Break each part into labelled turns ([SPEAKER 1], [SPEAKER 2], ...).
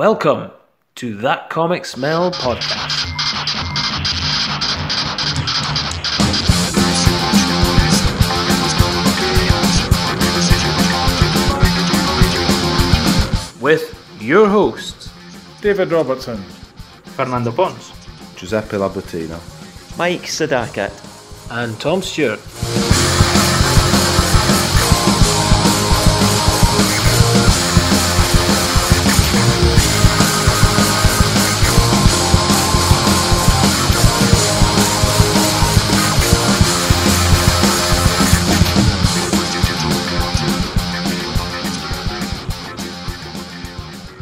[SPEAKER 1] Welcome to That Comic Smell podcast. With your hosts,
[SPEAKER 2] David Robertson.
[SPEAKER 3] Fernando Pons.
[SPEAKER 4] Giuseppe Labutina.
[SPEAKER 5] Mike Sadakat.
[SPEAKER 1] and Tom Stewart.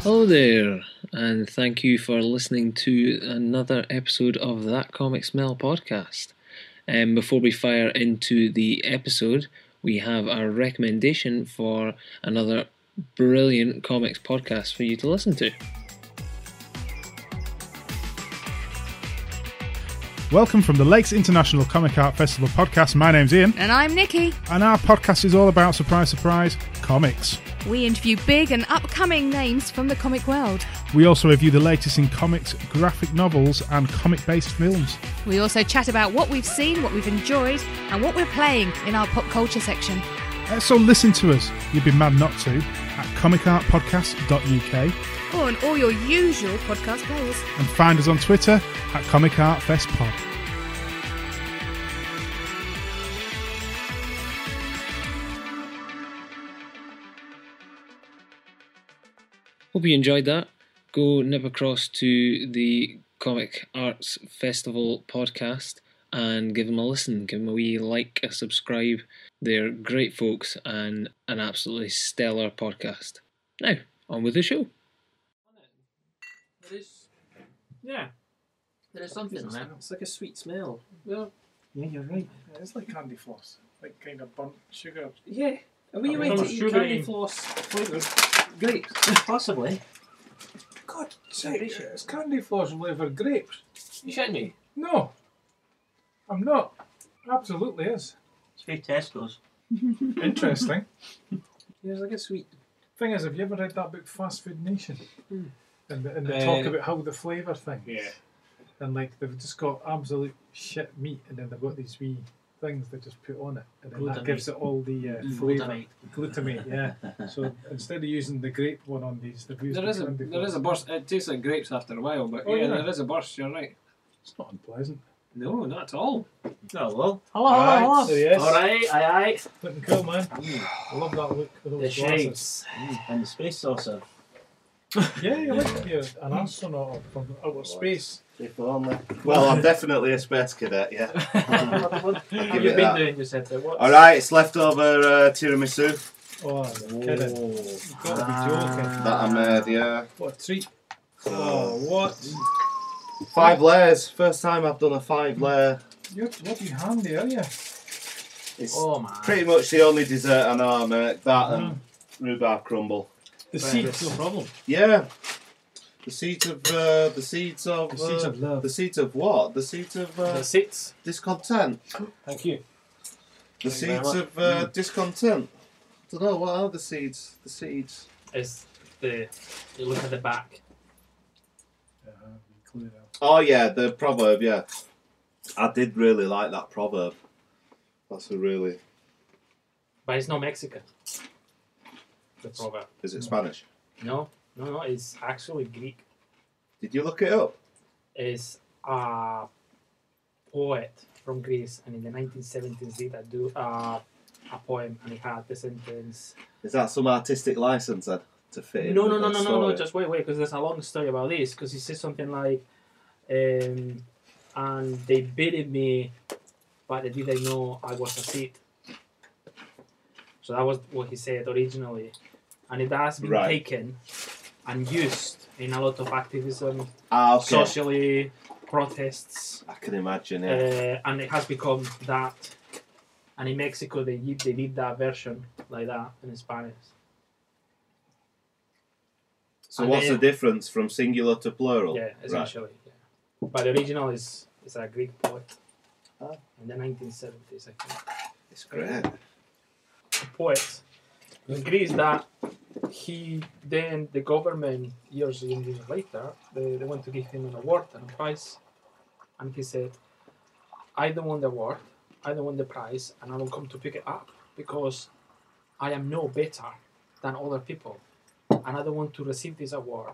[SPEAKER 6] Hello there, and thank you for listening to another episode of That Comic Smell podcast. And before we fire into the episode, we have a recommendation for another brilliant comics podcast for you to listen to.
[SPEAKER 2] Welcome from the Lakes International Comic Art Festival podcast. My name's Ian,
[SPEAKER 7] And I'm Nikki.
[SPEAKER 2] and our podcast is all about surprise, surprise comics.
[SPEAKER 7] We interview big and upcoming names from the comic world.
[SPEAKER 2] We also review the latest in comics, graphic novels, and comic based films.
[SPEAKER 7] We also chat about what we've seen, what we've enjoyed, and what we're playing in our pop culture section.
[SPEAKER 2] Uh, So listen to us, you'd be mad not to, at comicartpodcast.uk
[SPEAKER 7] Or on all your usual podcast players.
[SPEAKER 2] and find us on Twitter at Comic Art Fest Pod.
[SPEAKER 6] Hope you enjoyed that. Go nip across to the Comic Arts Festival podcast and give them a listen. Give them a wee like, a subscribe. They're great folks and an absolutely stellar podcast. Now, on with the show.
[SPEAKER 8] There is, yeah, there is something there. It's like a sweet smell. Well,
[SPEAKER 3] Yeah, you're right.
[SPEAKER 9] It's like candy floss, like kind of burnt sugar.
[SPEAKER 8] yeah, a wee
[SPEAKER 3] Oh,
[SPEAKER 8] way
[SPEAKER 3] no,
[SPEAKER 8] to eat
[SPEAKER 3] sugary.
[SPEAKER 8] candy floss flavoured grapes, possibly.
[SPEAKER 9] God
[SPEAKER 8] sake,
[SPEAKER 9] sake, it's candy floss flavored grapes.
[SPEAKER 8] You shouldn't me.
[SPEAKER 9] No, I'm not. Absolutely is.
[SPEAKER 3] It's very Tesco's.
[SPEAKER 9] Interesting.
[SPEAKER 8] There's like a sweet.
[SPEAKER 9] Thing is, have you ever read that book Fast Food Nation? And, the, and they talk
[SPEAKER 8] Uh,
[SPEAKER 9] about how the flavour thing.
[SPEAKER 3] Yeah.
[SPEAKER 9] And like they've just got absolute shit meat, and then they've got these wee things they just put on it, and then that
[SPEAKER 8] Glutamate.
[SPEAKER 9] gives it all the uh, flavour. Glutamate, yeah. so instead of using the grape one on these, they've used
[SPEAKER 8] There
[SPEAKER 9] the
[SPEAKER 8] is a
[SPEAKER 9] candy
[SPEAKER 8] there is a
[SPEAKER 9] floss.
[SPEAKER 8] burst. It tastes like grapes after a while, but
[SPEAKER 9] Oh,
[SPEAKER 8] yeah,
[SPEAKER 9] yeah.
[SPEAKER 8] there is a burst. You're right.
[SPEAKER 9] It's not unpleasant.
[SPEAKER 8] No, not at all.
[SPEAKER 3] Oh, well.
[SPEAKER 8] Hello,
[SPEAKER 9] Aye,
[SPEAKER 8] hello,
[SPEAKER 9] so
[SPEAKER 8] hello.
[SPEAKER 9] yes.
[SPEAKER 3] Alright, aye, aye.
[SPEAKER 9] Looking cool, man. I love that look with those
[SPEAKER 3] The
[SPEAKER 9] glasses.
[SPEAKER 3] shades. And the space saucer.
[SPEAKER 9] Yeah, you look like you're an astronaut from outer space.
[SPEAKER 4] If only. Well, I'm definitely a space cadet, yeah.
[SPEAKER 3] what have
[SPEAKER 4] give
[SPEAKER 3] you
[SPEAKER 4] it
[SPEAKER 3] been
[SPEAKER 4] that.
[SPEAKER 3] doing, Giuseppe? What?
[SPEAKER 4] All right, it's leftover uh, tiramisu
[SPEAKER 9] Oh, you're kidding. You've got to be joking.
[SPEAKER 4] that uh, I made, yeah.
[SPEAKER 9] What a treat. Oh, what?
[SPEAKER 4] Five layers. First time I've done a five layer.
[SPEAKER 9] You're bloody handy, are you?
[SPEAKER 4] It's
[SPEAKER 3] Oh, Mm. man.
[SPEAKER 4] pretty much the only dessert I know I make. That and rhubarb crumble.
[SPEAKER 9] The
[SPEAKER 3] seeds.
[SPEAKER 9] seeds.
[SPEAKER 3] problem.
[SPEAKER 4] Yeah. The seeds of uh, the seeds of
[SPEAKER 9] The seeds
[SPEAKER 4] uh,
[SPEAKER 9] of love.
[SPEAKER 4] the seeds of what? The seeds of uh,
[SPEAKER 3] The seats.
[SPEAKER 4] discontent.
[SPEAKER 3] Thank you.
[SPEAKER 4] The
[SPEAKER 3] Thank you very
[SPEAKER 4] seeds
[SPEAKER 3] much. Mm.
[SPEAKER 4] of uh, discontent. I don't know what are the seeds. The seeds.
[SPEAKER 3] It's the. You look at the back.
[SPEAKER 4] Oh yeah, the proverb. Yeah, I did really like that proverb. That's a really.
[SPEAKER 3] But it's not Mexican. The proverb.
[SPEAKER 4] Is it Spanish?
[SPEAKER 3] No, no, no. It's actually Greek.
[SPEAKER 4] Did you look it up?
[SPEAKER 3] It's a poet from Greece, and in the 1970s did a, do, uh, a poem, and he had the sentence.
[SPEAKER 4] Is that some artistic license then to fit in?
[SPEAKER 3] No,
[SPEAKER 4] with
[SPEAKER 3] no, no,
[SPEAKER 4] that
[SPEAKER 3] no, no, no.
[SPEAKER 4] story?
[SPEAKER 3] Just wait, wait, because there's a long story about this. Because he says something like, um, "And they buried me, but they didn't know I was a seed." So that was what he said originally, and it has been
[SPEAKER 4] Right.
[SPEAKER 3] taken and used in a lot of activism,
[SPEAKER 4] Ah, okay.
[SPEAKER 3] socially protests,
[SPEAKER 4] I can imagine. Yeah.
[SPEAKER 3] uh, and it has become that. And in Mexico, they did- they did that version like that in Spanish.
[SPEAKER 4] so
[SPEAKER 3] and
[SPEAKER 4] what's
[SPEAKER 3] then-
[SPEAKER 4] the difference from singular to plural?
[SPEAKER 3] Yeah,
[SPEAKER 4] right.
[SPEAKER 3] essentially. Yeah. But the original is is a Greek poet
[SPEAKER 4] Ah.
[SPEAKER 3] in the 1970s, I think.
[SPEAKER 4] It's great.
[SPEAKER 3] A poet agrees that he then the government years and years later they, they want to give him an award and a prize and he said i don't want the award i don't want the prize and i will come to pick it up because i am no better than other people and i don't want to receive this award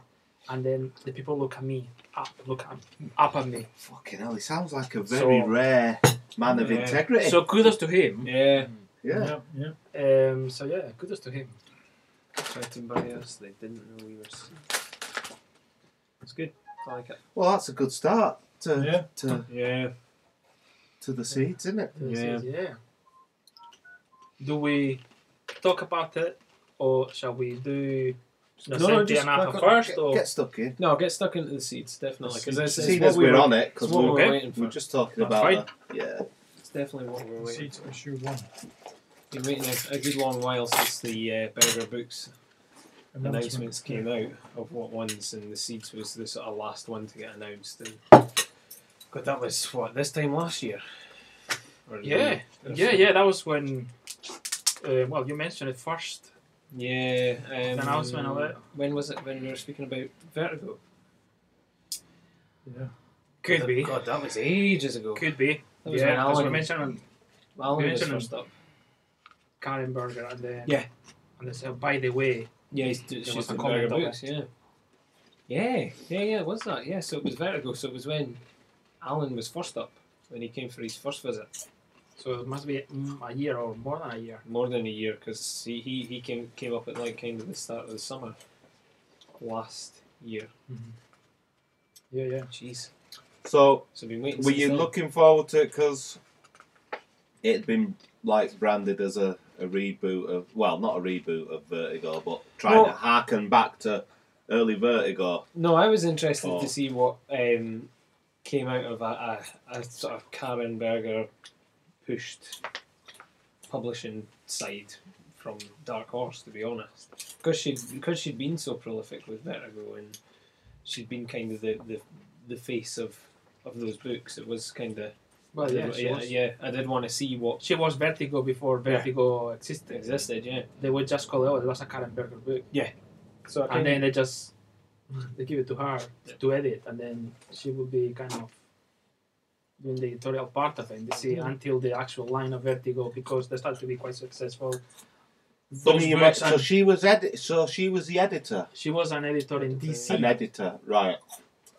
[SPEAKER 3] and then the people look at me up look at, up at me
[SPEAKER 4] Fucking hell, he sounds like a very rare man of
[SPEAKER 9] Yeah.
[SPEAKER 4] integrity.
[SPEAKER 3] so kudos to him
[SPEAKER 8] Yeah.
[SPEAKER 4] yeah.
[SPEAKER 9] Yeah, yeah.
[SPEAKER 3] um, so yeah kudos to him
[SPEAKER 8] Shouting by us, they didn't know we were. s- It's good. I like it.
[SPEAKER 4] Well, that's a good start to
[SPEAKER 9] Yeah.
[SPEAKER 4] to,
[SPEAKER 9] Yeah.
[SPEAKER 4] to the seeds, isn't it?
[SPEAKER 3] This
[SPEAKER 9] Yeah.
[SPEAKER 3] is- yeah. Do we talk about it, or shall we do no,
[SPEAKER 8] No, no,
[SPEAKER 3] Cynthia
[SPEAKER 8] just
[SPEAKER 3] and Alpha
[SPEAKER 8] crack on.
[SPEAKER 3] first?
[SPEAKER 4] Get,
[SPEAKER 3] Or
[SPEAKER 4] get stuck in.
[SPEAKER 8] No, get stuck into the seeds, definitely. Because it's, it's
[SPEAKER 4] Seeing
[SPEAKER 8] what
[SPEAKER 4] as we're
[SPEAKER 8] were,
[SPEAKER 4] on it, because
[SPEAKER 8] it's what
[SPEAKER 4] we're,
[SPEAKER 8] we
[SPEAKER 3] Okay.
[SPEAKER 8] were waiting
[SPEAKER 4] we're
[SPEAKER 8] for.
[SPEAKER 4] just talking
[SPEAKER 3] That's
[SPEAKER 4] about
[SPEAKER 3] fine.
[SPEAKER 4] the- yeah.
[SPEAKER 8] It's definitely what we're waiting.
[SPEAKER 9] Seeds issue one.
[SPEAKER 8] Been waiting a, a good long while since the uh, Burger Books announcements came out of what ones, and the seeds was the sort of last one to get announced. And God, that was what this time last year. Or the
[SPEAKER 3] Yeah.
[SPEAKER 8] year
[SPEAKER 3] yeah,
[SPEAKER 8] before.
[SPEAKER 3] yeah, that was when. Uh, well, you mentioned it first.
[SPEAKER 8] Yeah. Um,
[SPEAKER 3] announcement of it.
[SPEAKER 8] When was it? When we were speaking about Vertigo?
[SPEAKER 9] Yeah.
[SPEAKER 3] Could be,
[SPEAKER 8] God, that was ages ago.
[SPEAKER 3] could be.
[SPEAKER 8] That was
[SPEAKER 3] yeah,
[SPEAKER 8] when
[SPEAKER 3] because we
[SPEAKER 8] Alan-
[SPEAKER 3] mentioned on
[SPEAKER 8] Alan
[SPEAKER 3] we
[SPEAKER 8] was
[SPEAKER 3] mentioned
[SPEAKER 8] first up.
[SPEAKER 3] Karen Burger and then
[SPEAKER 8] Yeah.
[SPEAKER 3] and they said, by the way,
[SPEAKER 8] Yeah, he's d-
[SPEAKER 3] There
[SPEAKER 8] she's
[SPEAKER 3] was a
[SPEAKER 8] doing
[SPEAKER 3] comment
[SPEAKER 8] Burger
[SPEAKER 3] on
[SPEAKER 8] Books, yeah. Yeah, yeah, yeah, it was that? Yeah, so it was Vertigo, so it was when Alan was first up, when he came for his first visit.
[SPEAKER 3] so it must be mm, a year or more than a year.
[SPEAKER 8] More than a year, because he, he, he came, came up at like kind of the start of the summer last year.
[SPEAKER 3] Yeah, yeah.
[SPEAKER 8] Jeez.
[SPEAKER 4] So
[SPEAKER 8] So we've been waiting
[SPEAKER 4] Were
[SPEAKER 8] since
[SPEAKER 4] you
[SPEAKER 8] then.
[SPEAKER 4] looking forward to it because it had been like branded as a, a reboot of well, not a reboot of Vertigo, but trying to
[SPEAKER 8] Well-
[SPEAKER 4] harken back to early Vertigo.
[SPEAKER 8] No, I was interested
[SPEAKER 4] Oh.
[SPEAKER 8] to see what um, came out of a, a, a sort of Karen Berger pushed publishing side from Dark Horse, to be honest, because she because she'd been so prolific with Vertigo and she'd been kind of the, the, the face of of those books. It was kind of
[SPEAKER 3] Well, Oh, yeah, she,
[SPEAKER 8] yeah,
[SPEAKER 3] was,
[SPEAKER 8] yeah, I did want to see what
[SPEAKER 3] she was Vertigo before Vertigo existed.
[SPEAKER 8] existed. Yeah,
[SPEAKER 3] They would just call it, oh, it was a Karen Burger book.
[SPEAKER 8] so I
[SPEAKER 3] and
[SPEAKER 8] kinda-
[SPEAKER 3] then they just they give it to her to edit, and then she will be kind of doing the editorial part of it. And they see until the actual line of Vertigo because they start to be quite successful.
[SPEAKER 4] Funny
[SPEAKER 3] Those
[SPEAKER 4] you
[SPEAKER 3] books
[SPEAKER 4] men- so
[SPEAKER 3] and-
[SPEAKER 4] she was edit. So she was the editor,
[SPEAKER 3] She was an editor in DC
[SPEAKER 4] an editor, right?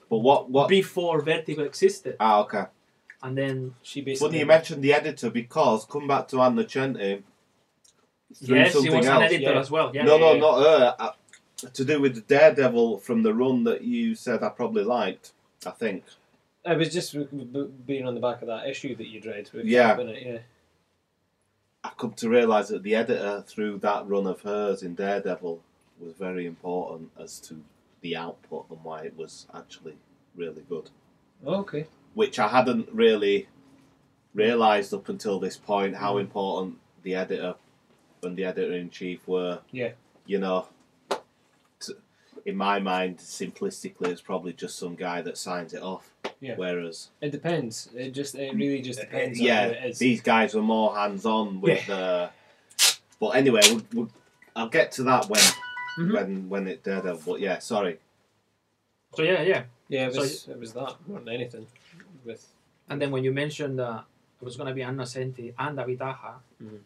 [SPEAKER 4] But what what?
[SPEAKER 3] before Vertigo existed,
[SPEAKER 4] ah, okay.
[SPEAKER 3] and then
[SPEAKER 8] she
[SPEAKER 4] Funny
[SPEAKER 8] basically
[SPEAKER 4] you mentioned the editor because come back to Anna Chente. through
[SPEAKER 3] yes, she
[SPEAKER 4] something
[SPEAKER 3] was an
[SPEAKER 4] else.
[SPEAKER 3] editor
[SPEAKER 8] yeah.
[SPEAKER 3] as well. Yeah,
[SPEAKER 4] no,
[SPEAKER 3] yeah,
[SPEAKER 4] no,
[SPEAKER 3] yeah.
[SPEAKER 4] not her. Uh, to do with the Daredevil from the run that you said I probably liked. I think.
[SPEAKER 8] It was just w- w- being on the back of that issue that you read. with
[SPEAKER 4] Yeah.
[SPEAKER 8] Karen, wasn't it? yeah.
[SPEAKER 4] I come to realise that the editor through that run of hers in Daredevil was very important as to the output and why it was actually really good.
[SPEAKER 8] Oh, Okay.
[SPEAKER 4] Which I hadn't really realised up until this point how
[SPEAKER 3] Mm.
[SPEAKER 4] important the editor and the editor in chief were.
[SPEAKER 8] Yeah.
[SPEAKER 4] You know, t- in my mind, simplistically, it's probably just some guy that signs it off.
[SPEAKER 8] Yeah.
[SPEAKER 4] Whereas,
[SPEAKER 8] It depends. It just it really just depends. on who
[SPEAKER 4] Uh, yeah,
[SPEAKER 8] it is.
[SPEAKER 4] these guys were more hands on with the. But anyway, we'll, we'll, I'll get to that when
[SPEAKER 8] Mm-hmm.
[SPEAKER 4] when when it Daredevil. But yeah, sorry.
[SPEAKER 3] So yeah, yeah.
[SPEAKER 8] yeah, it
[SPEAKER 3] so
[SPEAKER 8] was it was that more than anything. With
[SPEAKER 3] And then when you mentioned that it was going to be Anna Senti and David Aja,
[SPEAKER 8] Mhm.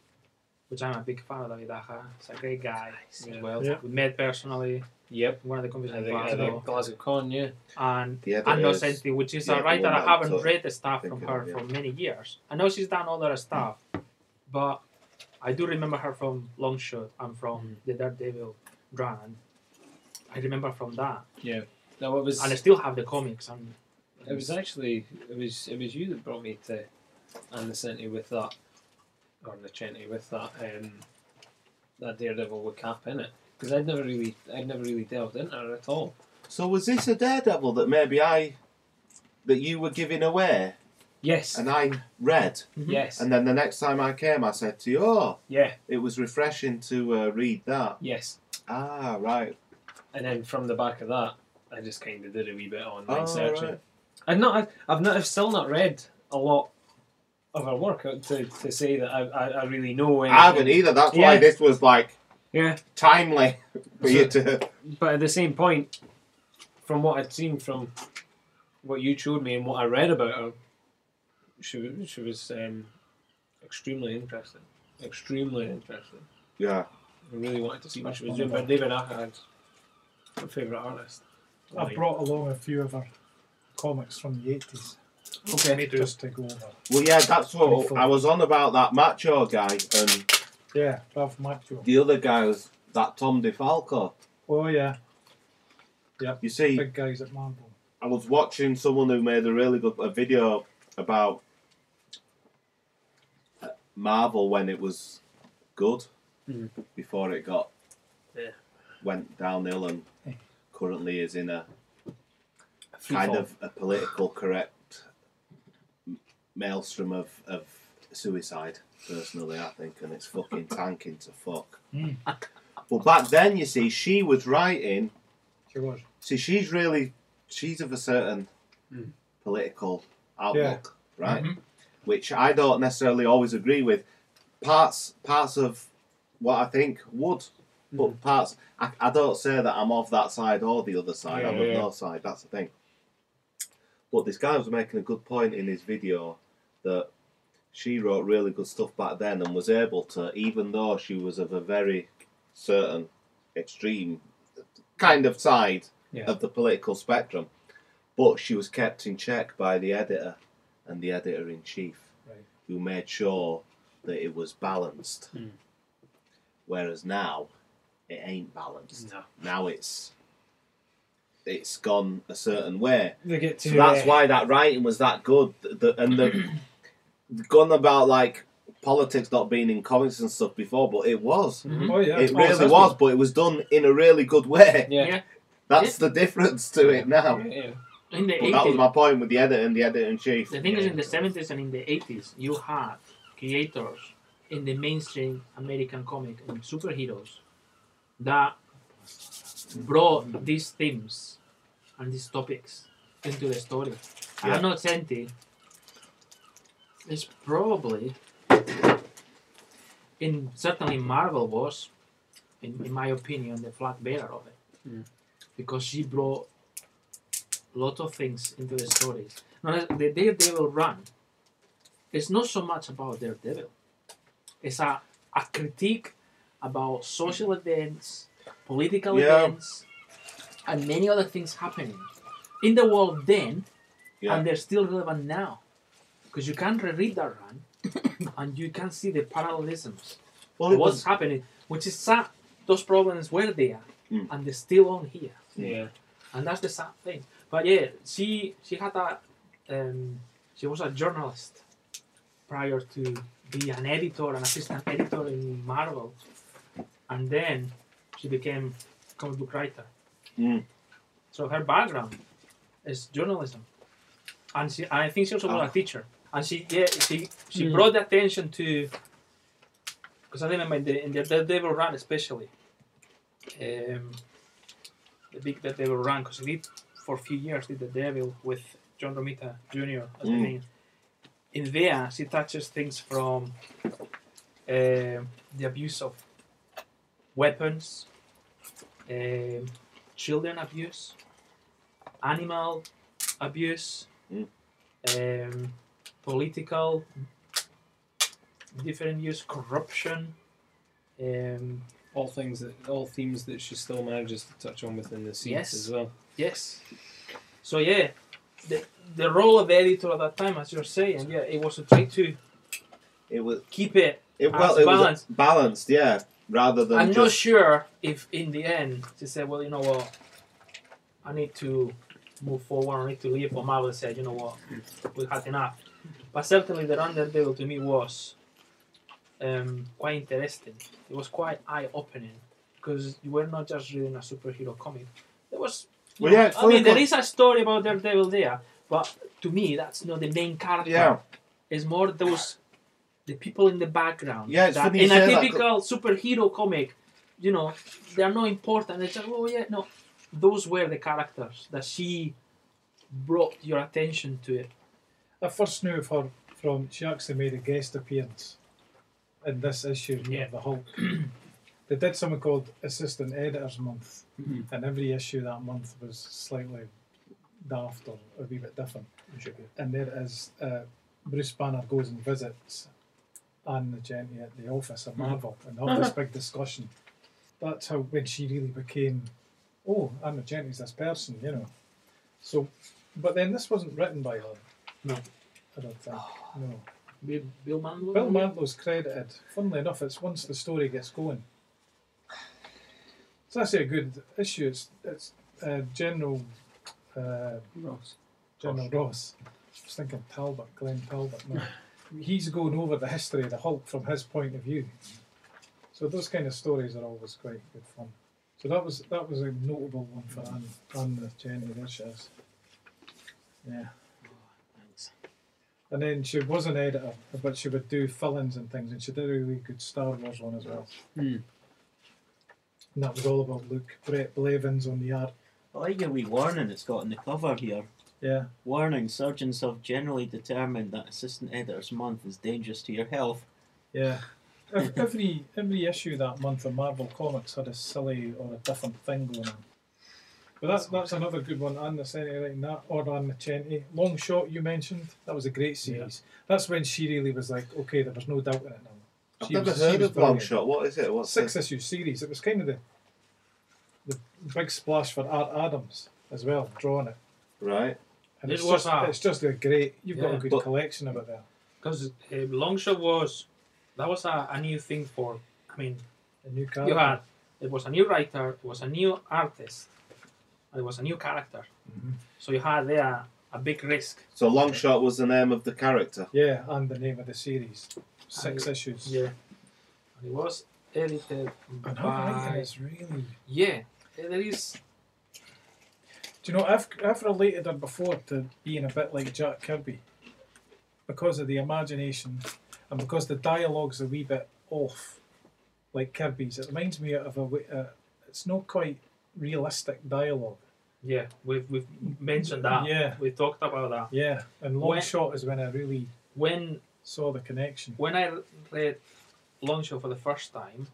[SPEAKER 3] which I'm a big fan of David Aja, he's a great guy
[SPEAKER 8] Yeah.
[SPEAKER 3] as well.
[SPEAKER 9] Yeah.
[SPEAKER 3] We met personally,
[SPEAKER 8] yep,
[SPEAKER 3] one of the
[SPEAKER 8] I
[SPEAKER 3] conversations.
[SPEAKER 8] think, I think Glasgow Con. Yeah,
[SPEAKER 3] and
[SPEAKER 4] The editor
[SPEAKER 3] Anno
[SPEAKER 4] is-
[SPEAKER 3] Senti, which is
[SPEAKER 4] yeah,
[SPEAKER 3] a
[SPEAKER 4] the
[SPEAKER 3] writer
[SPEAKER 4] one
[SPEAKER 3] I
[SPEAKER 4] that
[SPEAKER 3] haven't
[SPEAKER 4] took-
[SPEAKER 3] read the stuff from
[SPEAKER 4] thinking
[SPEAKER 3] her
[SPEAKER 4] of, yeah.
[SPEAKER 3] for many years. I know she's done other stuff, but I do remember her from Longshot and from
[SPEAKER 8] Mm-hmm.
[SPEAKER 3] the Daredevil run. I remember from that,
[SPEAKER 8] no, it was
[SPEAKER 3] and I still have the comics. And
[SPEAKER 8] it was actually it was it was you that brought me to and the Centi with that or the Chenti with that um that Daredevil with Cap in it because I'd never really I'd never really delved into it at all.
[SPEAKER 4] So was this a Daredevil that maybe I that you were giving away
[SPEAKER 8] Yes,
[SPEAKER 4] and I read,
[SPEAKER 8] yes,
[SPEAKER 4] and then the next time I came, I said to you, "Oh,
[SPEAKER 8] yeah,
[SPEAKER 4] it was refreshing to uh, read that."
[SPEAKER 8] yes.
[SPEAKER 4] Ah, right.
[SPEAKER 8] And then from the back of that, I just kind of did a wee bit of online
[SPEAKER 4] Oh,
[SPEAKER 8] searching.
[SPEAKER 4] right.
[SPEAKER 8] I've not, I've, I've not, I've still not read a lot of her work uh, to, to say that I, I, I really know.
[SPEAKER 4] I haven't e-
[SPEAKER 8] anything.
[SPEAKER 4] either. That's why
[SPEAKER 8] Yeah.
[SPEAKER 4] this was like
[SPEAKER 8] Yeah,
[SPEAKER 4] Timely for you to.
[SPEAKER 8] but at the same point, from what I'd seen from what you showed me and what I read about her, she wa- she was um, extremely interesting. Extremely interesting.
[SPEAKER 4] Yeah.
[SPEAKER 8] I really wanted to see what she was doing. But David Attenborough's my favourite artist.
[SPEAKER 9] I've brought along a few of her comics from the 80s
[SPEAKER 8] Okay.
[SPEAKER 9] just to go over.
[SPEAKER 4] Well, yeah, that's what I was on about that macho guy, and
[SPEAKER 9] Yeah, Ralph Macchio.
[SPEAKER 4] the other guy was that Tom DeFalco.
[SPEAKER 9] Oh, yeah,
[SPEAKER 4] You see,
[SPEAKER 9] big guys at Marble.
[SPEAKER 4] I was watching someone who made a really good a video about uh, Marvel when it was good,
[SPEAKER 8] Mm.
[SPEAKER 4] before it got
[SPEAKER 8] Yeah.
[SPEAKER 4] went downhill, and currently is in a
[SPEAKER 8] Free
[SPEAKER 4] kind
[SPEAKER 8] fall.
[SPEAKER 4] of a political correct m- maelstrom of, of suicide. Personally, I think, and it's fucking tanking to fuck.
[SPEAKER 8] Hmm.
[SPEAKER 4] But back then, you see, she was writing
[SPEAKER 9] She was.
[SPEAKER 4] See, she's really she's of a certain
[SPEAKER 8] Hmm.
[SPEAKER 4] political outlook, right?
[SPEAKER 8] Mm-hmm.
[SPEAKER 4] Which I don't necessarily always agree with. Parts parts of what I think would,
[SPEAKER 8] Hmm.
[SPEAKER 4] but parts I, I don't say that I'm of that side or the other side.
[SPEAKER 8] Yeah,
[SPEAKER 4] I'm of
[SPEAKER 8] yeah.
[SPEAKER 4] no side. That's the thing. But this guy was making a good point in his video that she wrote really good stuff back then and was able to, even though she was of a very certain extreme kind of side
[SPEAKER 8] Yeah.
[SPEAKER 4] of the political spectrum, but she was kept in check by the editor and the editor in chief,
[SPEAKER 9] Right.
[SPEAKER 4] who made sure that it was balanced.
[SPEAKER 8] Hmm.
[SPEAKER 4] Whereas now, it ain't balanced.
[SPEAKER 8] No.
[SPEAKER 4] Now it's it's gone a certain way.
[SPEAKER 8] They get to.
[SPEAKER 4] So that's
[SPEAKER 8] uh,
[SPEAKER 4] why that writing was that good. The, the- and the gone about like politics not being in comics and stuff before, but it was.
[SPEAKER 8] Hmm?
[SPEAKER 9] Oh, yeah.
[SPEAKER 4] It
[SPEAKER 9] Oh,
[SPEAKER 4] really
[SPEAKER 9] that's
[SPEAKER 4] was, but it was done in a really good way.
[SPEAKER 8] Yeah.
[SPEAKER 3] Yeah.
[SPEAKER 4] That's the difference to it now.
[SPEAKER 8] Yeah, yeah.
[SPEAKER 3] In the
[SPEAKER 4] Well, that was
[SPEAKER 3] 80s,
[SPEAKER 4] my point with the editor and the editor in chief.
[SPEAKER 3] the thing is,
[SPEAKER 8] Yeah.
[SPEAKER 3] in the 70s and in the 80s, you had creators in the mainstream American comic and superheroes that brought these themes and these topics into the story.
[SPEAKER 4] Yeah.
[SPEAKER 3] I'm not saying that it's probably in certainly Marvel was, in, in my opinion, the flag bearer of it, because she brought a lot of things into the stories. Now, the Daredevil run, it's not so much about Daredevil. It's a, a critique about social events, political
[SPEAKER 4] Yeah.
[SPEAKER 3] events, and many other things happening in the world then,
[SPEAKER 4] Yeah.
[SPEAKER 3] and they're still relevant now. Because you can reread that run, and you can see the parallelisms
[SPEAKER 4] Well,
[SPEAKER 3] of
[SPEAKER 4] it
[SPEAKER 3] what's
[SPEAKER 4] was.
[SPEAKER 3] happening, which is sad. Those problems were there,
[SPEAKER 4] Mm.
[SPEAKER 3] and they're still on here
[SPEAKER 8] Yeah.
[SPEAKER 3] and that's the sad thing. But yeah, she she had a um, she was a journalist prior to be an editor, an assistant editor in Marvel, and then she became comic book writer.
[SPEAKER 4] Mm.
[SPEAKER 3] So her background is journalism, and she I think she also
[SPEAKER 4] Ah.
[SPEAKER 3] was a teacher, and she yeah she she
[SPEAKER 8] Mm.
[SPEAKER 3] brought the attention to because I remember in the in the Daredevil run especially. Um, the big that they were run because he did for a few years did the devil with John Romita Jr. as the
[SPEAKER 4] Mm.
[SPEAKER 3] main. In there, she touches things from um the abuse of weapons, um, children abuse, animal abuse,
[SPEAKER 4] Mm.
[SPEAKER 3] um, political different use, corruption. Um,
[SPEAKER 8] All things that all themes that she still manages to touch on within the scenes
[SPEAKER 3] Yes.
[SPEAKER 8] as well.
[SPEAKER 3] Yes. So yeah, the the role of the editor at that time, as you're saying, yeah, it was to try to
[SPEAKER 4] It was.
[SPEAKER 3] keep it.
[SPEAKER 4] It, well,
[SPEAKER 3] As
[SPEAKER 4] it was
[SPEAKER 3] balanced.
[SPEAKER 4] balanced, yeah. Rather than
[SPEAKER 3] I'm
[SPEAKER 4] just.
[SPEAKER 3] not sure if in the end she said, well, you know what, I need to move forward. I need to leave. Or Marvel said, you know what, we had enough. But certainly the run that deal to me was um, quite interesting. It was quite eye opening because you were not just reading a superhero comic. There was you
[SPEAKER 4] Well, yeah,
[SPEAKER 3] know,
[SPEAKER 4] it's
[SPEAKER 3] I mean,
[SPEAKER 4] political.
[SPEAKER 3] there is a story about Daredevil there, but to me, that's not the main character.
[SPEAKER 4] Yeah.
[SPEAKER 3] It's more those the people in the background.
[SPEAKER 4] Yeah, it's
[SPEAKER 3] that
[SPEAKER 4] funny you
[SPEAKER 3] in a
[SPEAKER 4] say that,
[SPEAKER 3] typical superhero comic, you know, they are not important. It's just oh yeah, no, those were the characters that she brought your attention to it.
[SPEAKER 9] I first knew of her from she actually made a guest appearance in this issue
[SPEAKER 3] Yeah.
[SPEAKER 9] of the Hulk.
[SPEAKER 2] They did something called Assistant Editors Month, and every issue that month was slightly daft or a wee bit different. And there it is uh, Bruce Banner goes and visits Anne the Genty at the office of Marvel and they have this big discussion. That's how when she really became, oh, Anne the Genty's this person, you know. So, but then this wasn't written by her.
[SPEAKER 3] No.
[SPEAKER 2] I don't think. No.
[SPEAKER 3] Bill, Bill Mandel?
[SPEAKER 2] Bill Mantlow's credited. Funnily enough, it's once the story gets going. It's actually a good issue. It's, it's uh, General uh,
[SPEAKER 10] Ross.
[SPEAKER 2] General Ross. I was thinking Talbot, Glenn Talbot. No. He's going over the history of the Hulk from his point of view. So those kind of stories are always quite good fun. So that was that was a notable one for Anne, Anne the Jenny. There she is. Yeah. And then she was an editor, but she would do fill-ins and things, and she did a really good Star Wars one as well. And that was all about Luke Brett Blevins on the art.
[SPEAKER 11] I like your wee warning it's got on the cover here.
[SPEAKER 2] Yeah.
[SPEAKER 11] Warning, surgeons have generally determined that Assistant Editor's Month is dangerous to your health.
[SPEAKER 2] Yeah. Ev- Every every issue that month of Marvel Comics had a silly or a different thing going on. But that's that's another good one. Anne Nacenti writing that, or Anne Nacenti. Long Shot you mentioned. That was a great series. That's when she really was like, okay, there was no doubt in it now.
[SPEAKER 4] I've
[SPEAKER 2] She
[SPEAKER 4] never
[SPEAKER 2] was- she
[SPEAKER 4] heard
[SPEAKER 2] was
[SPEAKER 4] of Long
[SPEAKER 2] brilliant.
[SPEAKER 4] Shot. What is it? What's
[SPEAKER 2] Six
[SPEAKER 4] it?
[SPEAKER 2] issue series. It was kind of the the big splash for Art Adams as well, drawing it.
[SPEAKER 4] Right.
[SPEAKER 2] And
[SPEAKER 3] It
[SPEAKER 2] it's
[SPEAKER 3] was
[SPEAKER 2] just
[SPEAKER 3] Art.
[SPEAKER 2] it's just a great. You've got a
[SPEAKER 3] Yeah.
[SPEAKER 2] good
[SPEAKER 4] But-
[SPEAKER 2] collection of it there.
[SPEAKER 3] Because um, Longshot was that was a, a new thing for. I mean,
[SPEAKER 2] A new
[SPEAKER 3] you
[SPEAKER 2] character.
[SPEAKER 3] had it was a new writer, it was a new artist, and it was a new character.
[SPEAKER 4] Mm-hmm.
[SPEAKER 3] So you had there a big risk.
[SPEAKER 4] So Long Shot was the name of the character.
[SPEAKER 2] Yeah, and the name of the series. Six issues.
[SPEAKER 3] Yeah, and it was edited
[SPEAKER 2] And how Lincoln
[SPEAKER 3] by
[SPEAKER 2] is really.
[SPEAKER 3] yeah. There is
[SPEAKER 2] Do you know, I've, I've related her before to being a bit like Jack Kirby because of the imagination and because the dialogue's a wee bit off, like Kirby's. It reminds me of a. wi- Uh, it's not quite realistic dialogue.
[SPEAKER 3] yeah. We've we've mentioned that.
[SPEAKER 2] Yeah.
[SPEAKER 3] we talked about that.
[SPEAKER 2] Yeah, and Long
[SPEAKER 3] When-
[SPEAKER 2] Shot is when I really
[SPEAKER 3] When
[SPEAKER 2] saw the connection.
[SPEAKER 3] when I read Longshot for the first time,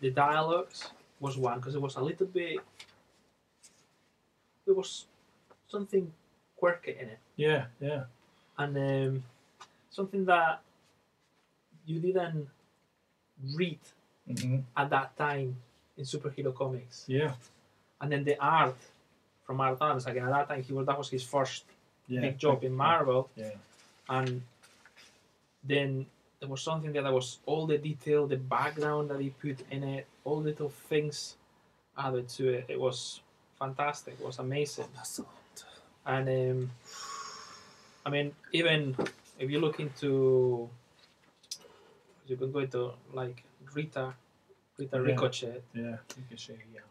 [SPEAKER 3] the dialogues was one because it was a little bit. There was something quirky in it,
[SPEAKER 2] Yeah, yeah.
[SPEAKER 3] and um, something that you didn't read
[SPEAKER 2] hmm
[SPEAKER 3] at that time in superhero comics.
[SPEAKER 2] Yeah,
[SPEAKER 3] And then the art from Art Adams again at that time he was that was his first
[SPEAKER 2] yeah.
[SPEAKER 3] big job in Marvel.
[SPEAKER 2] Yeah.
[SPEAKER 3] and then there was something there that was all the detail, the background that he put in it, all little things added to it. It was fantastic. It was amazing. And um, I mean, even if you look into, you can go into like Rita, Rita
[SPEAKER 2] Yeah.
[SPEAKER 3] Ricochet.
[SPEAKER 2] Yeah, you can say, yeah.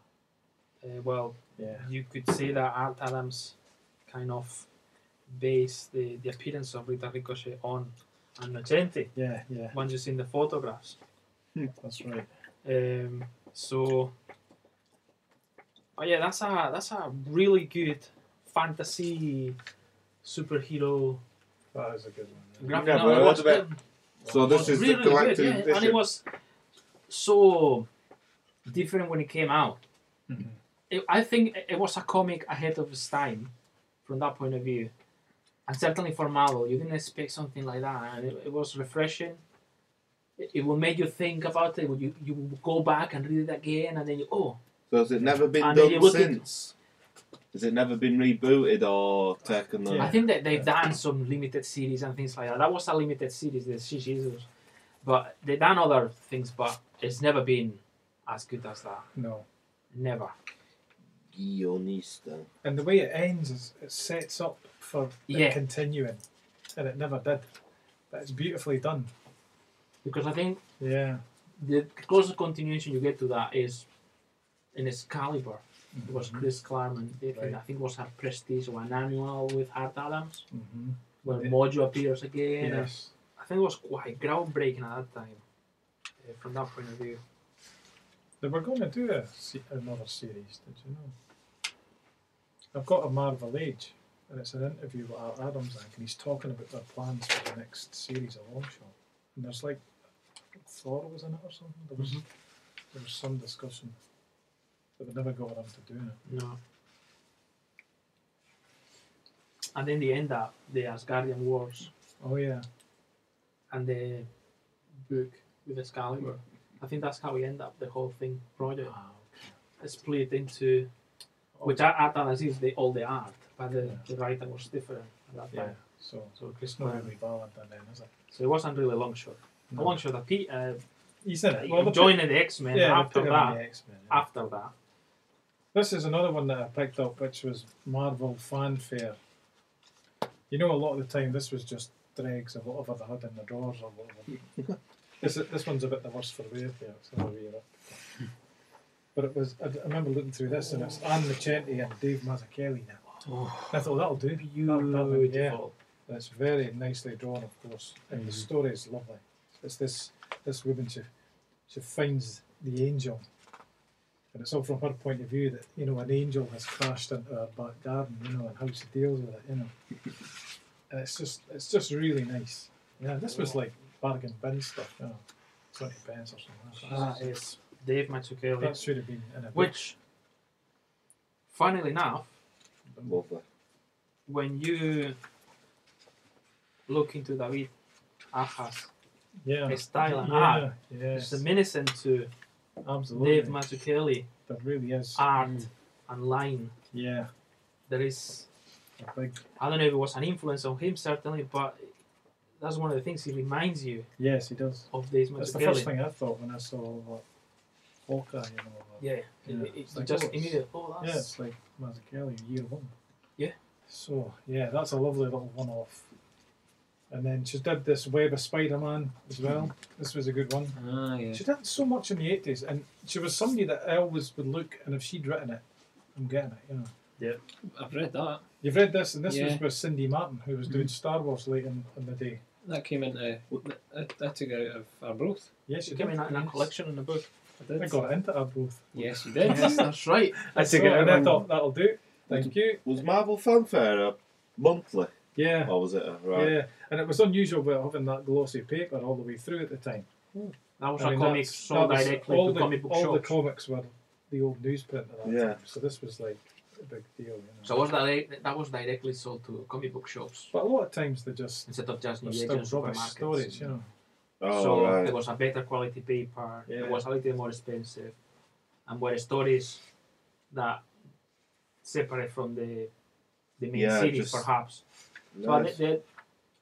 [SPEAKER 3] Uh, well,
[SPEAKER 2] Yeah.
[SPEAKER 3] you could say that Art Adams kind of based the, the appearance of Rita Ricochet on Annocenti
[SPEAKER 2] Yeah, yeah,
[SPEAKER 3] once you see the photographs. Hmm.
[SPEAKER 2] that's right.
[SPEAKER 3] Um, so, oh yeah, that's a that's a really good fantasy superhero
[SPEAKER 2] That is a good one. yeah.
[SPEAKER 3] graphic
[SPEAKER 4] never
[SPEAKER 3] novel.
[SPEAKER 4] heard
[SPEAKER 3] was-
[SPEAKER 4] of it. So
[SPEAKER 3] was
[SPEAKER 4] this is
[SPEAKER 3] really
[SPEAKER 4] the
[SPEAKER 3] good,
[SPEAKER 4] collected
[SPEAKER 3] yeah, and it
[SPEAKER 4] edition.
[SPEAKER 3] was so different when it came out.
[SPEAKER 2] Mm-hmm.
[SPEAKER 3] It, I think it- it was a comic ahead of its time, from that point of view, and certainly for Marvel, you didn't expect something like that, and it, it was refreshing. It, it will make you think about it. You you will go back and read it again, and then you oh
[SPEAKER 4] So has it never been
[SPEAKER 3] And you
[SPEAKER 4] done
[SPEAKER 3] look at-
[SPEAKER 4] since? Has it never been rebooted or taken the?
[SPEAKER 2] Yeah.
[SPEAKER 3] I think that they've done some limited series and things like that. That was a limited series, the She Jesus. But they've done other things, but it's never been as good as that.
[SPEAKER 2] No.
[SPEAKER 3] Never.
[SPEAKER 4] Guionista.
[SPEAKER 2] And the way it ends is it sets up for it
[SPEAKER 3] Yeah.
[SPEAKER 2] continuing, and it never did. But it's beautifully done.
[SPEAKER 3] Because I think
[SPEAKER 2] Yeah,
[SPEAKER 3] the closest continuation you get to that is in Excalibur. It was Chris Claremont. did, and I
[SPEAKER 2] Mm-hmm. Right.
[SPEAKER 3] think it was a prestige or an annual with Hart Adams,
[SPEAKER 2] mm-hmm.
[SPEAKER 3] where
[SPEAKER 2] Yeah.
[SPEAKER 3] Mojo appears again.
[SPEAKER 2] yes,
[SPEAKER 3] I think it was quite groundbreaking at that time, uh, from that point of view.
[SPEAKER 2] they were going to do a, se- another series. Did you know? I've got a Marvel Age, and it's an interview with Art Adams, I think, and he's talking about their plans for the
[SPEAKER 3] Mm-hmm.
[SPEAKER 2] next series of Longshot. And there's like Thor was in it or something. There was
[SPEAKER 9] There was some discussion, but we never got around to doing it.
[SPEAKER 3] No. And then they end up the Asgardian Wars
[SPEAKER 9] Oh yeah,
[SPEAKER 3] and the book with Excalibur. I think that's how we end up the whole thing project.
[SPEAKER 9] Ah,
[SPEAKER 3] It's played into which I, I done as is the all the art, but the, the writer was different at that
[SPEAKER 9] yeah.
[SPEAKER 3] time.
[SPEAKER 9] So
[SPEAKER 3] So
[SPEAKER 9] it's not really valid then, then, is it?
[SPEAKER 3] So it wasn't really a long shot. A long shot that Pete uh,
[SPEAKER 9] He's in it.
[SPEAKER 3] well,
[SPEAKER 9] they
[SPEAKER 3] joining the X
[SPEAKER 9] put-
[SPEAKER 3] Men
[SPEAKER 9] yeah, they
[SPEAKER 3] after
[SPEAKER 9] put him in
[SPEAKER 3] that.
[SPEAKER 9] the X-Men, yeah.
[SPEAKER 3] After that,
[SPEAKER 9] This is another one that I picked up, which was Marvel Fanfare. You know, a lot of the time this was just dregs of whatever they had in the drawers or whatever. this, this one's a bit the worst for wear. Yeah, it's not a wear up. But it was, I, I remember looking through this and it's Anne Machete and Dave Mazzucchelli now. And I thought that'll do. That'll- that'll do, yeah.
[SPEAKER 3] beautiful.
[SPEAKER 9] And it's very nicely drawn, of course, and
[SPEAKER 3] Mm-hmm.
[SPEAKER 9] the story is lovely. It's this this woman she she finds the angel, and it's all from her point of view that you know an angel has crashed into her back garden, you know, and how she deals with it, you know. and it's just it's just really nice. Yeah, this was like bargain bin stuff, you know, twenty pence or something. like
[SPEAKER 3] That is Dave
[SPEAKER 9] that. That
[SPEAKER 3] Mazzucchelli,
[SPEAKER 9] should have been in a book.
[SPEAKER 3] Ah. which, funnily enough,
[SPEAKER 4] Lovely.
[SPEAKER 3] when you look into David Aja's
[SPEAKER 9] yeah,
[SPEAKER 3] his style and
[SPEAKER 9] yeah,
[SPEAKER 3] art,
[SPEAKER 9] yes,
[SPEAKER 3] it's reminiscent to
[SPEAKER 9] absolutely.
[SPEAKER 3] Dave Ah. Mazzucchelli
[SPEAKER 9] there really is.
[SPEAKER 3] art and line.
[SPEAKER 9] Yeah,
[SPEAKER 3] There is
[SPEAKER 9] a big
[SPEAKER 3] I don't know if it was an influence on him certainly, but that's one of the things he reminds you
[SPEAKER 9] yes, he does.
[SPEAKER 3] of Dave
[SPEAKER 9] That's the first
[SPEAKER 3] Mazzucchelli.
[SPEAKER 9] thing I thought when I saw like, Hawkeye and all that.
[SPEAKER 3] Yeah,
[SPEAKER 9] Yeah,
[SPEAKER 3] It- it-
[SPEAKER 9] it's
[SPEAKER 3] you
[SPEAKER 9] like,
[SPEAKER 3] just
[SPEAKER 9] oh, it's-
[SPEAKER 3] immediately, oh,
[SPEAKER 9] Yeah,
[SPEAKER 3] that's
[SPEAKER 9] it's like Mazzucchelli, year one.
[SPEAKER 3] Yeah.
[SPEAKER 9] So, yeah, that's a lovely little one off. And then she did this Web of Spider Man as well. This was a good one.
[SPEAKER 6] Ah, yeah.
[SPEAKER 9] She did so much in the 80s, and she was somebody that I always would look, and if she'd written it, I'm getting it, you know.
[SPEAKER 6] I've read that.
[SPEAKER 9] You've read this, and this
[SPEAKER 6] Yeah.
[SPEAKER 9] was with Cindy Martin, who was doing Star Wars late in, in the day.
[SPEAKER 6] That came into. That, that took out of our both.
[SPEAKER 9] Yes, she
[SPEAKER 3] it came
[SPEAKER 9] did.
[SPEAKER 3] in a, in a
[SPEAKER 9] yes.
[SPEAKER 3] collection in a book.
[SPEAKER 6] I did.
[SPEAKER 9] I got into her both.
[SPEAKER 6] Yes, you did.
[SPEAKER 3] Yes, that's right.
[SPEAKER 9] I
[SPEAKER 1] took
[SPEAKER 9] so,
[SPEAKER 1] it out
[SPEAKER 9] and I
[SPEAKER 1] on-
[SPEAKER 9] thought, that'll do. Thank you.
[SPEAKER 4] Was Marvel Fanfare a monthly,
[SPEAKER 9] Yeah.
[SPEAKER 4] or was it a right?
[SPEAKER 9] Yeah, and it was unusual about having that glossy paper all the way through at the time.
[SPEAKER 3] That was
[SPEAKER 9] I mean,
[SPEAKER 3] a comic
[SPEAKER 9] that's-
[SPEAKER 3] sold
[SPEAKER 9] that was-
[SPEAKER 3] directly
[SPEAKER 9] all
[SPEAKER 3] to
[SPEAKER 9] the,
[SPEAKER 3] comic book
[SPEAKER 9] All the
[SPEAKER 3] shops.
[SPEAKER 9] comics were the old newsprint at that
[SPEAKER 4] Yeah.
[SPEAKER 9] time, so this was like a big deal. You know.
[SPEAKER 3] so was that that was directly sold to comic book shops
[SPEAKER 9] but a lot of times they just
[SPEAKER 3] instead of just new
[SPEAKER 9] they're
[SPEAKER 3] agents
[SPEAKER 9] still
[SPEAKER 3] or
[SPEAKER 9] rubbish stories, you know.
[SPEAKER 4] Oh
[SPEAKER 3] so
[SPEAKER 4] right.
[SPEAKER 3] there was a better quality paper.
[SPEAKER 9] Yeah.
[SPEAKER 3] It was a little more expensive, and were stories that separate from the the main
[SPEAKER 4] Yeah,
[SPEAKER 3] series,
[SPEAKER 4] just-
[SPEAKER 3] perhaps. But
[SPEAKER 4] Nice.
[SPEAKER 3] the-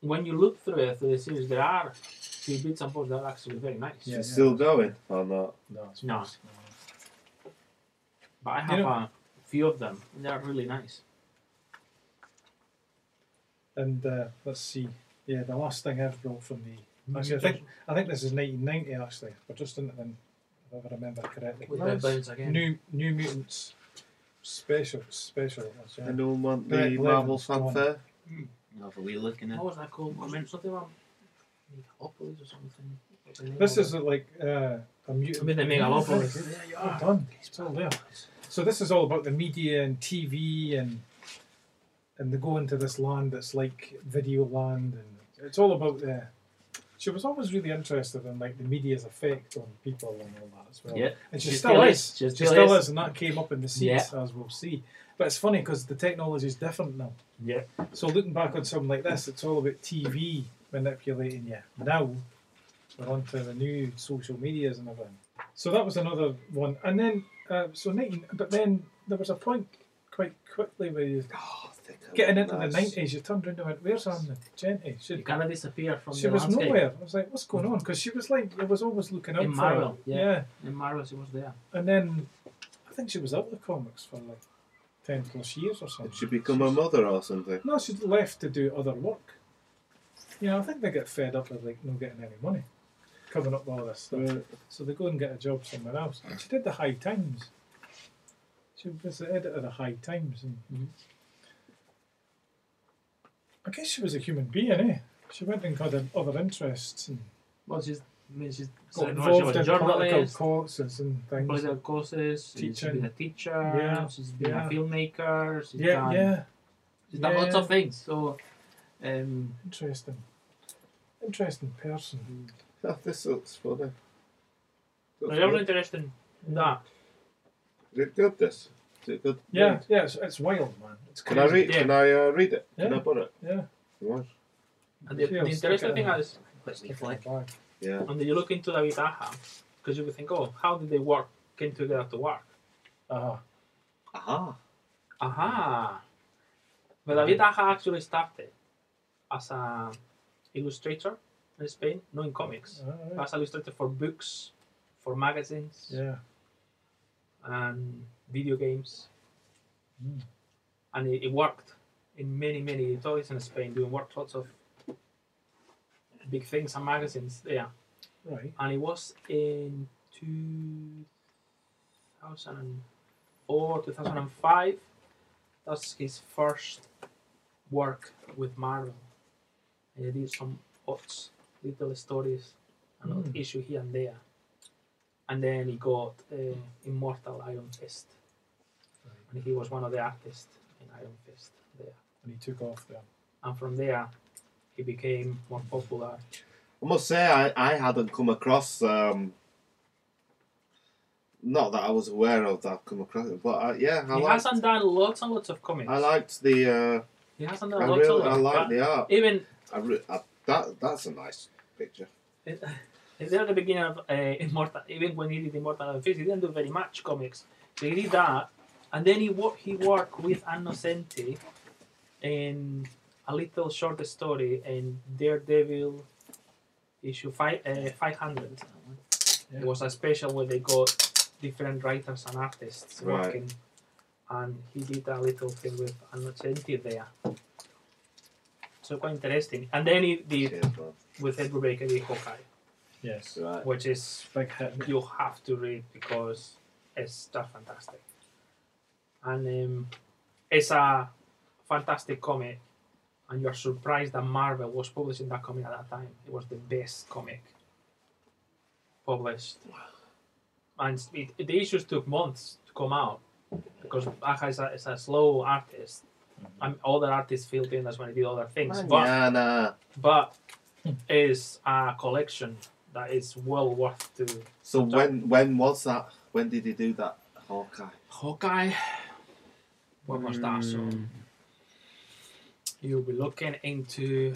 [SPEAKER 3] the- when you look through it, through the series, there are few bits and bobs that are actually very nice.
[SPEAKER 9] Yeah.
[SPEAKER 4] It's still going or not?
[SPEAKER 9] No, it's
[SPEAKER 3] No. But I
[SPEAKER 9] You
[SPEAKER 3] have
[SPEAKER 9] know-
[SPEAKER 3] a few of them, and they are really nice.
[SPEAKER 9] And uh, let's see. Yeah, the last thing I've brought from the.
[SPEAKER 3] Mm-hmm.
[SPEAKER 9] Actually, I think I think this is 1990. Actually, we're just into them, if I remember correctly.
[SPEAKER 3] With the bounce again.
[SPEAKER 9] New New Mutants special special. it was, yeah.
[SPEAKER 4] Anyone want the
[SPEAKER 9] Right, eleven,
[SPEAKER 4] Marvel
[SPEAKER 9] it's gone.
[SPEAKER 4] Fanfare?
[SPEAKER 11] Have a wee look in it.
[SPEAKER 3] What was that called? I mean, something about Megalopolis or something. What's the name
[SPEAKER 9] This
[SPEAKER 3] of
[SPEAKER 9] is
[SPEAKER 3] it?
[SPEAKER 9] like uh, a
[SPEAKER 3] I
[SPEAKER 9] mutant.
[SPEAKER 3] mean, the Megalopolis. There you
[SPEAKER 9] Well
[SPEAKER 3] are.
[SPEAKER 9] done. It's all there. So this is all about the media and TV and and they go into this land that's like video land and it's all about the. She was always really interested in like the media's effect on people and all that as well.
[SPEAKER 3] Yeah.
[SPEAKER 9] And she, still is. She, still, is. and that came up in the
[SPEAKER 3] Yeah.
[SPEAKER 9] seats as we'll see. But it's funny because the technology is different now.
[SPEAKER 3] Yeah.
[SPEAKER 9] So looking back on something like this, it's all about TV manipulating you. Now we're onto the new social medias and everything. So that was another one, and then uh, so nineteen. But then there was a point quite quickly where you
[SPEAKER 4] Oh, I think I
[SPEAKER 9] getting
[SPEAKER 4] want
[SPEAKER 9] into the
[SPEAKER 4] nice.
[SPEAKER 9] nineties. You turned around and went, "Where's Anne Genty?"
[SPEAKER 3] You
[SPEAKER 9] She,
[SPEAKER 3] kind of disappear from
[SPEAKER 9] she
[SPEAKER 3] the
[SPEAKER 9] was
[SPEAKER 3] landscape.
[SPEAKER 9] nowhere. I was like, "What's going on?" Because she was like, I was always looking out
[SPEAKER 3] In
[SPEAKER 9] for her.
[SPEAKER 3] Marvel, yeah.
[SPEAKER 9] yeah.
[SPEAKER 3] In Marvel, she was there.
[SPEAKER 9] And then I think she was out of the comics for like ten plus years or something.
[SPEAKER 4] Did she become a mother or something?
[SPEAKER 9] No, she'd left to do other work. You know, I think they get fed up with like not getting any money, covering up all this stuff. So they go and get a job somewhere else. And she did the High Times. She was the editor of the High Times, and I guess she was a human being, eh? She went and got in- other interests and
[SPEAKER 3] Well, she's, I mean, she's
[SPEAKER 9] got
[SPEAKER 3] certainly she was
[SPEAKER 9] involved
[SPEAKER 3] a
[SPEAKER 9] in political
[SPEAKER 3] journalist,
[SPEAKER 9] causes and things.
[SPEAKER 3] political courses. She's
[SPEAKER 9] Teaching.
[SPEAKER 3] been a teacher.
[SPEAKER 9] Yeah,
[SPEAKER 3] She's been
[SPEAKER 9] yeah.
[SPEAKER 3] a filmmaker. She's
[SPEAKER 9] Yeah,
[SPEAKER 3] done,
[SPEAKER 9] yeah,
[SPEAKER 3] she's done lots
[SPEAKER 9] yeah.
[SPEAKER 3] of things. So, um,
[SPEAKER 9] interesting, interesting person.
[SPEAKER 4] Oh, this looks funny.
[SPEAKER 3] There's everyone interested in that.
[SPEAKER 4] Is it good? This? Is it good?
[SPEAKER 9] Yeah, yeah, it's, it's wild, man. It's
[SPEAKER 4] Can I
[SPEAKER 9] crazy.
[SPEAKER 4] read? Can I uh, read it? Can
[SPEAKER 9] Yeah.
[SPEAKER 4] I borrow it?
[SPEAKER 9] Yeah.
[SPEAKER 4] What?
[SPEAKER 3] And the,
[SPEAKER 9] Yeah,
[SPEAKER 3] the
[SPEAKER 9] stick
[SPEAKER 3] interesting
[SPEAKER 9] it
[SPEAKER 3] thing
[SPEAKER 9] in.
[SPEAKER 3] is, let's leave it.
[SPEAKER 4] Yeah.
[SPEAKER 3] and then you look into the Vitaha, because you would think, oh, how did they work? Came together to work.
[SPEAKER 9] Uh-huh.
[SPEAKER 4] Aha.
[SPEAKER 3] Aha! But David Aja actually started as an illustrator in Spain, not in comics.
[SPEAKER 9] Alright.
[SPEAKER 3] As an illustrator for books, for magazines,
[SPEAKER 9] Yeah.
[SPEAKER 3] and video games.
[SPEAKER 9] Hmm.
[SPEAKER 3] And it, it worked in many, many editorials in Spain, doing work lots of big things and magazines there.
[SPEAKER 9] Right.
[SPEAKER 3] And it was in 2004, 2005. That's his first work with Marvel. And he did some odds, little stories, an odd issue here and there. And then he got uh, Immortal Iron Fist. And he was one of the artists in Iron Fist there.
[SPEAKER 9] And he took off there.
[SPEAKER 3] And from there, he became more popular.
[SPEAKER 4] I must say, I, I hadn't come across. Um, not that I was aware of that I've come across, it, but uh, yeah, I
[SPEAKER 3] he
[SPEAKER 4] liked.
[SPEAKER 3] hasn't done lots and lots of comics.
[SPEAKER 4] I liked the. Uh,
[SPEAKER 3] He hasn't
[SPEAKER 4] I
[SPEAKER 3] done lots
[SPEAKER 4] really,
[SPEAKER 3] of
[SPEAKER 4] I
[SPEAKER 3] work,
[SPEAKER 4] like
[SPEAKER 3] but
[SPEAKER 4] the art.
[SPEAKER 3] Even
[SPEAKER 4] I re- I, that that's a nice picture.
[SPEAKER 3] is there at the beginning of uh, Immortal, even when he did Immortal and Fist, he didn't do very much comics. So he did that, and then he worked he worked with Annocenti in a little short story in Daredevil issue five uh, five hundred. It was a special where they got different writers and artists
[SPEAKER 4] Right.
[SPEAKER 3] working, and he did a little thing with Annocenti there. So quite interesting. And then he did
[SPEAKER 4] Cheers, man.
[SPEAKER 3] with Ed Brubaker the Hawkeye,
[SPEAKER 9] Yes.
[SPEAKER 4] Right.
[SPEAKER 3] which is
[SPEAKER 9] Big hit.
[SPEAKER 3] you have to read because it's just fantastic, and um, it's a fantastic comic. And you're surprised that Marvel was publishing that comic at that time. It was the best comic published, and it, the issues took months to come out because Aja is a, is a slow artist. And other artists filled in as when he did other things, but
[SPEAKER 4] Manana.
[SPEAKER 3] but is a collection that is well worth to
[SPEAKER 4] So when when was that? When did he do that? Hawkeye.
[SPEAKER 3] Hawkeye. When was that? So
[SPEAKER 6] Hmm.
[SPEAKER 3] you'll be looking into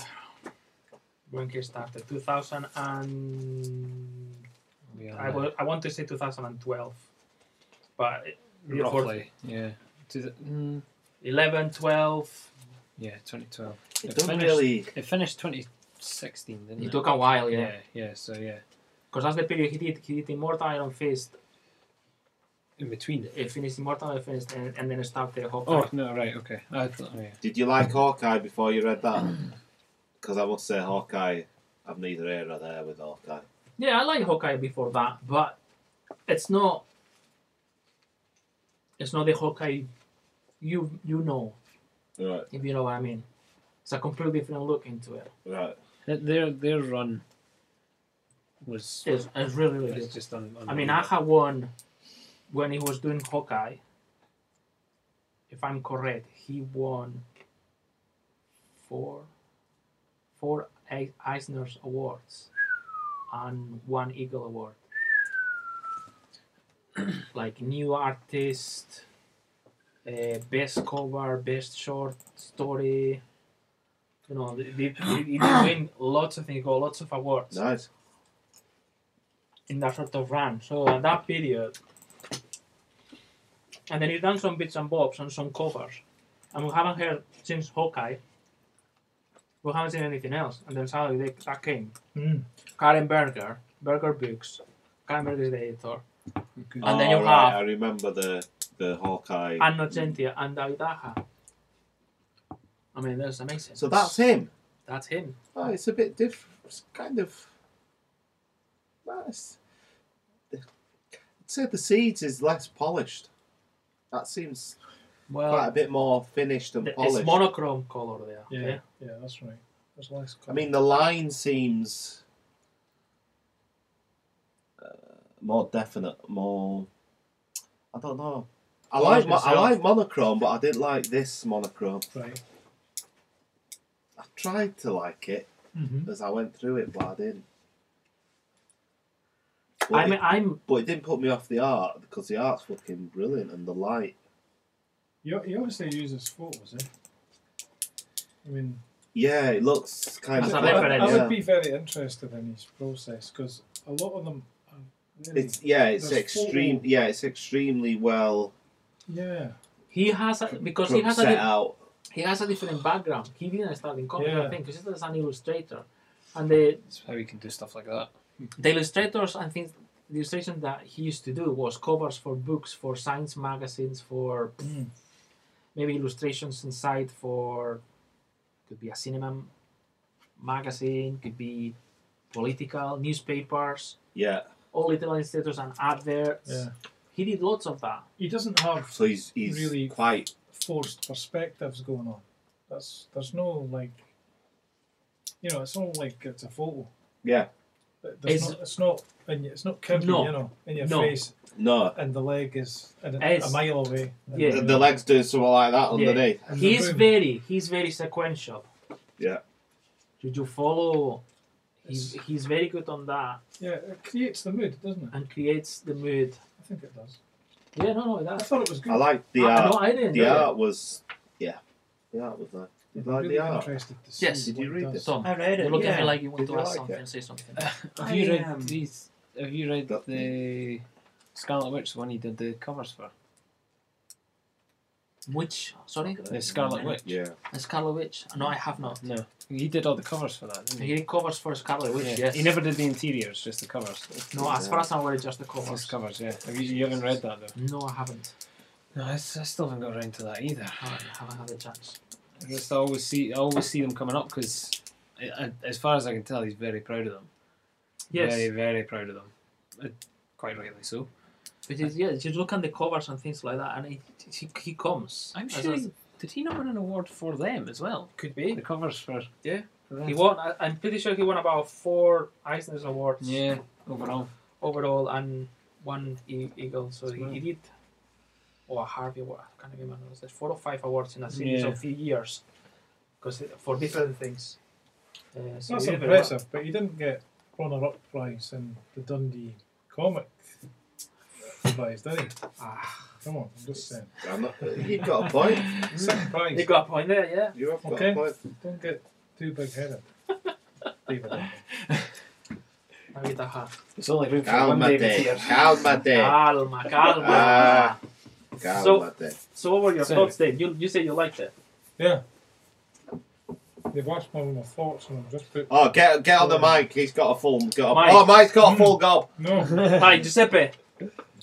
[SPEAKER 3] when he started 2000 and I,
[SPEAKER 6] Uh,
[SPEAKER 3] will, I want to say 2012, but it- it was
[SPEAKER 6] Roughly, yeah. To the, mm,
[SPEAKER 3] 11, 12.
[SPEAKER 6] yeah, 2012.
[SPEAKER 4] It
[SPEAKER 6] It
[SPEAKER 4] don't
[SPEAKER 6] finished-
[SPEAKER 4] really.
[SPEAKER 6] It finished 2016, didn't it?
[SPEAKER 3] It took a while, yeah,
[SPEAKER 6] yeah, yeah. So yeah,
[SPEAKER 3] because that's the period he did. He did Immortal Iron Fist.
[SPEAKER 6] in between.
[SPEAKER 3] He finished Immortal Iron Fist and, and then started Hawkeye.
[SPEAKER 6] Oh no, right, okay. I thought, oh, yeah.
[SPEAKER 4] Did you like Hawkeye before you read that? Because I must say, Hawkeye. I've neither here nor there with Hawkeye.
[SPEAKER 3] Yeah, I like Hawkeye before that, but it's not. It's not the Hawkeye you you know
[SPEAKER 4] Right.
[SPEAKER 3] if you know what I mean. It's a completely different look into it.
[SPEAKER 4] Right.
[SPEAKER 6] Th- Their their run was
[SPEAKER 3] It's, it's really really
[SPEAKER 6] it's
[SPEAKER 3] good.
[SPEAKER 6] just un,
[SPEAKER 3] I mean,
[SPEAKER 6] unbelievable.
[SPEAKER 3] Aja won when he was doing Hawkeye. If I'm correct, he won four four Eis- Eisner's awards and one Eagle Award. like new artist, uh, best cover, best short story. You know, they, they, they- they win lots of things, got lots of awards
[SPEAKER 4] Nice.
[SPEAKER 3] in that sort of run. So at that period, and then he's done some bits and bobs and some covers, and we haven't heard since Hawkeye. We haven't seen anything else, and then suddenly they, that came.
[SPEAKER 9] Mm.
[SPEAKER 3] Karen Berger, Berger Books. Karen Berger is the editor.
[SPEAKER 4] Oh,
[SPEAKER 3] And then you
[SPEAKER 4] right, I
[SPEAKER 3] have
[SPEAKER 4] remember the the Hawkeye.
[SPEAKER 3] Anno Gentia and David Aja. I mean, that's amazing.
[SPEAKER 4] So that's him.
[SPEAKER 3] that's him.
[SPEAKER 4] Oh, it's a bit different. It's kind of. Nice. I'd say the seeds is less polished. That seems quite a
[SPEAKER 3] Well,
[SPEAKER 4] bit more finished and
[SPEAKER 3] th-
[SPEAKER 4] polished.
[SPEAKER 3] it's monochrome color there.
[SPEAKER 9] Yeah.
[SPEAKER 3] okay?
[SPEAKER 9] yeah. that's right. There's less.
[SPEAKER 4] I mean, the line seems uh, more definite, more. I don't know. I
[SPEAKER 3] Well, I was
[SPEAKER 4] like mo-
[SPEAKER 3] gonna
[SPEAKER 4] I
[SPEAKER 3] say-
[SPEAKER 4] like monochrome, but I didn't like this monochrome.
[SPEAKER 9] Right.
[SPEAKER 4] I tried to like it
[SPEAKER 9] Mm-hmm.
[SPEAKER 4] as I went through it, but I didn't. But
[SPEAKER 3] I'm-
[SPEAKER 4] it-
[SPEAKER 3] I'm-
[SPEAKER 4] But it didn't put me off the art because the art's fucking brilliant and the light.
[SPEAKER 9] You, he obviously uses photos, eh? I mean,
[SPEAKER 4] Yeah, it looks kind
[SPEAKER 9] I,
[SPEAKER 4] of.
[SPEAKER 9] I would-
[SPEAKER 4] clever,
[SPEAKER 9] I
[SPEAKER 4] yeah.
[SPEAKER 9] would be very interested in his process because a lot of them are really,
[SPEAKER 4] It's yeah, it's
[SPEAKER 9] there's
[SPEAKER 4] extreme.
[SPEAKER 9] photo-
[SPEAKER 4] Yeah, it's extremely well
[SPEAKER 9] Yeah.
[SPEAKER 3] He has a, because he has a
[SPEAKER 4] set
[SPEAKER 3] di-
[SPEAKER 4] out.
[SPEAKER 3] he has a different background. He didn't start in comics, I
[SPEAKER 9] Yeah.
[SPEAKER 3] think, because he's an illustrator, and the
[SPEAKER 8] That's how we can do stuff like that.
[SPEAKER 3] the illustrators and things the illustration that he used to do was covers for books for science magazines for
[SPEAKER 8] Mm.
[SPEAKER 3] maybe illustrations inside for could be a cinema magazine could be political newspapers
[SPEAKER 4] Yeah,
[SPEAKER 3] all little illustrators and adverts
[SPEAKER 9] Yeah.
[SPEAKER 3] he did lots of that
[SPEAKER 9] He doesn't have
[SPEAKER 4] so he's he's
[SPEAKER 9] Really-
[SPEAKER 4] quite.
[SPEAKER 9] forced perspectives going on. That's there's no like, you know, it's not like it's a photo.
[SPEAKER 4] Yeah,
[SPEAKER 9] But There's
[SPEAKER 3] It's-
[SPEAKER 9] not, it's not, and it's not Kirby,
[SPEAKER 3] No.
[SPEAKER 9] you know, in your
[SPEAKER 3] No.
[SPEAKER 9] face,
[SPEAKER 4] no,
[SPEAKER 9] and the leg is a, a
[SPEAKER 3] It's-
[SPEAKER 9] mile away. and
[SPEAKER 3] Yeah.
[SPEAKER 4] the, the legs doing something like that
[SPEAKER 3] Yeah.
[SPEAKER 4] underneath.
[SPEAKER 9] and the
[SPEAKER 3] he's
[SPEAKER 9] boom.
[SPEAKER 3] very he's very sequential
[SPEAKER 4] Yeah.
[SPEAKER 3] did you follow he's,
[SPEAKER 9] It's-
[SPEAKER 3] he's very good on that
[SPEAKER 9] yeah, it creates the mood, doesn't it?
[SPEAKER 3] and creates the mood
[SPEAKER 9] I think it does.
[SPEAKER 3] yeah no no
[SPEAKER 9] I
[SPEAKER 3] that's
[SPEAKER 9] thought it was good.
[SPEAKER 4] I like the
[SPEAKER 3] I,
[SPEAKER 4] art.
[SPEAKER 3] no, I didn't
[SPEAKER 4] the uh,
[SPEAKER 3] know that.
[SPEAKER 4] art was, yeah, the art was nice. Did you
[SPEAKER 9] I'm
[SPEAKER 4] like
[SPEAKER 9] really
[SPEAKER 4] the art?
[SPEAKER 9] interested to see
[SPEAKER 3] Yes.
[SPEAKER 4] Did you
[SPEAKER 9] what
[SPEAKER 4] read
[SPEAKER 9] does.
[SPEAKER 4] this?
[SPEAKER 3] Tom,
[SPEAKER 11] I read
[SPEAKER 3] you
[SPEAKER 11] it.
[SPEAKER 3] look
[SPEAKER 11] yeah.
[SPEAKER 3] at me like you want
[SPEAKER 4] Did
[SPEAKER 3] to
[SPEAKER 4] you
[SPEAKER 3] ask
[SPEAKER 4] like
[SPEAKER 3] something,
[SPEAKER 4] it?
[SPEAKER 3] say something.
[SPEAKER 6] Have you
[SPEAKER 11] I,
[SPEAKER 6] read
[SPEAKER 11] um,
[SPEAKER 6] these? Have you read
[SPEAKER 4] That-
[SPEAKER 6] the Scarlet Witch? The one he did the covers for.
[SPEAKER 3] Which, sorry?
[SPEAKER 6] The Scarlet Witch.
[SPEAKER 4] Yeah,
[SPEAKER 3] The Scarlet Witch? No, I have not.
[SPEAKER 6] No, he did all the covers for that. Didn't he?
[SPEAKER 3] He covers for Scarlet Witch,
[SPEAKER 6] Yeah.
[SPEAKER 3] yes.
[SPEAKER 6] He never did the interiors, just the covers.
[SPEAKER 3] No, as far as I'm aware, just the
[SPEAKER 6] It's
[SPEAKER 3] covers.
[SPEAKER 6] just covers. Yeah. Have you, you haven't read that though?
[SPEAKER 3] No, I haven't.
[SPEAKER 6] No, I, s- I still haven't got around to that either.
[SPEAKER 3] I haven't had a chance.
[SPEAKER 6] I just always see, I always see them coming up because, as far as I can tell, he's very proud of them.
[SPEAKER 3] Yes,
[SPEAKER 6] Very, very proud of them. Uh, quite rightly so.
[SPEAKER 3] but it's, yeah, just look at the covers and things like that, and he, he, he comes.
[SPEAKER 6] I'm
[SPEAKER 3] As
[SPEAKER 6] sure.
[SPEAKER 3] a-
[SPEAKER 6] he- did he not win an award for them as well?
[SPEAKER 3] could
[SPEAKER 6] The
[SPEAKER 3] be.
[SPEAKER 6] covers for
[SPEAKER 3] Yeah.
[SPEAKER 6] for them.
[SPEAKER 3] He won, I- I'm pretty sure he won about four Eisner's Awards
[SPEAKER 6] Yeah, overall.
[SPEAKER 3] overall and one E- Eagle, so he,
[SPEAKER 6] Wow.
[SPEAKER 3] he did. Or a Harvey Award, I can't remember. There's four or five awards in a series
[SPEAKER 6] Yeah.
[SPEAKER 3] of few years, because for different things. Uh, so
[SPEAKER 9] That's
[SPEAKER 3] he did very well.
[SPEAKER 9] impressive, but he didn't get runner up prize in the Dundee comic prize, did he? Come on, I'm just saying.
[SPEAKER 4] I'm not, you've got a point.
[SPEAKER 9] Second
[SPEAKER 3] You
[SPEAKER 9] prize.
[SPEAKER 3] got a point there, yeah.
[SPEAKER 4] You have got
[SPEAKER 9] Okay.
[SPEAKER 4] a point.
[SPEAKER 9] Don't get too big headed. Leave it.
[SPEAKER 3] I get a hat.
[SPEAKER 6] It's only room for one David
[SPEAKER 4] Cálmate,
[SPEAKER 6] here.
[SPEAKER 4] cálmate.
[SPEAKER 3] Calma, calma.
[SPEAKER 4] Ah,
[SPEAKER 3] So-
[SPEAKER 4] cálmate.
[SPEAKER 3] so what were your
[SPEAKER 6] So-
[SPEAKER 3] thoughts then? You you say you liked it.
[SPEAKER 9] Yeah. They've asked me my thoughts and I've just put.
[SPEAKER 4] Oh, get get on the mic. He's got a full gob.
[SPEAKER 3] Mike.
[SPEAKER 4] Oh, Mike's got a full
[SPEAKER 3] Hmm.
[SPEAKER 4] gob.
[SPEAKER 9] No.
[SPEAKER 3] Hi, Giuseppe.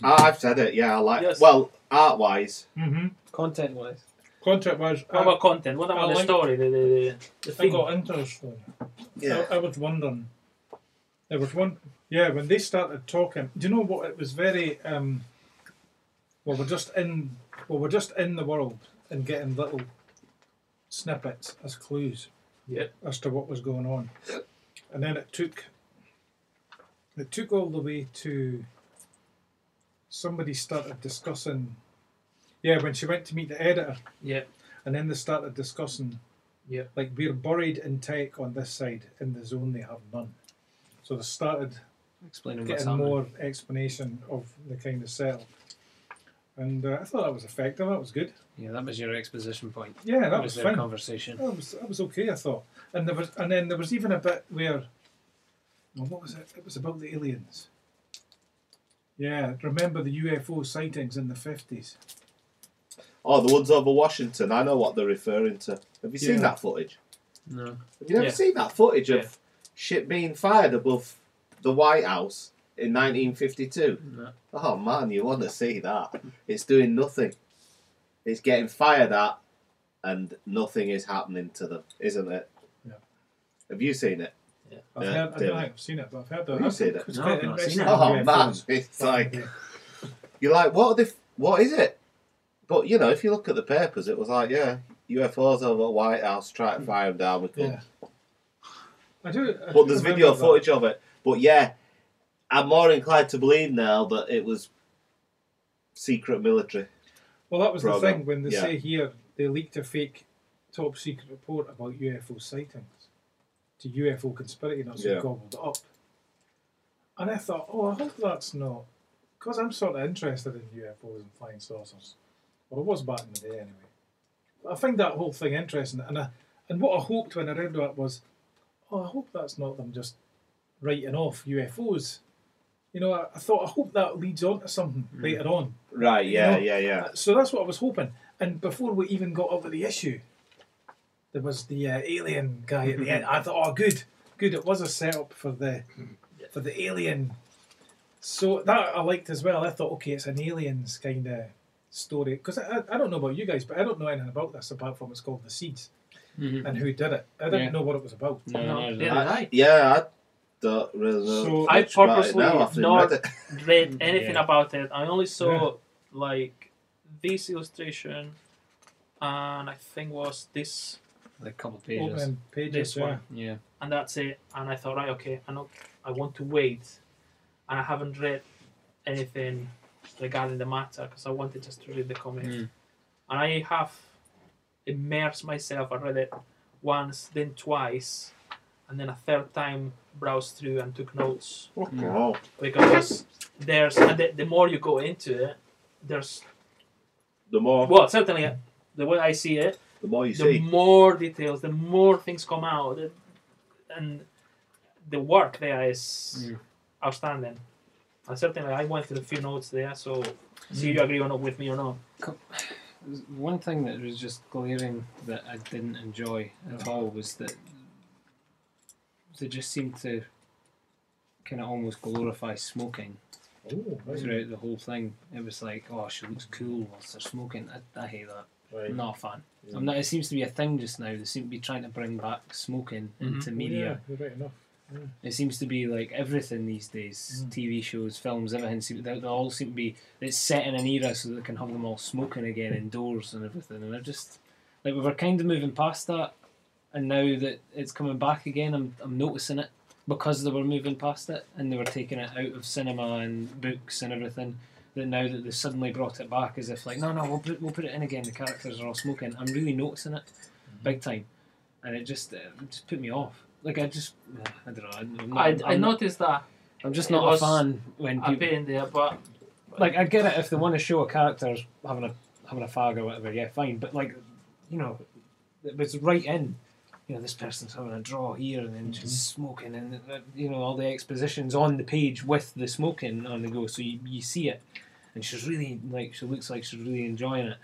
[SPEAKER 4] I- I've said it. Yeah, I like.
[SPEAKER 3] Yes.
[SPEAKER 4] Well, art wise,
[SPEAKER 9] mm-hmm.
[SPEAKER 6] Content wise.
[SPEAKER 9] Contract was.
[SPEAKER 3] What about content? What about
[SPEAKER 9] I
[SPEAKER 3] the
[SPEAKER 9] like-
[SPEAKER 3] story? The the, the, the
[SPEAKER 9] I
[SPEAKER 3] thing.
[SPEAKER 9] got interested.
[SPEAKER 4] yeah,
[SPEAKER 9] I, I was wondering. There was one. Yeah, when they started talking, do you know what? It was very. Um, well, we're just in. Well, we're just in the world and getting little snippets as clues
[SPEAKER 3] Yep.
[SPEAKER 9] as to what was going on, and then it took. It took all the way to. Somebody started discussing. Yeah, when she went to meet the editor,
[SPEAKER 3] Yeah.
[SPEAKER 9] and then they started discussing,
[SPEAKER 3] Yeah.
[SPEAKER 9] like we're buried in tech on this side, in the zone they have none. So they started
[SPEAKER 6] Explaining what's
[SPEAKER 9] getting
[SPEAKER 6] happening.
[SPEAKER 9] more explanation of the kind of setup, and uh, I thought that was effective. That was good.
[SPEAKER 6] Yeah, that was your exposition point.
[SPEAKER 9] Yeah,
[SPEAKER 6] That
[SPEAKER 9] that
[SPEAKER 6] was
[SPEAKER 9] was
[SPEAKER 6] their
[SPEAKER 9] fine.
[SPEAKER 6] conversation.
[SPEAKER 9] That was that was okay. I thought, and there was, and then there was even a bit where, well, what was it? It was about the aliens. Yeah, remember the UFO sightings in the fifties?
[SPEAKER 4] Oh, the ones over Washington. I know what they're referring to. Have you seen
[SPEAKER 9] Yeah.
[SPEAKER 4] that footage?
[SPEAKER 6] No.
[SPEAKER 4] Have you never
[SPEAKER 3] Yeah.
[SPEAKER 4] seen that footage
[SPEAKER 3] Yeah.
[SPEAKER 4] of shit being fired above the White House in 1952?
[SPEAKER 6] No.
[SPEAKER 4] Oh man, you want to see that? It's doing nothing. It's getting fired at, and nothing is happening to them, isn't it?
[SPEAKER 9] Yeah.
[SPEAKER 4] Have you seen it?
[SPEAKER 9] I've
[SPEAKER 4] Yeah,
[SPEAKER 9] heard, I don't
[SPEAKER 4] yeah.
[SPEAKER 9] know, I've seen it, but I've heard
[SPEAKER 4] Have
[SPEAKER 9] that.
[SPEAKER 4] you seen it?
[SPEAKER 9] It's
[SPEAKER 6] No,
[SPEAKER 9] quite
[SPEAKER 6] I've not
[SPEAKER 9] interesting,
[SPEAKER 6] seen it.
[SPEAKER 4] Oh man,
[SPEAKER 9] UFOs.
[SPEAKER 4] it's like you're like, what are they? f- What is it? But you know, if you look at the papers, it was like, yeah, UFOs over the White House, try to fire them down. We couldn't.
[SPEAKER 9] Yeah. I do. I do
[SPEAKER 4] But there's
[SPEAKER 9] remember
[SPEAKER 4] video
[SPEAKER 9] that.
[SPEAKER 4] footage of it. But yeah, I'm more inclined to believe now that it was secret military.
[SPEAKER 9] Well, that was the
[SPEAKER 4] program.
[SPEAKER 9] thing when they
[SPEAKER 4] Yeah.
[SPEAKER 9] say here they leaked a fake top secret report about UFO sightings to UFO conspiracy nuts who
[SPEAKER 4] Yeah.
[SPEAKER 9] gobbled it up. And I thought, oh, I hope that's not. Because I'm sort of interested in UFOs and flying saucers. Well, I was back in the day anyway. But I find that whole thing interesting. And I, and what I hoped when I read that was, oh, I hope that's not them just writing off UFOs. You know, I, I thought, I hope that leads on to something
[SPEAKER 4] Mm.
[SPEAKER 9] later on.
[SPEAKER 4] Right,
[SPEAKER 9] You
[SPEAKER 4] yeah,
[SPEAKER 9] know?
[SPEAKER 4] yeah, yeah.
[SPEAKER 9] Uh, So that's what I was hoping. And before we even got up with the issue, there was the uh, alien guy at the end. I thought, oh, good, good. It was a setup for the for the alien. So that I liked as well. I thought, okay, it's an aliens kind of story because I, I, I don't know about you guys, but I don't know anything about this apart from it's called the Seeds and who did it. I didn't
[SPEAKER 8] Yeah.
[SPEAKER 9] know what it was about.
[SPEAKER 8] No, no, no.
[SPEAKER 3] Did I?
[SPEAKER 4] Yeah, I don't really know.
[SPEAKER 9] So
[SPEAKER 4] much
[SPEAKER 3] I
[SPEAKER 4] about it
[SPEAKER 3] purposely
[SPEAKER 4] now after you
[SPEAKER 3] ignored
[SPEAKER 4] read it.
[SPEAKER 3] read anything
[SPEAKER 8] Mm, Yeah.
[SPEAKER 3] about it. I only saw like this illustration, and I think was this
[SPEAKER 12] Like a couple pages.
[SPEAKER 9] Opening pages.
[SPEAKER 3] this
[SPEAKER 9] yeah.
[SPEAKER 3] one,
[SPEAKER 8] Yeah.
[SPEAKER 3] and that's it. And I thought, right, okay, I know I want to wait, and I haven't read anything regarding the matter because I wanted just to read the comic.
[SPEAKER 8] Mm.
[SPEAKER 3] And I have immersed myself. I read it once, then twice, and then a third time browsed through and took notes
[SPEAKER 4] Oh,
[SPEAKER 3] because there's and the, the more you go into it, there's
[SPEAKER 4] the more,
[SPEAKER 3] well certainly uh, the way I see it,
[SPEAKER 4] the more you
[SPEAKER 3] the
[SPEAKER 4] see.
[SPEAKER 3] more details, the more things come out, and- and the work there is
[SPEAKER 8] Mm.
[SPEAKER 3] outstanding. And certainly, I went through a few notes there, so
[SPEAKER 8] Mm.
[SPEAKER 3] see if you agree or not with me or not.
[SPEAKER 8] One thing that was just glaring that I didn't enjoy at all was that they just seemed to kind of almost glorify smoking
[SPEAKER 9] Oh, right.
[SPEAKER 8] throughout the whole thing. It was like, oh, she looks cool whilst they're smoking. I, I hate that.
[SPEAKER 9] Right.
[SPEAKER 8] I'm not a fan. I'm not, it seems to be a thing just now. They seem to be trying to bring back smoking into media.
[SPEAKER 9] Mm-hmm. Oh, Yeah, you're right enough.
[SPEAKER 8] It seems to be like everything these days TV shows, films, everything. seem- They, they all seem to be. It's set in an era so they can have them all smoking again indoors and everything. And I just. Like, we were kind of moving past that. And now that it's coming back again, I'm, I'm noticing it because they were moving past it and they were taking it out of cinema and books and everything. That now that they suddenly brought it back as if, like, no, no, we'll put, we'll put it in again. The characters are all smoking. I'm really noticing it
[SPEAKER 3] Mm-hmm.
[SPEAKER 8] big time. And it just, it just put me off. Like, I just. I don't know. I'm not,
[SPEAKER 3] I, I
[SPEAKER 8] I'm not-
[SPEAKER 3] noticed that
[SPEAKER 8] I'm just
[SPEAKER 3] It
[SPEAKER 8] not a
[SPEAKER 3] was
[SPEAKER 8] fan when
[SPEAKER 3] a
[SPEAKER 8] people
[SPEAKER 3] bit in there, but
[SPEAKER 8] like I get it if they want to show a character as having a having a fag or whatever, yeah, fine. But like, you know, it was right in. You know, this person's having a draw here and then just smoking, and uh, you know all the expositions on the page with the smoking on the go, so you, you see it, and she's really like she looks like she's really enjoying it.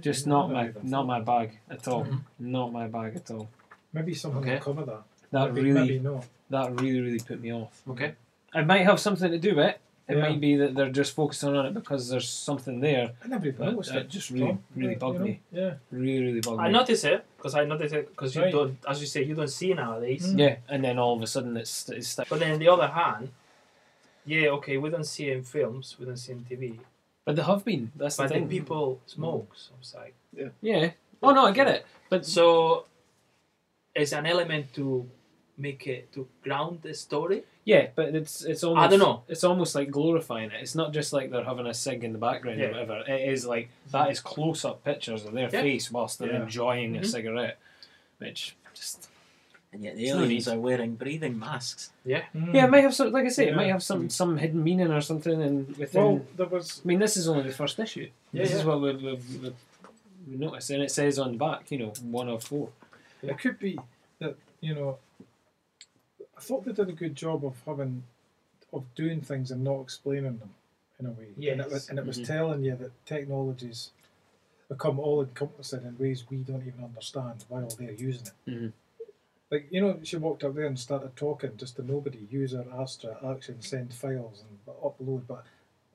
[SPEAKER 8] Just not my not my bag at all. Not my bag at all.
[SPEAKER 9] Maybe someone
[SPEAKER 3] Okay.
[SPEAKER 9] will cover that.
[SPEAKER 8] That
[SPEAKER 9] maybe,
[SPEAKER 8] really
[SPEAKER 9] maybe not.
[SPEAKER 8] that really really put me off.
[SPEAKER 3] okay,
[SPEAKER 8] It might have something to do with it. It
[SPEAKER 9] Yeah.
[SPEAKER 8] might be that they're just focusing on it because there's something there,
[SPEAKER 9] I never even
[SPEAKER 8] But
[SPEAKER 9] noticed
[SPEAKER 8] that
[SPEAKER 9] it.
[SPEAKER 8] just really-
[SPEAKER 9] Tom,
[SPEAKER 8] really
[SPEAKER 9] you
[SPEAKER 8] bugged
[SPEAKER 9] know?
[SPEAKER 8] me.
[SPEAKER 9] Yeah.
[SPEAKER 8] really really bugged
[SPEAKER 3] I
[SPEAKER 8] me.
[SPEAKER 3] noticed it because I noticed it because you
[SPEAKER 9] Right.
[SPEAKER 3] don't, as you say, you don't see nowadays.
[SPEAKER 8] Yeah, and then all of a sudden it's it's stuck.
[SPEAKER 3] But then on the other hand, yeah, okay, we don't see it in films, we don't see it in TV,
[SPEAKER 8] But they have been. That's
[SPEAKER 3] but
[SPEAKER 8] the thing.
[SPEAKER 3] then people smoke. So it's like
[SPEAKER 8] Yeah. Oh no, I get it. But
[SPEAKER 3] so it's an element to make it to ground the story.
[SPEAKER 8] yeah, but it's it's almost
[SPEAKER 3] know.
[SPEAKER 8] It's almost like glorifying it. It's not just like they're having a cig in the background
[SPEAKER 3] Yeah.
[SPEAKER 8] or whatever. It is like that is close up pictures of their
[SPEAKER 3] Yeah.
[SPEAKER 8] face whilst they're
[SPEAKER 9] Yeah.
[SPEAKER 8] enjoying a cigarette, which just
[SPEAKER 11] And yet the
[SPEAKER 8] It's not
[SPEAKER 11] aliens
[SPEAKER 8] easy.
[SPEAKER 11] are wearing breathing masks.
[SPEAKER 8] yeah, it might have some like I say, it
[SPEAKER 9] Hmm. Yeah.
[SPEAKER 8] might have some some hidden meaning or something. And within,
[SPEAKER 9] Well, there was.
[SPEAKER 8] I mean, this is only the first issue.
[SPEAKER 9] Yeah,
[SPEAKER 8] this is
[SPEAKER 9] yeah.
[SPEAKER 8] what we've, we've, we've noticed, and it says on the back, you know, one of four.
[SPEAKER 9] It could be that you know. I thought they did a good job of having, of doing things and not explaining them, in a way. And it was,
[SPEAKER 3] Yes.
[SPEAKER 9] and it was
[SPEAKER 8] Mm-hmm.
[SPEAKER 9] telling you that technologies become all encompassing in ways we don't even understand while they're using it.
[SPEAKER 8] Mhm.
[SPEAKER 9] Like you know, she walked up there and started talking just to nobody. User, Astra, action, send files and upload, but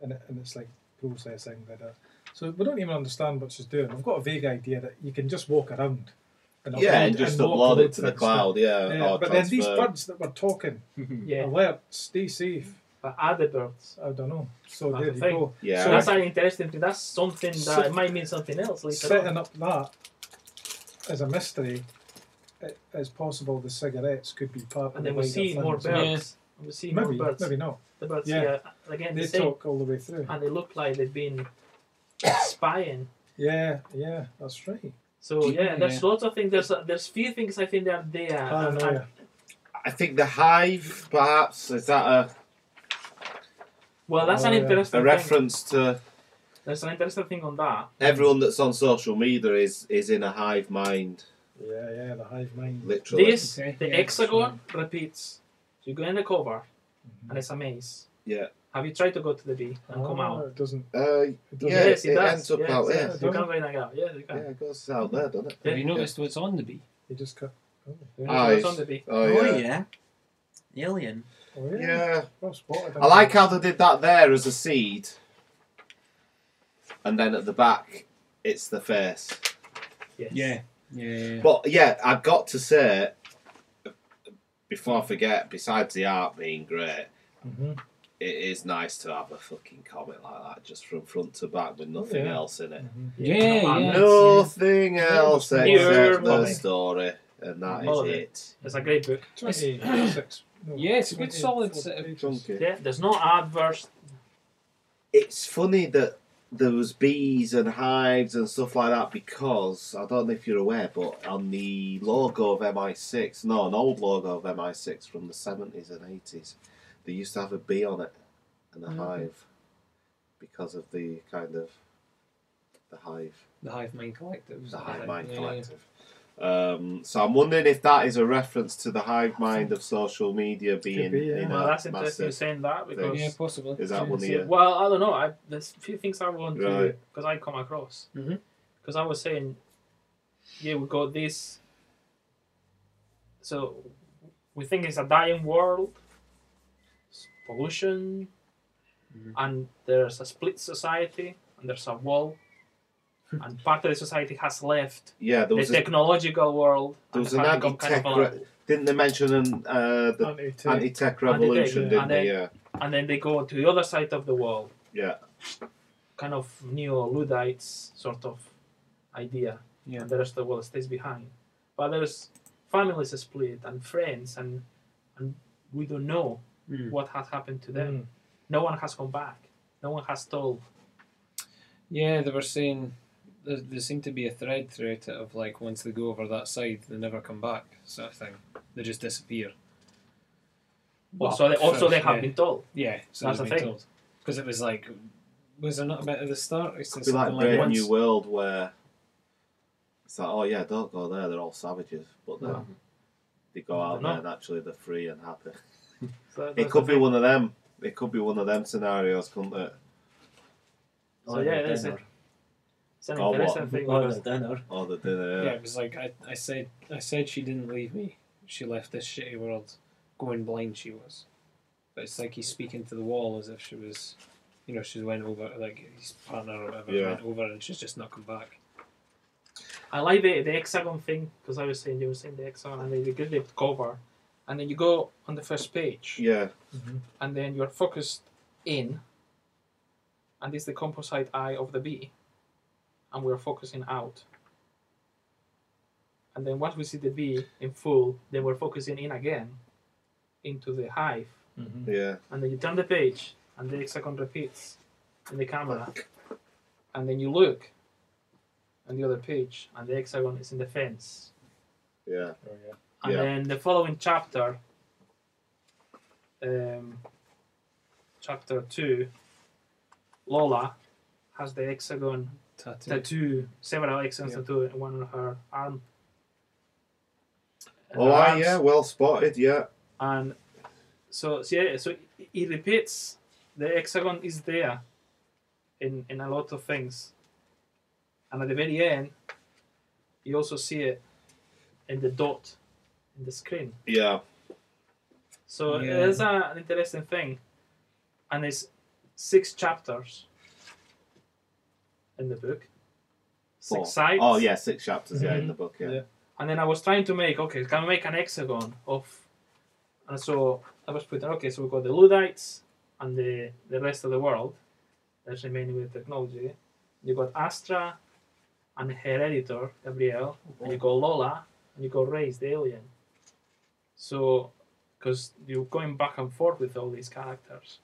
[SPEAKER 9] and it, and it's like processing that. uh, So we don't even understand what she's doing. I've got a vague idea that you can just walk around. And
[SPEAKER 4] Yeah,
[SPEAKER 9] upload
[SPEAKER 4] and just
[SPEAKER 9] not
[SPEAKER 4] upload it to the
[SPEAKER 9] things.
[SPEAKER 4] cloud, yeah.
[SPEAKER 9] Yeah,
[SPEAKER 4] or
[SPEAKER 9] but then these
[SPEAKER 4] transfer.
[SPEAKER 9] birds that were talking,
[SPEAKER 3] Yeah,
[SPEAKER 9] alert, stay safe.
[SPEAKER 3] but other birds.
[SPEAKER 9] I don't know. So
[SPEAKER 3] That's
[SPEAKER 9] there
[SPEAKER 3] the
[SPEAKER 9] you
[SPEAKER 3] thing.
[SPEAKER 9] go.
[SPEAKER 4] Yeah.
[SPEAKER 3] So that's an interesting thing. That's something that
[SPEAKER 9] Set-
[SPEAKER 3] might mean something else later. On.
[SPEAKER 9] Setting up that as a mystery, it, it's possible the cigarettes could be part of
[SPEAKER 3] And
[SPEAKER 9] the
[SPEAKER 3] then we
[SPEAKER 9] wider
[SPEAKER 3] see
[SPEAKER 9] thing
[SPEAKER 3] more
[SPEAKER 9] as well.
[SPEAKER 3] birds. And We see
[SPEAKER 9] Maybe,
[SPEAKER 3] more birds.
[SPEAKER 9] maybe not.
[SPEAKER 3] The birds, yeah.
[SPEAKER 9] Yeah.
[SPEAKER 3] Again,
[SPEAKER 9] They
[SPEAKER 3] the same,
[SPEAKER 9] talk all the way through.
[SPEAKER 3] and they look like they've been spying.
[SPEAKER 9] Yeah, yeah, that's right.
[SPEAKER 3] So yeah, there's
[SPEAKER 8] Yeah.
[SPEAKER 3] lots of things. There's there's few things I think that are there. and- and-
[SPEAKER 9] Paranoia.
[SPEAKER 4] I think the hive, perhaps, is that a
[SPEAKER 3] Well, that's an
[SPEAKER 4] Oh, yeah.
[SPEAKER 3] interesting
[SPEAKER 4] A
[SPEAKER 3] thing.
[SPEAKER 4] reference to
[SPEAKER 3] There's an interesting thing on that.
[SPEAKER 4] everyone that's on social media is is in a hive mind,
[SPEAKER 9] Yeah, yeah, the hive mind.
[SPEAKER 4] literally.
[SPEAKER 3] This,
[SPEAKER 8] Okay,
[SPEAKER 3] the
[SPEAKER 8] yeah,
[SPEAKER 3] hexagon repeats. So you go in the cover, and it's a maze.
[SPEAKER 4] Yeah.
[SPEAKER 3] Have you tried to go to the B and come
[SPEAKER 9] Oh,
[SPEAKER 3] out?
[SPEAKER 9] It doesn't.
[SPEAKER 4] Uh,
[SPEAKER 9] It doesn't
[SPEAKER 4] Yeah,
[SPEAKER 3] yes, it,
[SPEAKER 4] it
[SPEAKER 3] does.
[SPEAKER 4] ends up
[SPEAKER 3] yes,
[SPEAKER 4] out
[SPEAKER 3] yes.
[SPEAKER 4] there.
[SPEAKER 3] You can go in and out. Yes, you
[SPEAKER 4] yeah,
[SPEAKER 3] can.
[SPEAKER 4] it goes out there, doesn't it?
[SPEAKER 3] Yeah.
[SPEAKER 6] Have you noticed what's on the bee?
[SPEAKER 9] You just cut. Oh,
[SPEAKER 3] You know,
[SPEAKER 4] Ah,
[SPEAKER 3] it's
[SPEAKER 4] it's-
[SPEAKER 3] on the B.
[SPEAKER 4] oh,
[SPEAKER 11] Oh,
[SPEAKER 4] yeah.
[SPEAKER 11] yeah. Alien.
[SPEAKER 9] oh yeah.
[SPEAKER 4] Yeah.
[SPEAKER 9] Well spotted.
[SPEAKER 4] I like how they did that there as a seed, and then at the back, it's the face.
[SPEAKER 3] Yes.
[SPEAKER 6] Yeah. yeah.
[SPEAKER 4] But yeah, I've got to say, before I forget, besides the art being great,
[SPEAKER 9] Mhm.
[SPEAKER 4] it is nice to have a fucking comic like that, just from front to back with nothing
[SPEAKER 9] yeah.
[SPEAKER 4] else in it.
[SPEAKER 6] Yeah,
[SPEAKER 3] no,
[SPEAKER 6] yeah.
[SPEAKER 3] I'm-
[SPEAKER 4] Nothing else
[SPEAKER 9] Pure
[SPEAKER 4] except the
[SPEAKER 3] comic.
[SPEAKER 4] story, and that
[SPEAKER 3] All of
[SPEAKER 4] is
[SPEAKER 3] it.
[SPEAKER 4] it.
[SPEAKER 3] It's a great book.
[SPEAKER 9] Twenty-six. no,
[SPEAKER 6] Yeah, it's a good
[SPEAKER 9] 24
[SPEAKER 6] solid set of-
[SPEAKER 9] pages.
[SPEAKER 4] Chunky.
[SPEAKER 3] Yeah, there's no adverse.
[SPEAKER 4] It's funny that there was bees and hives and stuff like that because I don't know if you're aware, but on the logo of MI6, no, an old logo of MI6 from the 70s and 80s, they used to have a bee on it and a hive because of the kind of the hive.
[SPEAKER 8] The Hive Mind Collective.
[SPEAKER 4] the Hive
[SPEAKER 8] Yeah,
[SPEAKER 4] Mind
[SPEAKER 8] yeah,
[SPEAKER 4] Collective. Um, so I'm wondering if that is a reference to the hive mind of social media being
[SPEAKER 9] be, yeah.
[SPEAKER 4] in
[SPEAKER 3] Well,
[SPEAKER 4] a
[SPEAKER 3] that's interesting you're
[SPEAKER 4] massive.
[SPEAKER 3] saying that
[SPEAKER 6] Yeah,
[SPEAKER 3] because.
[SPEAKER 4] Things.
[SPEAKER 6] possibly.
[SPEAKER 4] Is that one of your?
[SPEAKER 3] Well, I don't know. I, there's a few things I want to
[SPEAKER 4] Right.
[SPEAKER 3] because I come across.
[SPEAKER 8] Mhm.
[SPEAKER 3] Because I was saying, yeah, we got this. So we think it's a dying world, it's pollution, and there's a split society, and there's a wall, and part of the society has left
[SPEAKER 4] Yeah, there
[SPEAKER 3] the
[SPEAKER 4] was. A,
[SPEAKER 3] technological world.
[SPEAKER 4] there
[SPEAKER 3] and
[SPEAKER 4] was
[SPEAKER 3] it
[SPEAKER 4] an
[SPEAKER 3] has become
[SPEAKER 4] anti-tech.
[SPEAKER 3] a-
[SPEAKER 4] Re- didn't they mention an, uh,
[SPEAKER 3] Oh,
[SPEAKER 4] the
[SPEAKER 9] Anti-tape.
[SPEAKER 4] anti-tech revolution?
[SPEAKER 3] yeah.
[SPEAKER 4] Didn't
[SPEAKER 3] And
[SPEAKER 4] they?
[SPEAKER 3] then-
[SPEAKER 4] Yeah,
[SPEAKER 3] and then they go to the other side of the wall.
[SPEAKER 4] yeah.
[SPEAKER 3] kind of neo Luddites sort of idea.
[SPEAKER 8] Yeah.
[SPEAKER 3] And the rest of the world stays behind. But there's families split and friends and and we don't know
[SPEAKER 8] Mm.
[SPEAKER 3] what has happened to
[SPEAKER 8] Hmm.
[SPEAKER 3] them. No one has come back. No one has told.
[SPEAKER 8] Yeah, they were saying there, there seemed to be a thread throughout it of like once they go over that side, they never come back, sort of thing. They just disappear. Well,
[SPEAKER 3] also they also
[SPEAKER 8] first,
[SPEAKER 3] they have
[SPEAKER 8] yeah.
[SPEAKER 3] been told.
[SPEAKER 8] Yeah, so that's
[SPEAKER 3] That's the
[SPEAKER 8] been
[SPEAKER 3] thing.
[SPEAKER 8] told. Because it was like, was there not a bit at the start? It's
[SPEAKER 4] It'd be like
[SPEAKER 8] something
[SPEAKER 4] Brave
[SPEAKER 8] once-
[SPEAKER 4] New World where it's like, oh yeah, don't go there. They're all savages, but then
[SPEAKER 9] Mm-hmm.
[SPEAKER 4] they go out
[SPEAKER 3] No.
[SPEAKER 4] there and actually they're free and happy.
[SPEAKER 3] So that's
[SPEAKER 4] It could
[SPEAKER 3] the
[SPEAKER 4] be
[SPEAKER 3] thing.
[SPEAKER 4] one of them. It could be one of them scenarios, couldn't it?
[SPEAKER 3] So yeah, that's it. It's an
[SPEAKER 4] Or what?
[SPEAKER 3] interesting thing
[SPEAKER 11] Or
[SPEAKER 3] because
[SPEAKER 11] the dinner.
[SPEAKER 4] Or the dinner.
[SPEAKER 8] Yeah, it was like I, I said I said she didn't leave me. She left this shitty world. Going blind she was. But it's like he's speaking to the wall as if she was you know, she's went over like his partner or whatever
[SPEAKER 4] Yeah.
[SPEAKER 8] went over and she's just not come back.
[SPEAKER 3] I like the, the hexagon thing because I was saying you were saying the hexagon and then you get the cover and then you go on the first page.
[SPEAKER 4] Yeah.
[SPEAKER 3] and then you're focused in, and this is the composite eye of the bee, and we're focusing out. And then once we see the bee in full, then we're focusing in again into the hive, Mm.
[SPEAKER 4] Yeah.
[SPEAKER 3] and then you turn the page, and the hexagon repeats in the camera, and then you look on the other page, and the hexagon is in the fence.
[SPEAKER 4] Yeah.
[SPEAKER 3] And
[SPEAKER 4] Yeah.
[SPEAKER 3] then the following chapter, um, chapter two, Lola has the hexagon
[SPEAKER 8] Tattoo.
[SPEAKER 3] tattoo, several hexagons
[SPEAKER 8] Yeah.
[SPEAKER 3] tattoo, and one on her arm. and
[SPEAKER 4] Oh,
[SPEAKER 3] her
[SPEAKER 4] aye,
[SPEAKER 3] arms.
[SPEAKER 4] yeah, well spotted, yeah.
[SPEAKER 3] And so, so yeah, so it- it repeats. The hexagon is there in in a lot of things, and at the very end, you also see it in the dot in the screen.
[SPEAKER 4] Yeah,
[SPEAKER 3] So
[SPEAKER 8] Yeah.
[SPEAKER 3] it's a, an interesting thing, and it's six chapters in the book, six Mhm.
[SPEAKER 4] four.
[SPEAKER 3] sides.
[SPEAKER 4] Oh, yeah, six chapters, yeah, in the book, yeah.
[SPEAKER 9] Yeah.
[SPEAKER 3] And then I was trying to make okay, can I make an hexagon of? And so I was putting okay, so we've got the Luddites and the the rest of the world that's remaining with technology. You got Astra and Hereditor Gabriel, and you got Lola and you got Reyes the alien. So, because you're going back and forth with all these characters.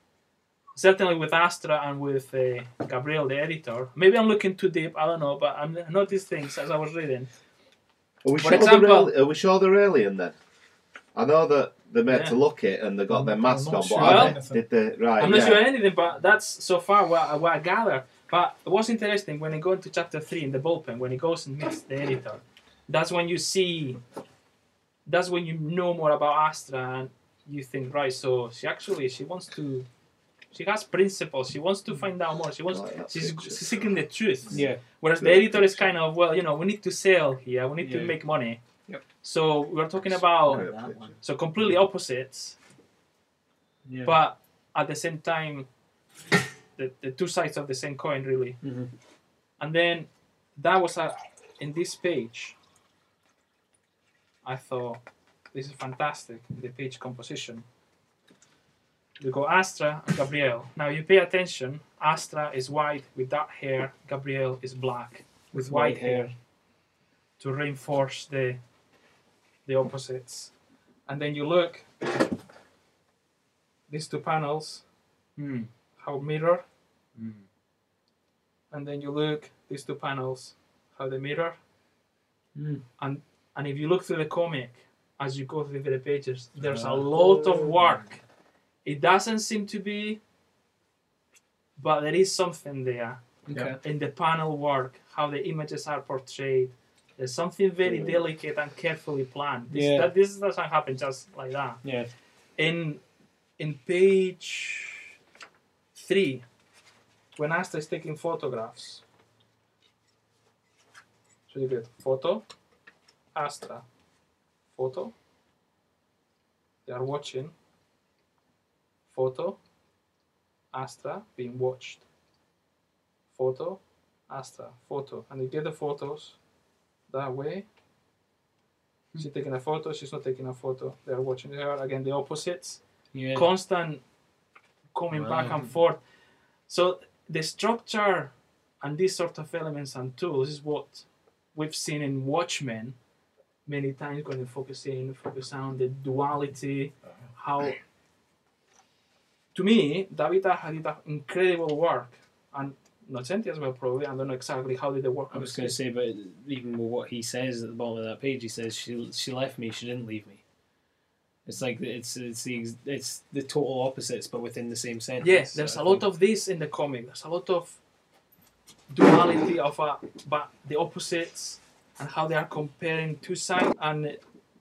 [SPEAKER 3] Certainly with Astra and with uh, Gabriel the editor. Maybe I'm looking too deep. I don't know, but I'm I noticed things as I was reading.
[SPEAKER 4] Are we,
[SPEAKER 3] For
[SPEAKER 4] sure
[SPEAKER 3] example-
[SPEAKER 4] they're, al- are we sure they're alien then? I know that They're meant to look it, and they got their mask
[SPEAKER 3] I'm
[SPEAKER 4] on. What
[SPEAKER 3] not sure
[SPEAKER 4] are
[SPEAKER 3] about
[SPEAKER 4] they? Did they right?
[SPEAKER 3] I'm not
[SPEAKER 4] Uh, yeah.
[SPEAKER 3] sure anything, but that's so far what I, what I gather. But it was interesting when I go into chapter three in the bullpen when he goes and meets the editor. That's when you see. That's when you know more about Astra, and you think, right? So she actually she wants to. She has principles. She wants to find out more. She
[SPEAKER 8] Oh,
[SPEAKER 3] wants.
[SPEAKER 4] Right, that's
[SPEAKER 3] she's,
[SPEAKER 4] it,
[SPEAKER 3] she's seeking the truth.
[SPEAKER 8] Yeah.
[SPEAKER 3] Whereas the
[SPEAKER 4] Yeah.
[SPEAKER 3] editor is kind of well, you know, we need to sell here. We need to
[SPEAKER 8] Yeah.
[SPEAKER 3] make money.
[SPEAKER 8] Yep.
[SPEAKER 3] So we're talking about
[SPEAKER 4] Yeah,
[SPEAKER 11] That one.
[SPEAKER 3] so completely opposites,
[SPEAKER 8] Yeah.
[SPEAKER 3] but at the same time, the, the two sides of the same coin, really.
[SPEAKER 8] Mhm.
[SPEAKER 3] And then that was a, in this page. I thought this is fantastic. The page composition. We go Astra and Gabrielle. Now you pay attention. Astra is white with dark hair. Gabrielle is black with, white, hair to reinforce the the opposites. And then you look these two panels,
[SPEAKER 8] Hmm.
[SPEAKER 3] how mirror, and then you look these two panels, how they mirror.
[SPEAKER 8] Hmm.
[SPEAKER 3] And and if you look through the comic as you go through the pages, there's
[SPEAKER 8] Uh,
[SPEAKER 3] a lot
[SPEAKER 8] oh.
[SPEAKER 3] of work. It doesn't seem to be, but there is something there
[SPEAKER 8] Okay.
[SPEAKER 3] in the panel work, how the images are portrayed. There's something very delicate and carefully planned. This,
[SPEAKER 8] Yeah.
[SPEAKER 3] that, this doesn't happen just like that.
[SPEAKER 8] Yeah.
[SPEAKER 3] In in page three, when Asta is taking photographs, it's really good. Photo, Astra, photo. They are watching. Photo, Astra being watched photo, Astra, photo, and you get the photos that way. She's taking a photo, she's not taking a photo. They're watching her again, the opposites,
[SPEAKER 8] Yeah.
[SPEAKER 3] constant coming back and forth. So the structure and these sort of elements and tools is what we've seen in Watchmen many times when you focus in, focus on the duality, how to me, Davida had did an incredible work and Nocenti as well probably. I don't know exactly how did they work
[SPEAKER 8] I
[SPEAKER 3] on
[SPEAKER 8] was
[SPEAKER 3] the
[SPEAKER 8] going to
[SPEAKER 3] scene.
[SPEAKER 8] say, but even with what he says at the bottom of that page, he says she she left me, she didn't leave me. It's like the- it's it's the ex- it's the total opposites, but within the same sentence.
[SPEAKER 3] Yes, there's
[SPEAKER 8] I
[SPEAKER 3] a lot
[SPEAKER 8] think.
[SPEAKER 3] of this in the comic. There's a lot of duality of uh, but the opposites and how they are comparing two sides. And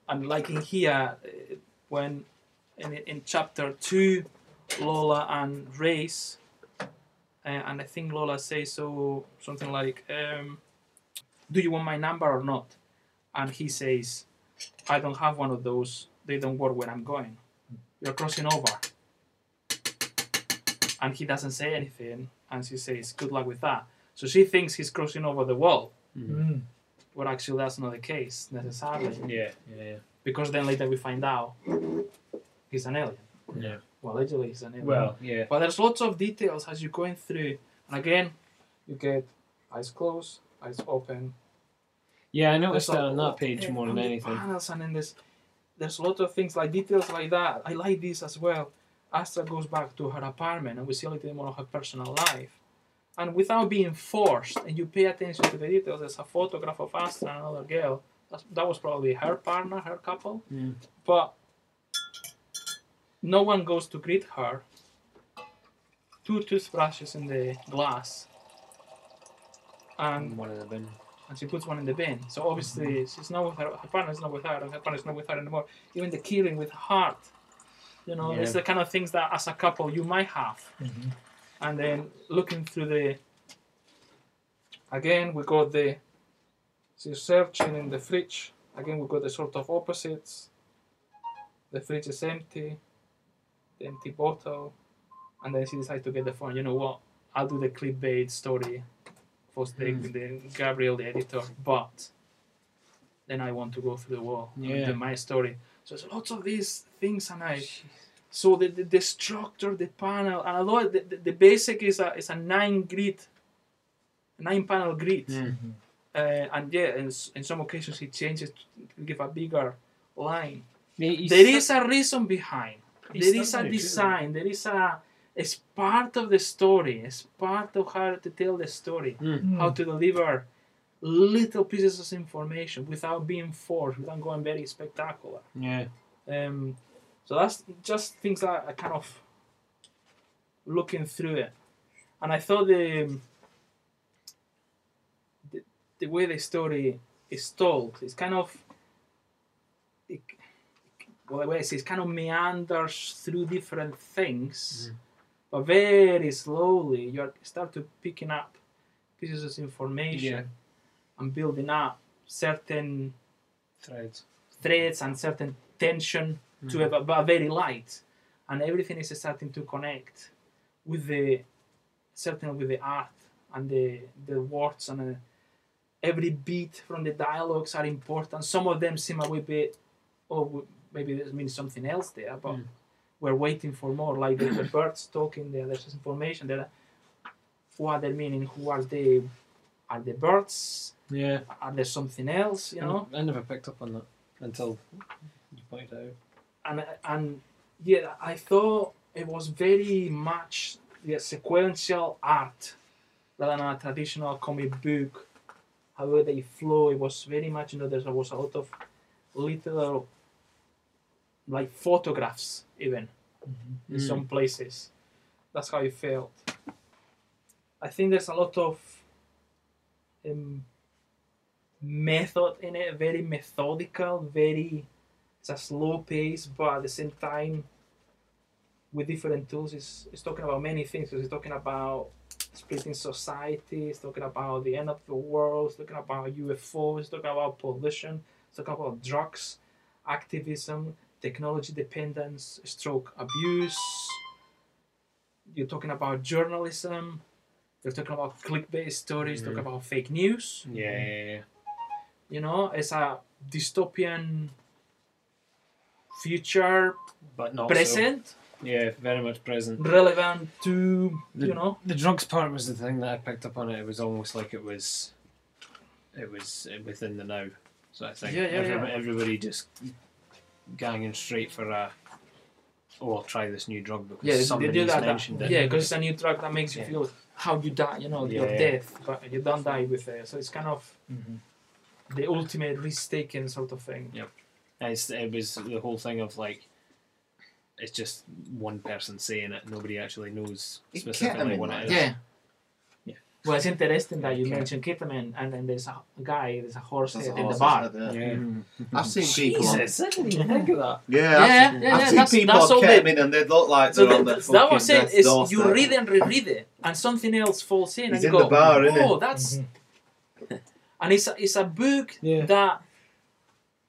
[SPEAKER 3] and like in here, eh, when in, in chapter two, Lola and Race, uh, and I think Lola says so something like, um, "Do you want my number or not?" And he says, "I don't have one of those. They don't work when I'm going. You're crossing over." and he doesn't say anything and she says good luck with that so she thinks he's crossing over the wall
[SPEAKER 9] Mm.
[SPEAKER 3] well actually that's not the case necessarily
[SPEAKER 8] Yeah, yeah,
[SPEAKER 3] because then later we find out he's an alien
[SPEAKER 8] yeah.
[SPEAKER 3] well allegedly he's an alien
[SPEAKER 8] Well, yeah.
[SPEAKER 3] but there's lots of details as you're going through and again you get eyes closed eyes open
[SPEAKER 8] Yeah, I noticed
[SPEAKER 3] There's
[SPEAKER 8] that
[SPEAKER 3] a
[SPEAKER 8] on that
[SPEAKER 3] lot-
[SPEAKER 8] page
[SPEAKER 3] yeah,
[SPEAKER 8] more than
[SPEAKER 3] on the
[SPEAKER 8] anything.
[SPEAKER 3] Panels and in this, there's a lot of things like details like that. I like this as well. Astra goes back to her apartment and we see a little more of her personal life. And without being forced, and you pay attention to the details, there's a photograph of Astra and another girl. That's, that was probably her partner, her couple.
[SPEAKER 8] Mm.
[SPEAKER 3] But no one goes to greet her. Two toothbrushes in the glass. And
[SPEAKER 8] One of the bin.
[SPEAKER 3] and she puts one in the bin. So obviously she's not with her, her partner's not with her, and her partner's not with her anymore. Even the killing with heart, you know, it's
[SPEAKER 8] Yeah.
[SPEAKER 3] the kind of things that as a couple you might have. And then looking through the, again we got the, she's searching in the fridge. Again we got the sort of opposites. The fridge is empty, the empty bottle, and then she decides to get the phone. You know what? I'll do the clickbait story for the, the Gabriel, the editor, but then I want to go through the wall. and
[SPEAKER 8] Yeah.
[SPEAKER 3] do my story. So there's lots of these things, and I. So the, the, the structure, the panel, and although the, the, the basic is a is a nine grid, nine panel grid, uh, and yeah, in, s- in some occasions he changes to give a bigger line. There is a reason behind.
[SPEAKER 8] He's
[SPEAKER 3] There is
[SPEAKER 8] stuck
[SPEAKER 3] a
[SPEAKER 8] in it,
[SPEAKER 3] design. There is a. It's part of the story. It's part of how to tell the story. How to deliver little pieces of information without being forced, without going very spectacular.
[SPEAKER 8] Yeah.
[SPEAKER 3] Um, So that's just things that I kind of looking through it, and I thought the um, the, the way the story is told is kind of it, well, the way it says kind of meanders through different things, but very slowly you start to picking up pieces of information and building up certain
[SPEAKER 8] Threads.
[SPEAKER 3] threads and certain tension to
[SPEAKER 8] Mhm.
[SPEAKER 3] it, but, but very light. And everything is starting to connect with the certainly with the art and the the words and uh, every beat from the dialogues are important. Some of them seem a wee bit, oh, w- maybe this means something else there, but we're waiting for more. Like the, the birds talking there, there's information there. What they're meaning? Who are they? Are the birds?
[SPEAKER 8] Yeah.
[SPEAKER 3] Are there something else? You know.
[SPEAKER 8] I never picked up on that until you pointed it out.
[SPEAKER 3] and and yeah, I thought it was very much yeah, sequential art rather than a traditional comic book. However, they flow. It was very much you know there was a lot of little like photographs even in
[SPEAKER 8] Mm.
[SPEAKER 3] some places. That's how it felt. I think there's a lot of um, method in it, very methodical, very it's a slow pace, but at the same time, with different tools, it's, it's talking about many things. It's talking about splitting society, it's talking about the end of the world, it's talking about UFOs, it's talking about pollution, it's talking about drugs, activism, technology dependence, stroke abuse. You're talking about journalism. You're talking about clickbait stories, talking about fake news
[SPEAKER 8] Yeah, yeah, yeah.
[SPEAKER 3] you know it's a dystopian future
[SPEAKER 8] But not so.
[SPEAKER 3] present
[SPEAKER 8] Yeah, very much present.
[SPEAKER 3] relevant to you know
[SPEAKER 8] the drugs part was the thing that I picked up on it. It was almost like it was, it was uh, within the now. So I think
[SPEAKER 3] Yeah, yeah,
[SPEAKER 8] everybody,
[SPEAKER 3] yeah.
[SPEAKER 8] everybody just ganging straight for a. Oh, I'll try this new drug because
[SPEAKER 3] yeah they do
[SPEAKER 8] somebody's
[SPEAKER 3] that,
[SPEAKER 8] mentioned
[SPEAKER 3] that
[SPEAKER 8] it.
[SPEAKER 3] yeah because it's a new drug that makes you
[SPEAKER 8] Yeah.
[SPEAKER 3] feel how you die you know your
[SPEAKER 8] Yeah.
[SPEAKER 3] death but you don't die with it so it's kind of the ultimate risk taking sort of thing
[SPEAKER 8] And It's, it was the whole thing of like, it's just one person saying it. Nobody actually knows
[SPEAKER 4] It can't
[SPEAKER 8] specifically
[SPEAKER 4] be
[SPEAKER 8] what
[SPEAKER 4] like
[SPEAKER 8] it is.
[SPEAKER 3] yeah well, it's interesting that you
[SPEAKER 8] Okay.
[SPEAKER 3] mentioned Kitaman, and then there's a guy, there's a horse
[SPEAKER 4] That's
[SPEAKER 3] head
[SPEAKER 4] a
[SPEAKER 3] in the
[SPEAKER 4] horse's
[SPEAKER 3] bar.
[SPEAKER 4] head, yeah.
[SPEAKER 8] Yeah.
[SPEAKER 4] I've seen people. on-
[SPEAKER 8] Jesus, I didn't even think of that.
[SPEAKER 4] Yeah,
[SPEAKER 3] Yeah,
[SPEAKER 4] I've, seen-
[SPEAKER 3] yeah,
[SPEAKER 4] I've
[SPEAKER 3] yeah,
[SPEAKER 4] seen
[SPEAKER 3] that's-
[SPEAKER 4] people
[SPEAKER 3] that's all
[SPEAKER 4] came
[SPEAKER 3] they-
[SPEAKER 4] in and they look like
[SPEAKER 3] So
[SPEAKER 4] they're on
[SPEAKER 3] that,
[SPEAKER 4] their
[SPEAKER 3] that's that
[SPEAKER 4] fucking
[SPEAKER 3] was it.
[SPEAKER 4] death
[SPEAKER 3] Is
[SPEAKER 4] doorstep.
[SPEAKER 3] you read and reread it, and something else falls in,
[SPEAKER 4] He's
[SPEAKER 3] and you
[SPEAKER 4] in
[SPEAKER 3] go,
[SPEAKER 4] the bar, isn't
[SPEAKER 3] "Oh, that's." And it's a, it's a book
[SPEAKER 8] Yeah.
[SPEAKER 3] that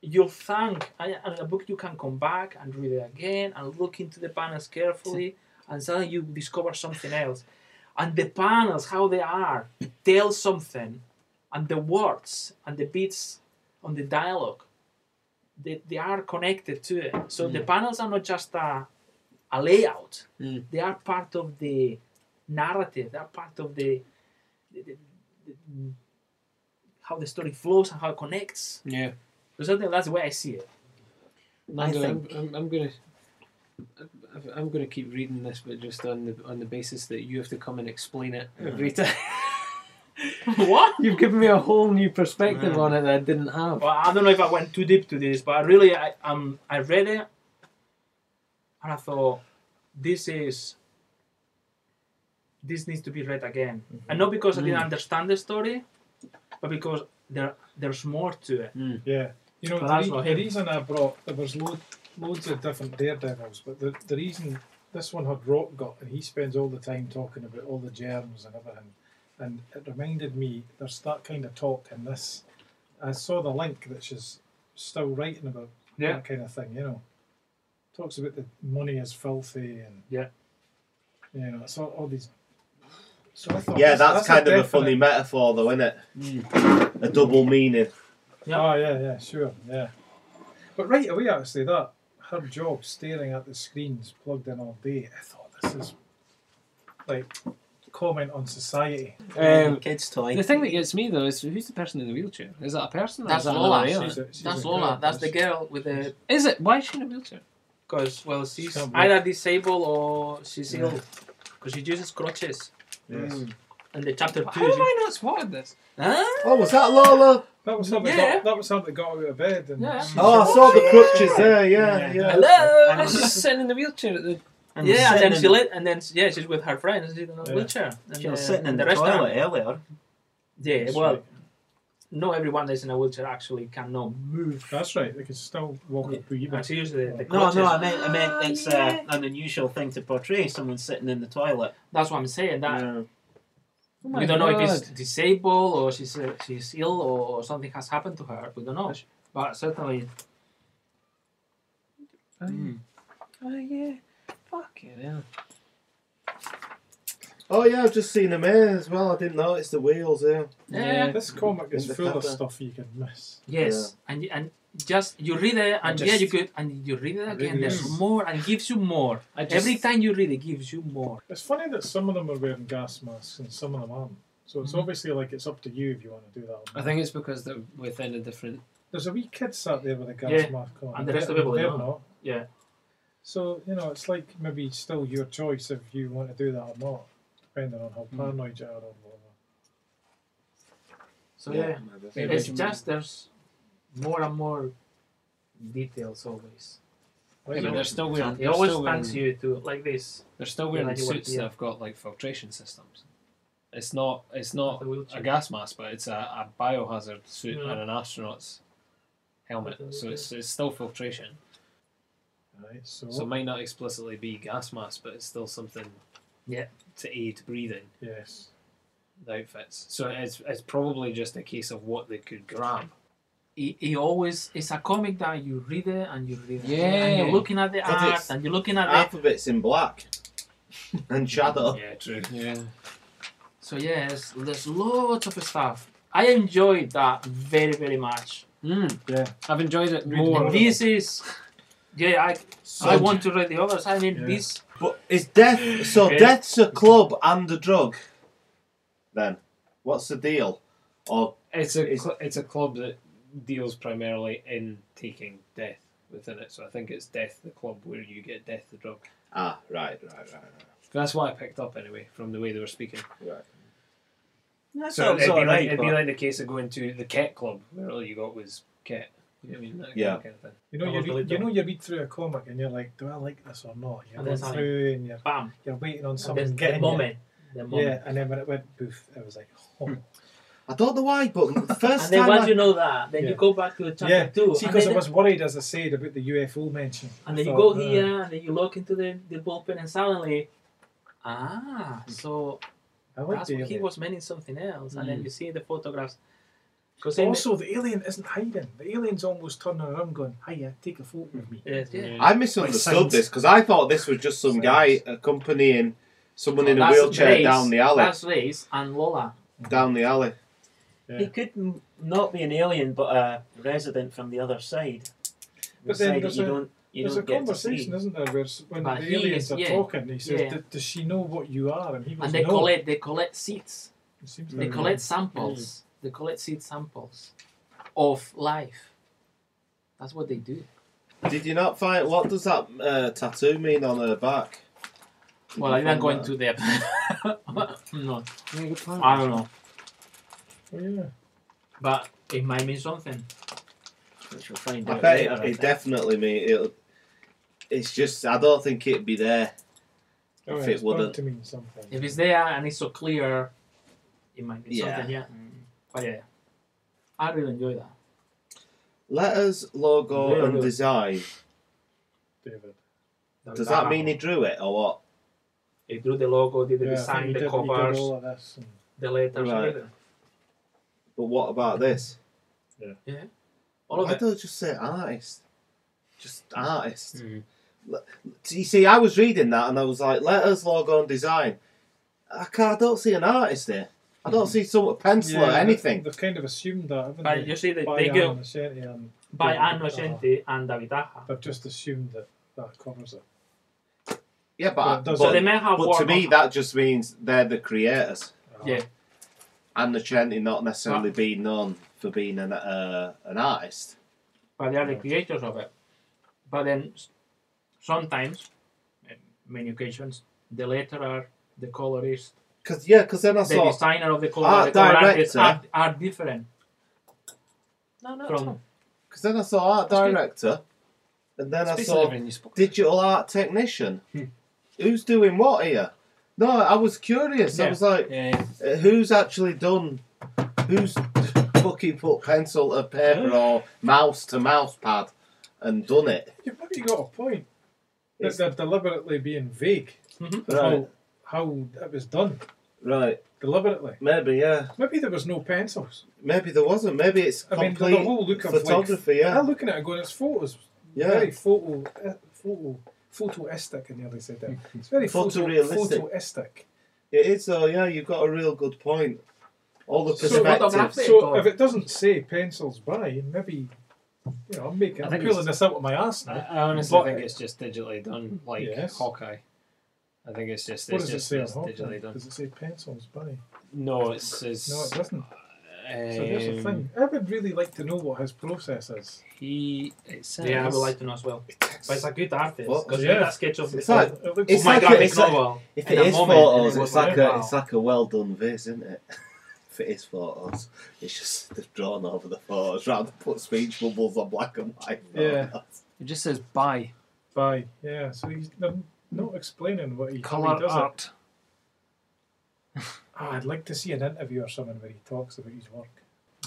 [SPEAKER 3] you'll thank, and and a book you can come back and read it again and look into the panels carefully, and suddenly you discover something else. And the panels, how they are, tell something, and the words and the beats on the dialogue, they, they are connected to it. So the panels are not just a, a layout they are part of the narrative they are part of the, the, the, the- how the story flows and how it connects
[SPEAKER 8] Yeah.
[SPEAKER 3] so I think that's the way i see it
[SPEAKER 8] I'm
[SPEAKER 11] I
[SPEAKER 8] gonna,
[SPEAKER 11] think-
[SPEAKER 8] I'm, I'm gonna I'm- I'm gonna keep reading this, but just on the on the basis that you have to come and explain it every time.
[SPEAKER 3] what
[SPEAKER 8] You've given me a whole new perspective
[SPEAKER 11] Yeah.
[SPEAKER 8] on it that I didn't have.
[SPEAKER 3] well i don't know if i went too deep to this but I really i um i read it and i thought this is this needs to be read again and not because i didn't understand the story but because there there's more to it
[SPEAKER 9] Yeah. You know,
[SPEAKER 3] But
[SPEAKER 9] the,
[SPEAKER 3] that's
[SPEAKER 9] re-
[SPEAKER 3] not
[SPEAKER 9] the
[SPEAKER 3] him.
[SPEAKER 9] reason I brought there was load, loads of different daredevils, but the, the reason this one had Rock got, and he spends all the time talking about all the germs and everything, and it reminded me there's that kind of talk in this. I saw the link that she's still writing about
[SPEAKER 3] Yeah.
[SPEAKER 9] that kind of thing. You know, talks about the money is filthy and
[SPEAKER 3] Yeah.
[SPEAKER 9] you know, it's all, all these. So I thought,
[SPEAKER 4] Yeah, that's, kind of a
[SPEAKER 9] definite-
[SPEAKER 4] funny metaphor, though, isn't it?
[SPEAKER 3] Hmm.
[SPEAKER 4] A double meaning.
[SPEAKER 3] Yeah.
[SPEAKER 9] Oh yeah, yeah, sure, yeah. But right away, actually, that her job staring at the screens plugged in all day. I thought this is like comment on society.
[SPEAKER 8] Um,
[SPEAKER 11] Kids' toy.
[SPEAKER 8] the thing that gets me though is who's the person in the wheelchair? Is that a person? Or
[SPEAKER 3] That's
[SPEAKER 8] is that
[SPEAKER 3] Lola.
[SPEAKER 8] another alien?
[SPEAKER 9] She's a- she's
[SPEAKER 3] that's
[SPEAKER 9] a
[SPEAKER 3] lola
[SPEAKER 9] girl,
[SPEAKER 3] that's the girl with the
[SPEAKER 8] Is it? Why is she in a wheelchair?
[SPEAKER 3] Because, well, she's
[SPEAKER 9] Can't
[SPEAKER 3] either disabled or she's ill. Because she uses crutches.
[SPEAKER 9] Yes.
[SPEAKER 3] and the chapter two.
[SPEAKER 8] How have I not spotted this?
[SPEAKER 4] Oh, was that Lola?
[SPEAKER 9] That was how they
[SPEAKER 8] Yeah.
[SPEAKER 9] got. That was how they got out of bed. And
[SPEAKER 8] Yeah.
[SPEAKER 9] she-
[SPEAKER 4] Oh, I saw the crutches there. Yeah, yeah.
[SPEAKER 3] Hello.
[SPEAKER 8] I was just sitting in the wheelchair at the.
[SPEAKER 11] And
[SPEAKER 3] yeah, and
[SPEAKER 11] sitting
[SPEAKER 3] then
[SPEAKER 11] in
[SPEAKER 3] she
[SPEAKER 11] the-
[SPEAKER 3] lit, and then yeah, she's with her friends she's in a
[SPEAKER 9] Yeah.
[SPEAKER 3] wheelchair. And,
[SPEAKER 11] She was
[SPEAKER 3] uh,
[SPEAKER 11] sitting in
[SPEAKER 3] and
[SPEAKER 11] the,
[SPEAKER 3] restaurant.
[SPEAKER 11] toilet earlier.
[SPEAKER 3] Yeah,
[SPEAKER 9] That's
[SPEAKER 3] well,
[SPEAKER 9] right.
[SPEAKER 3] not everyone that's in a wheelchair actually cannot move.
[SPEAKER 9] That's right. They could still walk a wee
[SPEAKER 3] That's
[SPEAKER 9] bit.
[SPEAKER 3] usually the, the
[SPEAKER 11] No,
[SPEAKER 3] crutches.
[SPEAKER 11] no, I meant, I meant it's uh, an unusual thing to portray someone sitting in the toilet.
[SPEAKER 3] That's what I'm saying. That
[SPEAKER 11] Yeah.
[SPEAKER 6] Oh
[SPEAKER 3] we
[SPEAKER 6] my
[SPEAKER 3] don't know if
[SPEAKER 6] God.
[SPEAKER 3] it's disabled or she's uh, she's ill or, or something has happened to her. We don't know, but certainly
[SPEAKER 6] Oh yeah. Fucking hell.
[SPEAKER 4] Oh yeah, I've just seen them here as well. I didn't notice the wheels here.
[SPEAKER 3] yeah,
[SPEAKER 9] This comic is
[SPEAKER 4] In the
[SPEAKER 9] full of
[SPEAKER 4] cover.
[SPEAKER 9] stuff you could miss.
[SPEAKER 3] yes, and and and just you read it and yeah,
[SPEAKER 8] just-
[SPEAKER 3] you could and you read it again.
[SPEAKER 9] it
[SPEAKER 3] There's
[SPEAKER 9] is.
[SPEAKER 3] more and gives you more.
[SPEAKER 8] I just,
[SPEAKER 3] Every time you read it, gives you more.
[SPEAKER 9] It's funny that some of them are wearing gas masks and some of them aren't. So
[SPEAKER 3] Mm-hmm.
[SPEAKER 9] it's obviously like it's up to you if you want to do that. Or
[SPEAKER 6] I
[SPEAKER 9] not.
[SPEAKER 6] think it's because they're within a different.
[SPEAKER 9] There's a wee kid sat there with a gas
[SPEAKER 3] Yeah,
[SPEAKER 9] mask on.
[SPEAKER 3] and the rest of
[SPEAKER 9] they're-
[SPEAKER 3] people, they
[SPEAKER 9] they're
[SPEAKER 3] don't.
[SPEAKER 9] not.
[SPEAKER 3] Yeah.
[SPEAKER 9] So you know, it's like maybe still your choice if you want to do that or not, depending on
[SPEAKER 3] Hmm.
[SPEAKER 9] how paranoid you are or whatever.
[SPEAKER 3] So yeah.
[SPEAKER 6] Maybe
[SPEAKER 3] It's
[SPEAKER 6] it's
[SPEAKER 3] just there's more and more details always.
[SPEAKER 6] Yeah, but they're still wearing.
[SPEAKER 3] It
[SPEAKER 6] They're
[SPEAKER 3] always
[SPEAKER 6] still wearing,
[SPEAKER 3] thanks you to like this.
[SPEAKER 6] They're still
[SPEAKER 3] Yeah,
[SPEAKER 6] wearing
[SPEAKER 3] like you would,
[SPEAKER 6] suits
[SPEAKER 3] yeah.
[SPEAKER 6] that have got like filtration systems. It's not. It's not
[SPEAKER 3] The wheelchair.
[SPEAKER 6] a gas mask, but it's a, a biohazard suit
[SPEAKER 3] Yeah.
[SPEAKER 6] and an astronaut's helmet.
[SPEAKER 3] Something like
[SPEAKER 6] So it's it's still filtration.
[SPEAKER 9] Right, so,
[SPEAKER 6] So it might not explicitly be gas mask, but it's still something
[SPEAKER 3] Yeah.
[SPEAKER 6] to aid breathing
[SPEAKER 9] yes,
[SPEAKER 6] the outfits. So it's it's probably just a case of what they could grab.
[SPEAKER 3] It, it always it's a comic that you read it and you read it.
[SPEAKER 6] Yeah.
[SPEAKER 3] And you're looking at the
[SPEAKER 4] But
[SPEAKER 3] art
[SPEAKER 4] it's-
[SPEAKER 3] and you're looking
[SPEAKER 4] Ah.
[SPEAKER 3] at it.
[SPEAKER 4] Alphabet's in black and
[SPEAKER 3] Oh.
[SPEAKER 4] shadow.
[SPEAKER 6] Yeah, true. Yeah.
[SPEAKER 3] So yes, there's lots of stuff. I enjoyed that very very much.
[SPEAKER 6] Mm.
[SPEAKER 9] Yeah.
[SPEAKER 6] I've enjoyed it
[SPEAKER 9] Read
[SPEAKER 6] more.
[SPEAKER 9] more.
[SPEAKER 3] This is yeah I
[SPEAKER 4] So
[SPEAKER 3] I want to read the others. I mean
[SPEAKER 9] Yeah.
[SPEAKER 3] this
[SPEAKER 4] But is death so?
[SPEAKER 3] Yeah.
[SPEAKER 4] Death's a club and a drug. Then, what's the deal? Oh, Or
[SPEAKER 6] It's a
[SPEAKER 4] It's-
[SPEAKER 6] cl- it's a club that deals primarily in taking death within it. So I think it's death the club where you get death the drug.
[SPEAKER 4] ah, right, right, right, right.
[SPEAKER 6] That's what I picked up anyway from the way they were speaking.
[SPEAKER 11] That
[SPEAKER 6] so
[SPEAKER 11] sounds
[SPEAKER 6] it'd, be like,
[SPEAKER 11] alright,
[SPEAKER 6] it'd
[SPEAKER 11] but
[SPEAKER 6] be like the case of going to the cat club where all you got was cat. You know what I mean? That
[SPEAKER 4] Yeah.
[SPEAKER 6] Kind of thing.
[SPEAKER 9] you know
[SPEAKER 3] I
[SPEAKER 9] you
[SPEAKER 3] was
[SPEAKER 9] read,
[SPEAKER 3] really
[SPEAKER 9] you know you read through a comic and you're like, do I like this or not? You're
[SPEAKER 3] And
[SPEAKER 9] going
[SPEAKER 3] then
[SPEAKER 9] through and you're,
[SPEAKER 3] bam
[SPEAKER 9] you're waiting on
[SPEAKER 3] and there's
[SPEAKER 9] something
[SPEAKER 3] the
[SPEAKER 9] getting you.
[SPEAKER 3] moment. The moment. Hmm.
[SPEAKER 9] Yeah, and then when it went poof, it was like, oh,
[SPEAKER 4] I don't know why, but the
[SPEAKER 3] And
[SPEAKER 4] first
[SPEAKER 3] then
[SPEAKER 4] time
[SPEAKER 3] once
[SPEAKER 4] I-
[SPEAKER 3] you know that, then you
[SPEAKER 9] Yeah.
[SPEAKER 3] go back to the chapter
[SPEAKER 9] yeah.
[SPEAKER 3] two.
[SPEAKER 9] See,
[SPEAKER 3] and
[SPEAKER 9] because I
[SPEAKER 3] then-
[SPEAKER 9] was worried, as I said, about the UFO mention.
[SPEAKER 3] And
[SPEAKER 9] I
[SPEAKER 3] then you go
[SPEAKER 9] thought, uh,
[SPEAKER 3] here, and then you look into the, the bullpen, and suddenly, ah,
[SPEAKER 9] Hmm.
[SPEAKER 3] so
[SPEAKER 9] I like
[SPEAKER 3] that's
[SPEAKER 9] the
[SPEAKER 3] what he
[SPEAKER 9] alien.
[SPEAKER 3] was meaning something else. And then
[SPEAKER 6] Mm.
[SPEAKER 3] you see the photographs. Because
[SPEAKER 9] Hmm. Also, the alien isn't hiding. The alien's almost turning around, going, "Hiya, take a photo with me."
[SPEAKER 3] yes, yeah.
[SPEAKER 4] I misunderstood
[SPEAKER 6] Like signs.
[SPEAKER 4] this because I thought this was just some guy accompanying someone in a
[SPEAKER 3] Oh, That's
[SPEAKER 4] wheelchair
[SPEAKER 3] Grace-
[SPEAKER 4] down the alley.
[SPEAKER 3] That's Race and Lola.
[SPEAKER 4] Down the alley.
[SPEAKER 9] Yeah.
[SPEAKER 11] He could m- not be an alien, but a resident from the other side. The
[SPEAKER 9] But then
[SPEAKER 11] side that
[SPEAKER 9] there's
[SPEAKER 11] you
[SPEAKER 9] a-
[SPEAKER 11] don't, you
[SPEAKER 9] There's a
[SPEAKER 11] don't get to see.
[SPEAKER 9] conversation, isn't there, where s- when
[SPEAKER 3] But
[SPEAKER 9] the
[SPEAKER 3] he
[SPEAKER 9] aliens
[SPEAKER 3] is-
[SPEAKER 9] are
[SPEAKER 3] yeah.
[SPEAKER 9] talking, he says,
[SPEAKER 3] Yeah.
[SPEAKER 9] "D- "Does she know what you are?" And he goes,
[SPEAKER 3] And they
[SPEAKER 9] "No."
[SPEAKER 3] collect they collect seeds.
[SPEAKER 9] It seems
[SPEAKER 3] They
[SPEAKER 9] like-
[SPEAKER 3] collect samples. They collect seed samples of life. That's what they do.
[SPEAKER 4] Did you not find what does that uh, tattoo mean on her back?
[SPEAKER 3] Well, I'm not
[SPEAKER 4] find
[SPEAKER 3] going
[SPEAKER 4] that?
[SPEAKER 3] to depth. no, I don't know.
[SPEAKER 9] Oh, yeah.
[SPEAKER 3] But it might mean something.
[SPEAKER 11] Which we'll find
[SPEAKER 4] I
[SPEAKER 11] out
[SPEAKER 4] bet
[SPEAKER 11] later,
[SPEAKER 4] it,
[SPEAKER 11] I
[SPEAKER 4] it
[SPEAKER 11] think.
[SPEAKER 4] definitely me. It'll, it's just I don't think it'd be there.
[SPEAKER 9] Oh, yeah,
[SPEAKER 4] it
[SPEAKER 9] it's bound
[SPEAKER 4] wouldn't-
[SPEAKER 9] to mean something.
[SPEAKER 3] If it's there and it's so clear, it might be
[SPEAKER 4] Yeah. Mm.
[SPEAKER 3] something, yeah. But yeah, I really enjoy that.
[SPEAKER 4] Letters, logo,
[SPEAKER 3] Yeah,
[SPEAKER 4] and
[SPEAKER 3] really.
[SPEAKER 4] design.
[SPEAKER 9] David.
[SPEAKER 4] Does that mean he drew it or what?
[SPEAKER 3] He drew the logo, did the
[SPEAKER 9] Yeah, I think
[SPEAKER 3] design,
[SPEAKER 9] he
[SPEAKER 3] the
[SPEAKER 9] did- he did
[SPEAKER 3] covers,
[SPEAKER 9] all of this and-
[SPEAKER 3] the letters,
[SPEAKER 4] Right.
[SPEAKER 3] everything.
[SPEAKER 4] But what about this?
[SPEAKER 3] all of
[SPEAKER 4] Why
[SPEAKER 3] it.
[SPEAKER 4] don't you just say artist? Just artist.
[SPEAKER 3] Hmm.
[SPEAKER 4] You see, I was reading that and I was like, letters, logo, and design. I, can't, I don't see an artist here. I
[SPEAKER 3] Hmm.
[SPEAKER 4] don't see some pencil or
[SPEAKER 9] Yeah,
[SPEAKER 4] anything.
[SPEAKER 9] They've kind of assumed that, haven't
[SPEAKER 3] But
[SPEAKER 9] they?
[SPEAKER 3] you see, they,
[SPEAKER 9] By
[SPEAKER 3] they
[SPEAKER 9] Anno
[SPEAKER 3] go
[SPEAKER 9] Nascenti and
[SPEAKER 3] by
[SPEAKER 9] David
[SPEAKER 3] Anno
[SPEAKER 9] Guetta.
[SPEAKER 3] Gente and Davidaja.
[SPEAKER 9] They've just assumed that that covers it.
[SPEAKER 4] Yeah, but,
[SPEAKER 9] But it
[SPEAKER 3] So
[SPEAKER 9] doesn't-
[SPEAKER 4] but,
[SPEAKER 3] they may have
[SPEAKER 4] but
[SPEAKER 3] worked
[SPEAKER 4] to me,
[SPEAKER 3] on-
[SPEAKER 4] that just means they're the creators.
[SPEAKER 3] Yeah.
[SPEAKER 4] And the Chanty not necessarily being known for being an, uh, an artist.
[SPEAKER 3] but they are the creators of it. But then s- sometimes, in many occasions, the letter are the colorist,
[SPEAKER 4] Because yeah, because then I
[SPEAKER 3] the
[SPEAKER 4] saw
[SPEAKER 3] designer of the cover,
[SPEAKER 4] Art
[SPEAKER 3] the cover artists
[SPEAKER 4] director.
[SPEAKER 3] are, are different
[SPEAKER 8] No, no,
[SPEAKER 3] from
[SPEAKER 4] because then I saw art director, and then I saw
[SPEAKER 8] when you spoke.
[SPEAKER 4] digital art technician. Who's doing what here? No, I was curious. I
[SPEAKER 3] Yeah.
[SPEAKER 4] was like,
[SPEAKER 8] Yeah,
[SPEAKER 4] uh, who's actually done? Who's fucking put pencil to paper or mouse to mouse pad and done it?
[SPEAKER 9] You've probably got a point. That
[SPEAKER 4] It's-
[SPEAKER 9] they're deliberately being vague.
[SPEAKER 4] Right,
[SPEAKER 9] How, how it was done.
[SPEAKER 4] right.
[SPEAKER 9] Deliberately.
[SPEAKER 4] Maybe yeah.
[SPEAKER 9] Maybe there was no pencils.
[SPEAKER 4] Maybe there wasn't. Maybe it's
[SPEAKER 9] I mean,
[SPEAKER 4] complete
[SPEAKER 9] the whole look of
[SPEAKER 4] photography.
[SPEAKER 9] Like,
[SPEAKER 4] yeah,
[SPEAKER 9] I'm looking at it going, it's photos.
[SPEAKER 4] yeah.
[SPEAKER 9] Very photo, uh, photo, photoistic. And the other said that. It's very photo,
[SPEAKER 4] Photorealistic.
[SPEAKER 9] photoistic.
[SPEAKER 4] It is though. Yeah, you've got a real good point. All the
[SPEAKER 9] So,
[SPEAKER 4] perspectives.
[SPEAKER 9] so if it doesn't say pencils by, maybe you know I'm making
[SPEAKER 8] I
[SPEAKER 9] I'm
[SPEAKER 8] think
[SPEAKER 9] pulling
[SPEAKER 8] it's-
[SPEAKER 9] this out of my ass
[SPEAKER 8] I,
[SPEAKER 9] now.
[SPEAKER 8] I honestly
[SPEAKER 9] But-
[SPEAKER 8] think it's just digitally done, like
[SPEAKER 9] Yes.
[SPEAKER 8] Hawkeye. I think it's just
[SPEAKER 9] What
[SPEAKER 8] it's
[SPEAKER 9] does it
[SPEAKER 8] just
[SPEAKER 9] say on
[SPEAKER 8] it's digitally
[SPEAKER 9] Hawkeye?
[SPEAKER 8] done.
[SPEAKER 9] Does it say pencils by?
[SPEAKER 8] No, it says.
[SPEAKER 9] No, it doesn't.
[SPEAKER 8] Um,
[SPEAKER 9] So here's the thing. I would really like to know what his process is.
[SPEAKER 8] He it says.
[SPEAKER 3] Yeah, I would like to know as well. But it's a good artist.
[SPEAKER 4] Well,
[SPEAKER 3] Because
[SPEAKER 9] yeah.
[SPEAKER 3] that sketch of
[SPEAKER 4] It's like-
[SPEAKER 9] It looks
[SPEAKER 3] oh
[SPEAKER 4] it's
[SPEAKER 3] my
[SPEAKER 4] like
[SPEAKER 3] god,
[SPEAKER 4] a-
[SPEAKER 3] it's
[SPEAKER 4] it's like-
[SPEAKER 3] novel.
[SPEAKER 4] If
[SPEAKER 3] in
[SPEAKER 4] it
[SPEAKER 3] a
[SPEAKER 4] is
[SPEAKER 3] moment,
[SPEAKER 4] photos,
[SPEAKER 3] and it
[SPEAKER 4] it's
[SPEAKER 3] was
[SPEAKER 4] like a
[SPEAKER 3] wow.
[SPEAKER 4] it's like a well done viz, isn't it? if it is photos, it's just they've drawn over the photos rather than put speech bubbles on black and white.
[SPEAKER 9] Yeah.
[SPEAKER 4] photos.
[SPEAKER 13] It just says buy
[SPEAKER 9] by. Yeah, so he's they're not explaining what he, how he
[SPEAKER 13] color
[SPEAKER 9] does it.
[SPEAKER 13] art.
[SPEAKER 9] Ah, I'd like to see an interview or something where he talks about his work.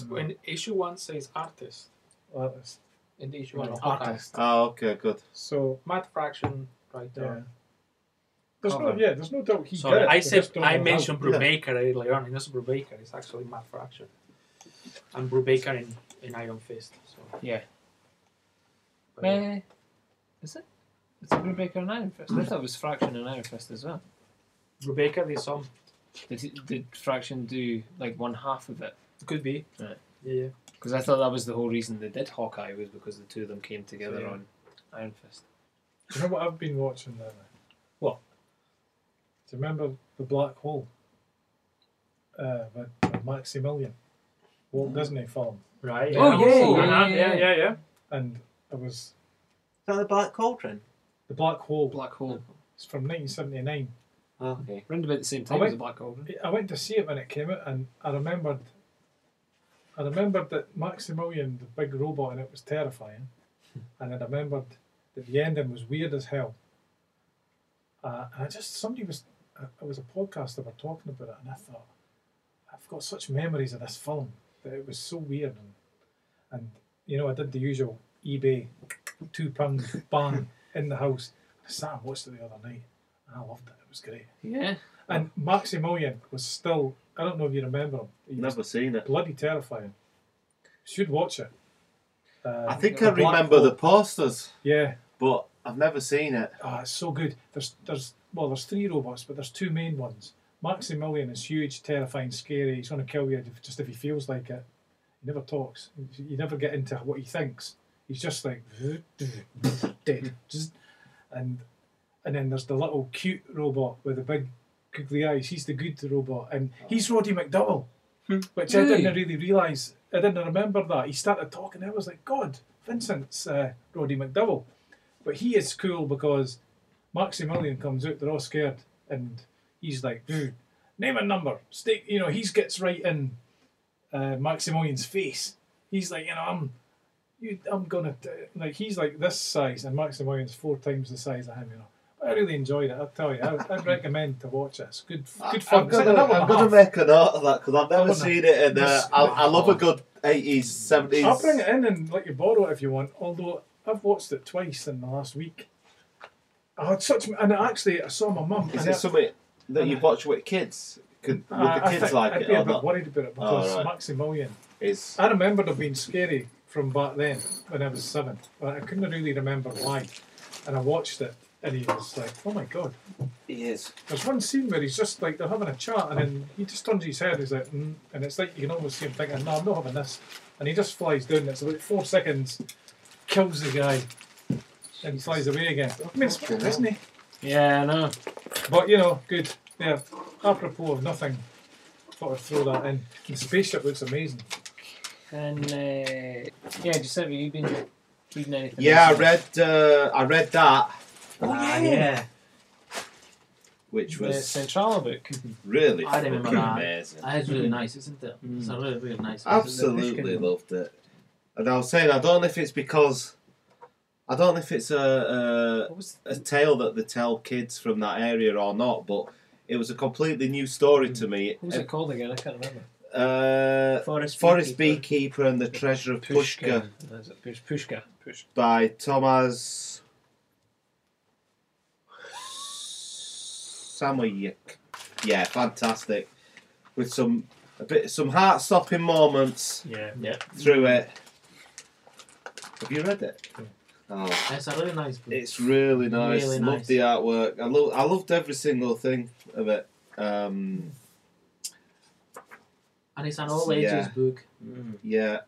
[SPEAKER 3] When issue one says artist,
[SPEAKER 9] Artist.
[SPEAKER 3] in the issue one, of artist.
[SPEAKER 9] Artist.
[SPEAKER 4] Oh, okay, good.
[SPEAKER 9] So
[SPEAKER 3] Matt Fraction, right
[SPEAKER 9] yeah.
[SPEAKER 3] there.
[SPEAKER 9] There's no
[SPEAKER 3] Cover.
[SPEAKER 9] yeah, there's no doubt he
[SPEAKER 3] Sorry,
[SPEAKER 9] did it.
[SPEAKER 3] I
[SPEAKER 9] we
[SPEAKER 3] said
[SPEAKER 9] just don't
[SPEAKER 3] I
[SPEAKER 9] know
[SPEAKER 3] mentioned
[SPEAKER 9] how.
[SPEAKER 4] yeah.
[SPEAKER 3] Brubaker earlier on. It's not Brubaker. It's actually Matt Fraction. And Brubaker in, in Iron Fist. So.
[SPEAKER 13] Yeah.
[SPEAKER 3] But Oh, yeah.
[SPEAKER 13] Meh. Eh, Is it? It's Brubaker and Iron Fist. I thought it was Fraction and Iron Fist as well.
[SPEAKER 3] Brubaker, the song
[SPEAKER 13] Did, he- did Fraction do like one half of it?
[SPEAKER 3] could be.
[SPEAKER 13] Right.
[SPEAKER 3] Yeah, yeah.
[SPEAKER 13] Because I thought that was the whole reason they did Hawkeye was because the two of them came together
[SPEAKER 9] Yeah.
[SPEAKER 13] on Iron Fist.
[SPEAKER 9] Do you know what I've been watching then?
[SPEAKER 13] What?
[SPEAKER 9] Do you remember the Black Hole? Uh, with with Maximilian, Walt Disney film,
[SPEAKER 3] Right.
[SPEAKER 13] Oh, yeah,
[SPEAKER 3] yeah,
[SPEAKER 13] yeah,
[SPEAKER 3] Mm-hmm.
[SPEAKER 13] yeah,
[SPEAKER 3] yeah, yeah, yeah.
[SPEAKER 9] and it was
[SPEAKER 11] that the Black Cauldron?
[SPEAKER 9] the Black Hole.
[SPEAKER 13] Black Hole.
[SPEAKER 9] It's from 1979.
[SPEAKER 11] Oh, Okay.
[SPEAKER 13] Round about the same time as
[SPEAKER 9] went-
[SPEAKER 13] the Black Hole.
[SPEAKER 9] I went to see it when it came out, and I remembered. I remembered that Maximilian, the big robot, and it was terrifying. And I remembered that the ending was weird as hell. Uh, and I just somebody was uh, it was a podcast that were talking about it, and I thought I've got such memories of this film that it was so weird. And, and you know, I did the usual eBay two pound ban in the house. I sat and watched it the other night, and I loved it. It was great.
[SPEAKER 13] Yeah.
[SPEAKER 9] And Maximilian was still, I don't know if you remember him. He was
[SPEAKER 4] Never seen it.
[SPEAKER 9] bloody terrifying. Should watch it. Uh,
[SPEAKER 4] I think
[SPEAKER 9] the
[SPEAKER 4] I
[SPEAKER 9] Black
[SPEAKER 4] remember
[SPEAKER 9] Hole.
[SPEAKER 4] the posters,
[SPEAKER 9] Yeah.
[SPEAKER 4] but I've never seen it.
[SPEAKER 9] Ah, it's so good. There's, there's, well, there's three robots, but there's two main ones. Maximilian is huge, terrifying, scary. He's going to kill you if, just if he feels like it. He never talks. You never get into what he thinks. He's just like dead. Just- and and then there's the little cute robot with the big googly eyes. He's the good robot, and he's Roddy McDowell, which I didn't really realise. I didn't remember that. He started talking. I was like, God, Vincent's uh, Roddy McDowell, but he is cool because Maximilian comes out. They're all scared, and he's like, "Dude, name a number. Stay, you know, he gets right in uh, Maximilian's face. He's like, you know, I'm, you, I'm gonna t-" like. He's like this size, and Maximilian's four times the size of him. You know, I really enjoyed it. I tell you, I, I'd recommend to watch it. It's good, good fun.
[SPEAKER 4] I'm
[SPEAKER 9] It's like an
[SPEAKER 4] gonna,
[SPEAKER 9] hour and
[SPEAKER 4] I'm
[SPEAKER 9] a
[SPEAKER 4] gonna
[SPEAKER 9] half.
[SPEAKER 4] make a note of that because I've never
[SPEAKER 9] Hour and a-
[SPEAKER 4] seen it, and uh, I, I love a good eighties,
[SPEAKER 9] I'll bring
[SPEAKER 4] seventies.
[SPEAKER 9] it in and let you borrow it if you want. Although I've watched it twice in the last week. I had such, and actually, I saw my mum.
[SPEAKER 4] Is it
[SPEAKER 9] and I-
[SPEAKER 4] something that you watch with kids? Could would
[SPEAKER 9] I-
[SPEAKER 4] the
[SPEAKER 9] I
[SPEAKER 4] kids
[SPEAKER 9] think
[SPEAKER 4] like
[SPEAKER 9] I'd
[SPEAKER 4] it
[SPEAKER 9] be a
[SPEAKER 4] or
[SPEAKER 9] bit
[SPEAKER 4] not?
[SPEAKER 9] worried about it because
[SPEAKER 4] right.
[SPEAKER 9] Maximilian.
[SPEAKER 4] Is
[SPEAKER 9] I remembered it being scary from back then when I was seven, but I couldn't really remember why. And I watched it, and he was like, "Oh my god!"
[SPEAKER 4] he is.
[SPEAKER 9] There's one scene where he's just like they're having a chat, and then he just turns his head. He's like, mm, and it's like you can almost see him thinking, "No, I'm not having this," and he just flies down. It's about four seconds, kills the guy, and he flies away again. I mean, it's isn't he?
[SPEAKER 13] Yeah, I know.
[SPEAKER 9] But you know, good. Yeah. Apropos of nothing, thought I'd throw that in. The spaceship looks amazing.
[SPEAKER 13] And uh, yeah, Giuseppe, you've been reading anything?
[SPEAKER 4] Yeah, uh, I
[SPEAKER 13] recently?
[SPEAKER 11] Ah,
[SPEAKER 4] read. Uh, I read that.
[SPEAKER 11] yeah.
[SPEAKER 4] Oh, which
[SPEAKER 8] The
[SPEAKER 4] was
[SPEAKER 8] Centrala book.
[SPEAKER 4] Really
[SPEAKER 3] I remember
[SPEAKER 4] fucking
[SPEAKER 3] that.
[SPEAKER 4] amazing.
[SPEAKER 3] That is really nice, isn't it? It's a really, really nice. one.
[SPEAKER 4] Absolutely loved it. And I was saying, I don't know if it's because, I don't know if it's a a, a tale that they tell kids from that area or not, but it was a completely new story to me.
[SPEAKER 8] What was it called again? I can't remember.
[SPEAKER 4] Uh,
[SPEAKER 8] Forest
[SPEAKER 4] Forest
[SPEAKER 8] Beekeeper.
[SPEAKER 4] Beekeeper and the Treasure of Pushka
[SPEAKER 8] That's it, Push- Pushka. Push.
[SPEAKER 4] by Thomas Samoyek. Yeah, fantastic. With some a bit some heart stopping moments.
[SPEAKER 3] Yeah. Yeah.
[SPEAKER 4] Through it. Have you read it? Oh.
[SPEAKER 3] It's a really nice book.
[SPEAKER 4] It's really nice.
[SPEAKER 3] Really
[SPEAKER 4] Loved
[SPEAKER 3] nice.
[SPEAKER 4] the artwork. I love I loved every single thing of it. Um,
[SPEAKER 3] and it's an all ages
[SPEAKER 4] Yeah.
[SPEAKER 3] book.
[SPEAKER 11] Mm.
[SPEAKER 4] yeah.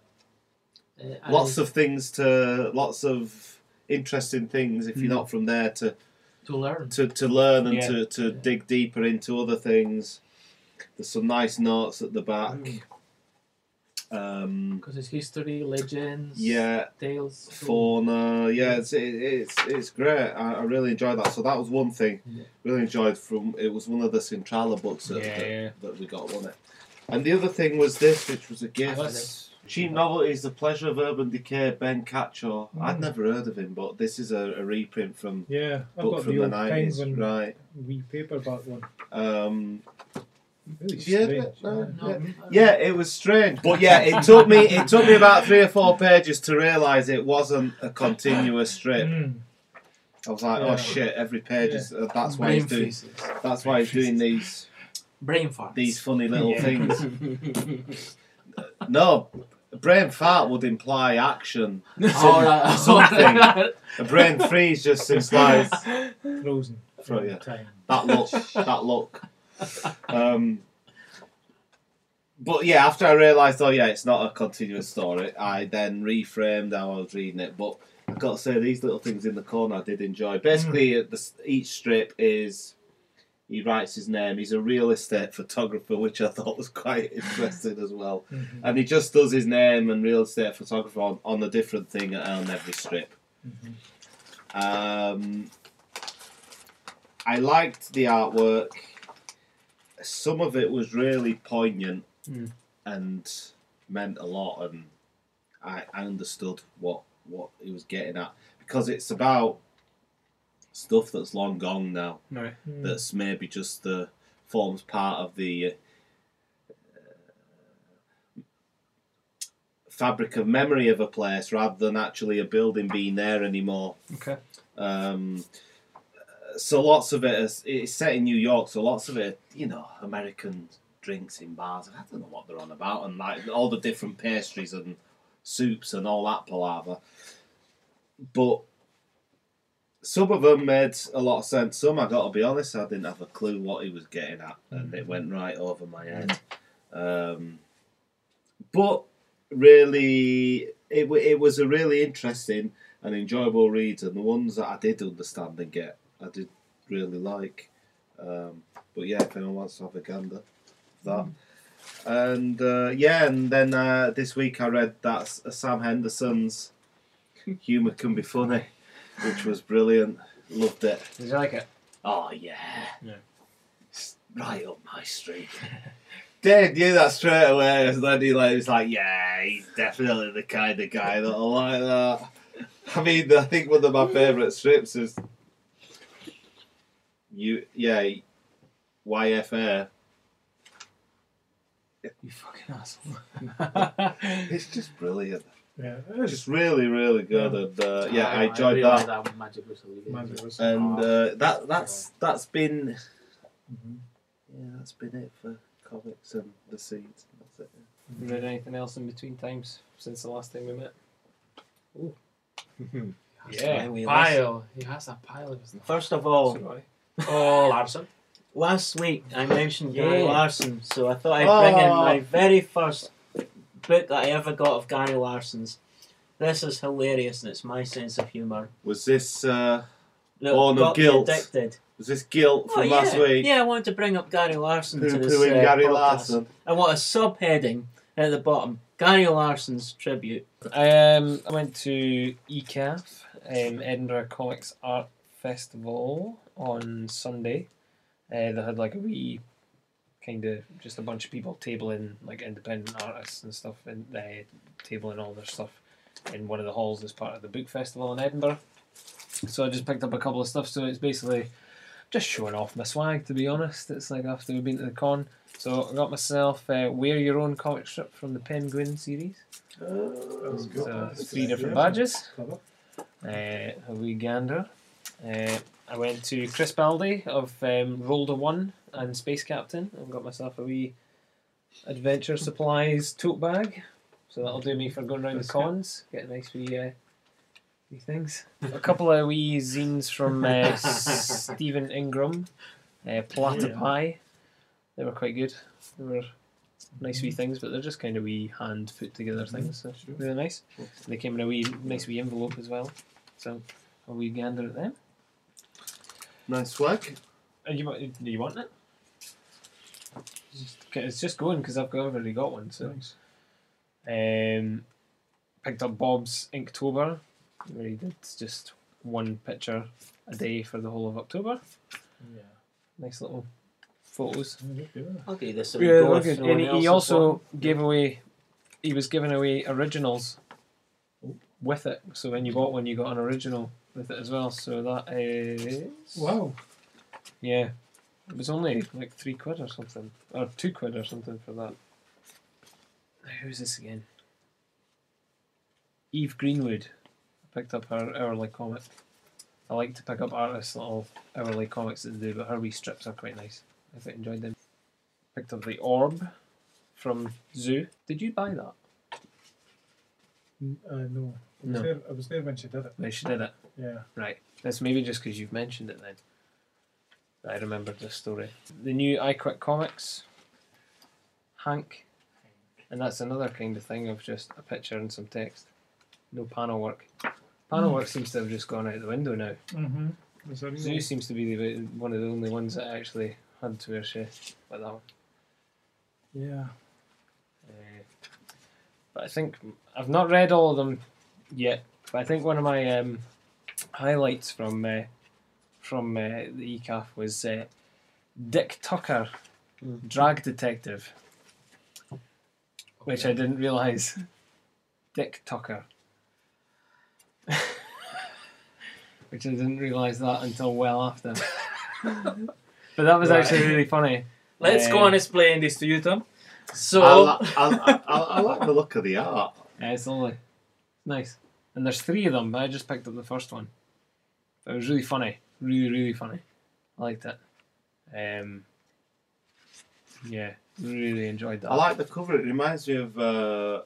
[SPEAKER 3] Uh, and
[SPEAKER 4] Lots
[SPEAKER 3] it's-
[SPEAKER 4] of things to lots of interesting things if
[SPEAKER 3] Hmm.
[SPEAKER 4] you're not from there to
[SPEAKER 3] to learn
[SPEAKER 4] to, to learn and
[SPEAKER 3] Yeah.
[SPEAKER 4] to, to dig deeper into other things. There's some nice notes at the back.
[SPEAKER 9] Mm.
[SPEAKER 4] Um,
[SPEAKER 3] because it's history, legends,
[SPEAKER 4] yeah,
[SPEAKER 3] tales,
[SPEAKER 4] fauna. Yeah, it's it, it's it's great. I, I really enjoyed that. So that was one thing. Really enjoyed from it was one of the Centrala books that,
[SPEAKER 8] Yeah,
[SPEAKER 4] that,
[SPEAKER 8] yeah.
[SPEAKER 4] that we got, wasn't it? And the other thing was this, which was a gift.
[SPEAKER 8] that's-
[SPEAKER 4] Cheap novelties, The Pleasure of Urban Decay, Ben Catchaw. I'd
[SPEAKER 9] Mm.
[SPEAKER 4] never heard of him, but this is a, a reprint from
[SPEAKER 9] Yeah, I've
[SPEAKER 4] book
[SPEAKER 9] got
[SPEAKER 4] from
[SPEAKER 9] the
[SPEAKER 4] the
[SPEAKER 9] old
[SPEAKER 4] nineties,
[SPEAKER 9] Penguin.
[SPEAKER 4] right?
[SPEAKER 9] wee paperback one.
[SPEAKER 4] Um,
[SPEAKER 9] Really
[SPEAKER 4] have you heard of
[SPEAKER 9] strange.
[SPEAKER 4] it? No, yeah. Yeah, it was strange, but yeah, it took me it took me about three or four pages to realise it wasn't a continuous strip.
[SPEAKER 9] Mm.
[SPEAKER 4] I was like,
[SPEAKER 3] Yeah.
[SPEAKER 4] oh shit, every page is. Uh, that's why
[SPEAKER 3] Brain
[SPEAKER 4] he's doing.
[SPEAKER 3] freezes.
[SPEAKER 4] That's why he's doing these
[SPEAKER 3] brain farts.
[SPEAKER 4] these funny little
[SPEAKER 3] Yeah.
[SPEAKER 4] things. no, a brain fart would imply action.
[SPEAKER 3] Oh, right.
[SPEAKER 4] something. a brain freeze just implies
[SPEAKER 9] Frozen.
[SPEAKER 4] Fro- yeah.
[SPEAKER 9] Time.
[SPEAKER 4] that look. That look. Um, but yeah, after I realised, oh yeah, it's not a continuous story. I then reframed how I was reading it. But I got to say, these little things in the corner I did enjoy. Basically, uh, the, s- each strip is he writes his name. He's a real estate photographer, which I thought was quite interesting as well.
[SPEAKER 9] Mhm.
[SPEAKER 4] And he just does his name and real estate photographer on, on a different thing on every strip. Um, I liked the artwork. Some of it was really poignant
[SPEAKER 8] Mm.
[SPEAKER 4] and meant a lot, and I, I understood what what he was getting at because it's about stuff that's long gone now.
[SPEAKER 8] Right. Mm.
[SPEAKER 4] That's maybe just the forms part of the uh, fabric of memory of a place rather than actually a building being there anymore.
[SPEAKER 8] Okay.
[SPEAKER 4] Um, so lots of it is it's set in New York, so lots of it, you know, American drinks in bars. I don't know what they're on about, and like all the different pastries and soups and all that palaver. But some of them made a lot of sense. Some, I got to be honest, I didn't have a clue what he was getting at, and it went right over my head. Um, but really, it wa- it was a really interesting and enjoyable read, and the ones that I did understand and get, I did really like. Um, but yeah, if anyone wants to have a gander, that. And uh, yeah, and then uh, this week I read that S- uh, Sam Henderson's "Humor Can Be Funny," which was brilliant. Loved it.
[SPEAKER 8] Did you like it?
[SPEAKER 4] Oh yeah.
[SPEAKER 8] Yeah.
[SPEAKER 4] It's Right up my street. Dave knew that straight away. And then he like, was like, yeah, he's definitely the kind of guy that'll like that. I mean, I think one of my favourite strips is you, yeah, YFA.
[SPEAKER 8] You fucking asshole.
[SPEAKER 4] It's just brilliant.
[SPEAKER 9] Yeah,
[SPEAKER 4] Just really, really good. And uh, yeah, I, enjoyed
[SPEAKER 3] really
[SPEAKER 4] that.
[SPEAKER 3] like that one, Magic Whistle. Oh, you did.
[SPEAKER 9] Magic Whistle.
[SPEAKER 4] And uh, that that's that's been Mm-hmm. yeah, that's been it for comics and the seeds. That's it.
[SPEAKER 6] You read anything else in between times since the last time we met?
[SPEAKER 3] Yeah,
[SPEAKER 11] Why we
[SPEAKER 3] pile. He has a pile of stuff.
[SPEAKER 11] First of all,
[SPEAKER 3] Oh, Larson.
[SPEAKER 11] last week I mentioned
[SPEAKER 3] Yeah.
[SPEAKER 11] Gary Larson, so I thought I'd bring in
[SPEAKER 3] Oh.
[SPEAKER 11] my very first book that I ever got of Gary Larson's. This is hilarious, and it's my sense of humour.
[SPEAKER 4] Was this uh,
[SPEAKER 11] Look,
[SPEAKER 4] Born of
[SPEAKER 11] got me
[SPEAKER 4] Guilt.
[SPEAKER 11] addicted.
[SPEAKER 4] was this guilt from
[SPEAKER 11] Oh,
[SPEAKER 4] last
[SPEAKER 11] yeah.
[SPEAKER 4] week?
[SPEAKER 11] Yeah, I wanted to bring up Gary Larson to this
[SPEAKER 4] Poo-pooing
[SPEAKER 11] uh,
[SPEAKER 4] Gary
[SPEAKER 11] podcast.
[SPEAKER 4] Larson.
[SPEAKER 11] I want a subheading at the bottom: Gary Larson's tribute.
[SPEAKER 6] Um,
[SPEAKER 8] I went to E ECAF, um, Edinburgh Comics Art Festival, on Sunday. Uh, they had like a wee kind of just a bunch of people tabling like independent artists and stuff, and they tabling all their stuff in one of the halls as part of the book festival in Edinburgh. So I just picked up a couple of stuff. So it's basically just showing off my swag. To be honest, it's like after we've been to the con. So I got myself uh, wear your own comic strip from the Penguin series. So it's uh, three different badges. Uh, a wee gander. Uh, I went to Chris Baldy of um, Roller One and Space Captain and got myself a wee adventure supplies tote bag. So that'll do me for going round the cons. Get a nice wee, uh, wee things. A couple of wee zines from uh, Stephen Ingram, uh, Platter
[SPEAKER 6] Yeah.
[SPEAKER 8] Pie. They were quite good. They were nice wee things, but they're just kind of wee hand put together things. So really nice. They came in a wee nice wee envelope as well. So a wee gander at them.
[SPEAKER 4] Nice work.
[SPEAKER 8] Are Uh, you, do you want it? Just- 'kay, It's just going because I've got- I've already got one. So, um, picked up Bob's Inktober, where he did just one picture a day for the whole of October.
[SPEAKER 13] Yeah.
[SPEAKER 8] Nice little photos.
[SPEAKER 11] Okay, this will
[SPEAKER 8] Yeah,
[SPEAKER 11] go
[SPEAKER 8] they're good.
[SPEAKER 11] if no one
[SPEAKER 8] And he,
[SPEAKER 11] else
[SPEAKER 8] he
[SPEAKER 11] is
[SPEAKER 8] also
[SPEAKER 11] wanting.
[SPEAKER 8] gave away. He was giving away originals with it. So when you bought one, you got an original with it as well. So that is
[SPEAKER 9] Wow.
[SPEAKER 8] yeah. It was only like three quid or something, or two quid or something for that. Now, who's this again? Eve Greenwood. I picked up her hourly comic. I like to pick up artists' little hourly comics that they do, but her wee strips are quite nice. I quite enjoyed them. Picked up the Orb from Zoo. Did you buy that?
[SPEAKER 9] N- Uh, no. I was,
[SPEAKER 8] No.
[SPEAKER 9] There, I was there when she did it.
[SPEAKER 8] When she did it.
[SPEAKER 9] Yeah.
[SPEAKER 8] Right. That's maybe just because you've mentioned it then. I remembered this story. The new I Quit Comics, Hank, and that's another kind of thing of just a picture and some text. No panel work. Panel
[SPEAKER 9] Mm.
[SPEAKER 8] work seems to have just gone out the window now.
[SPEAKER 9] Mm-hmm. Was there
[SPEAKER 8] Zoo seems to be the, one of the only ones that actually had to wear shit like that one.
[SPEAKER 9] Yeah.
[SPEAKER 8] Uh, but I think I've not read all of them yet. But I think one of my um, highlights from uh, from uh, the ECAF was uh, Dick Tucker, Drag Detective, which I didn't realise. Dick Tucker, which I didn't realise that until well after. but that was
[SPEAKER 3] Right.
[SPEAKER 8] actually really funny.
[SPEAKER 3] Let's go
[SPEAKER 8] Uh,
[SPEAKER 3] and explain this to you, Tom. So
[SPEAKER 8] I
[SPEAKER 4] li- I, I, I like the look of the art.
[SPEAKER 8] Yeah, it's lovely. Nice. And there's three of them, but I just picked up the first one. But it was really funny. Really, really funny. I liked it. Um, yeah, really enjoyed that.
[SPEAKER 4] I like the cover. It reminds me of uh,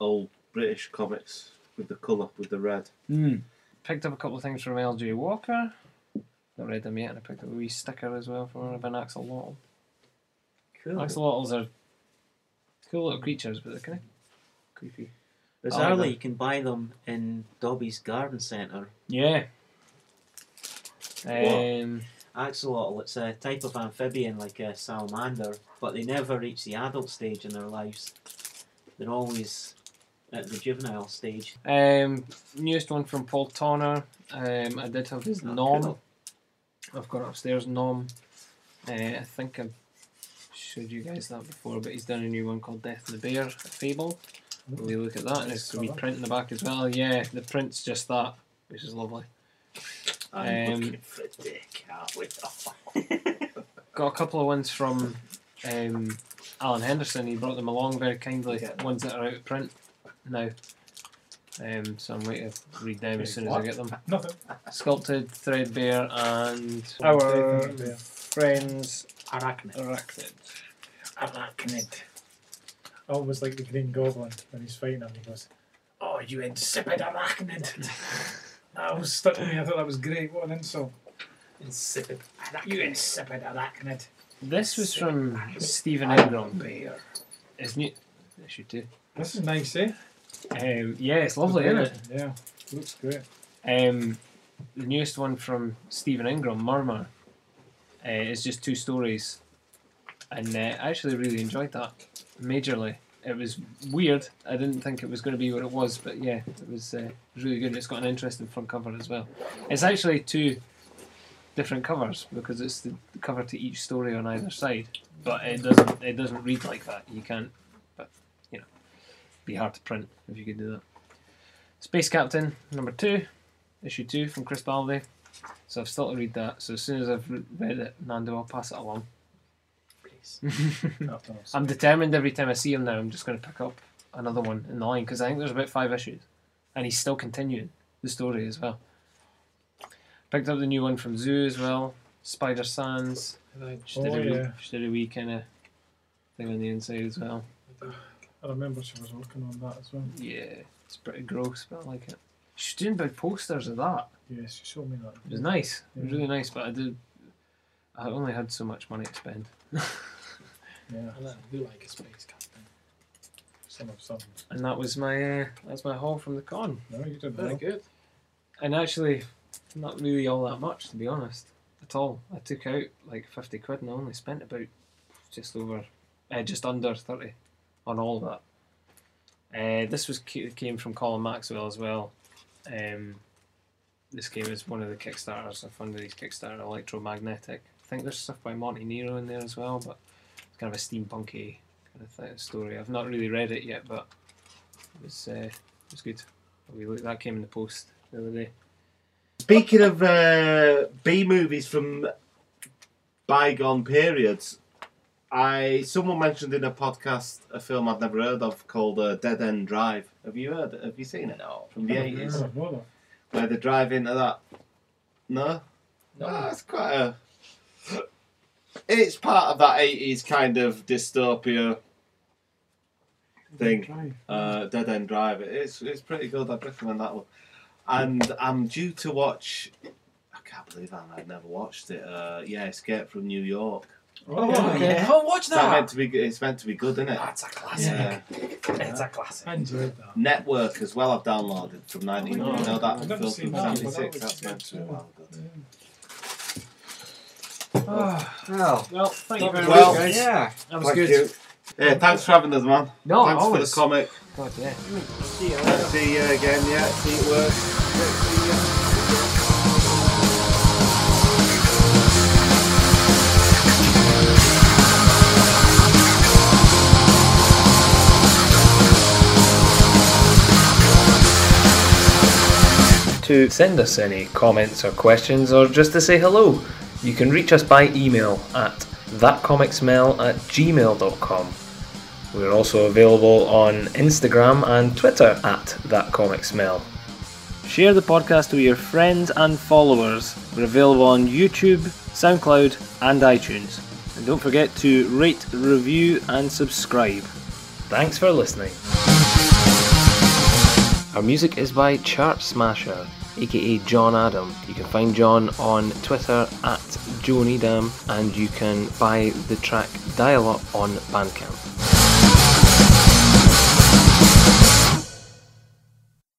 [SPEAKER 4] old British comics with the colour, with the red.
[SPEAKER 8] Mm. Picked up a couple of things from LJ Walker. Not read them yet, and I picked up a wee sticker as well for an axolotl.
[SPEAKER 11] Cool.
[SPEAKER 8] Axolotls are cool little creatures, but they're kind of creepy. I like
[SPEAKER 11] Bizarrely,
[SPEAKER 8] them.
[SPEAKER 11] you can buy them in Dobby's Garden Centre.
[SPEAKER 8] Yeah. Um,
[SPEAKER 11] Axolotl, it's a type of amphibian like a salamander, but they never reach the adult stage in their lives. They're always at the juvenile stage.
[SPEAKER 8] Um, newest one from Paul Tonner. Um, I did have his
[SPEAKER 11] Oh,
[SPEAKER 8] nom.
[SPEAKER 11] cool.
[SPEAKER 8] I've got upstairs nom. Uh, I think I've showed you guys that before, but he's done a new one called Death and the Bear, a fable. We look at that, and it's a wee
[SPEAKER 13] Cover.
[SPEAKER 8] print in the back as well. Yeah, the print's just that, which is lovely.
[SPEAKER 4] I'm
[SPEAKER 8] Um,
[SPEAKER 4] looking for dick, aren't we?
[SPEAKER 8] got a couple of ones from um, Alan Henderson. He brought them along very kindly. Ones that are out of print now. Um, so I'm waiting to read them as soon as I get them.
[SPEAKER 9] Nothing.
[SPEAKER 8] Sculpted, threadbare, and
[SPEAKER 9] Our
[SPEAKER 8] friends
[SPEAKER 3] arachnid.
[SPEAKER 8] Arachnid.
[SPEAKER 9] Arachnid. Oh, it was like the Green Goblin when he's fighting him. He goes, "Oh, you insipid arachnid!" that was stuck to me. I thought that was great. What an insult.
[SPEAKER 3] Insipid. You insipid arachnid.
[SPEAKER 8] This was from Stephen Ingram. Isn't it? I should do.
[SPEAKER 9] This is nice, eh?
[SPEAKER 8] Um, yeah, it's lovely, isn't it?
[SPEAKER 9] Yeah, looks great.
[SPEAKER 8] Um, the newest one from Stephen Ingram, Murmur, uh, is just two stories, and uh, I actually really enjoyed that majorly. It was weird. I didn't think it was going to be what it was, but yeah, it was, uh, it was really good. It's got an interesting front cover as well. It's actually two different covers because it's the cover to each story on either side. But it doesn't it doesn't read like that. You can't. But you know, be hard to print if you could do that. Space Captain number two, issue two from Chris Baldy. So I've still to read that. So as soon as I've re- read it, Nando, I'll pass it along.
[SPEAKER 9] Hmm.
[SPEAKER 8] I'm determined every time I see him now, I'm just going to pick up another one in the line because I think there's about five issues, and he's still continuing the story as well. Picked up the new one from Zoo as well, Spider Sands.
[SPEAKER 9] Right.
[SPEAKER 8] She did,
[SPEAKER 9] Oh,
[SPEAKER 8] a wee,
[SPEAKER 9] yeah.
[SPEAKER 8] she did a wee kind of thing on the inside as well.
[SPEAKER 9] I remember she was working on that as well.
[SPEAKER 8] Yeah, it's pretty gross, but I like it. She's doing big posters of that.
[SPEAKER 9] Yes, she showed me that.
[SPEAKER 8] It was nice. It was really nice, but I did. I only had so much money to spend.
[SPEAKER 9] Yeah. And I do like a space captain. Some of some.
[SPEAKER 8] and that was my uh, that's my haul from the con.
[SPEAKER 9] No, you did
[SPEAKER 8] Very
[SPEAKER 9] well.
[SPEAKER 8] good. And actually, not really all that much to be honest, at all. I took out like fifty quid and I only spent about just over, uh, just under thirty, on all that. Uh, this was ca- came from Colin Maxwell as well. Um, this game is one of the Kickstarters. I funded these Kickstarter electromagnetic. I think there's stuff by Monty Nero in there as well, but it's kind of a steampunky kind of th- story. I've not really read it yet, but it was uh, it was good. We looked, that came in the post the other day.
[SPEAKER 4] Speaking of uh, B movies from bygone periods, I someone mentioned in a podcast a film I'd never heard of called uh, Dead End Drive. Have you heard? Have you seen it? No. From the eighties, where they drive into that. No. No. it's quite a. It's part of that eighties kind of dystopia thing. Uh, Dead End Drive. It's it's pretty good. I'd recommend that one. And I'm due to watch. I can't believe I- I've never watched it. Uh, yeah, Escape from New York.
[SPEAKER 14] Oh, yeah. yeah. Oh, watch
[SPEAKER 4] It's
[SPEAKER 14] that.
[SPEAKER 4] meant to be. good- It's meant to be good, isn't it? That's a
[SPEAKER 14] classic. It's a classic.
[SPEAKER 9] I enjoyed that.
[SPEAKER 4] Network as well. I've downloaded from 19.
[SPEAKER 9] Oh, yeah.
[SPEAKER 4] you know that
[SPEAKER 9] I've
[SPEAKER 4] film
[SPEAKER 9] never
[SPEAKER 4] from
[SPEAKER 9] seen that, but that
[SPEAKER 4] 76.
[SPEAKER 9] was
[SPEAKER 4] That's meant to be
[SPEAKER 9] good.
[SPEAKER 4] well good.
[SPEAKER 8] well, well, thank you very
[SPEAKER 4] Well,
[SPEAKER 8] much, guys.
[SPEAKER 4] yeah,
[SPEAKER 8] that was
[SPEAKER 4] thank
[SPEAKER 8] good.
[SPEAKER 4] you. Yeah, thanks for having us, man.
[SPEAKER 8] No,
[SPEAKER 4] thanks
[SPEAKER 8] always.
[SPEAKER 4] for the comic.
[SPEAKER 8] God, yeah.
[SPEAKER 14] See you
[SPEAKER 4] Let's see you again. Yeah, see it works.
[SPEAKER 1] to send us any comments or questions or just to say hello, you can reach us by email at thatcomicsmell at gmail.com. We're also available on Instagram and Twitter at thatcomicsmell.
[SPEAKER 15] Share the podcast with your friends and followers. We're available on YouTube, SoundCloud, and iTunes. And don't forget to rate, review, and subscribe.
[SPEAKER 1] Thanks for listening. Our music is by Chart Smasher, aka John Adam. You can find John on Twitter at Joe Needham, and you can buy the track Dial Up on Bandcamp.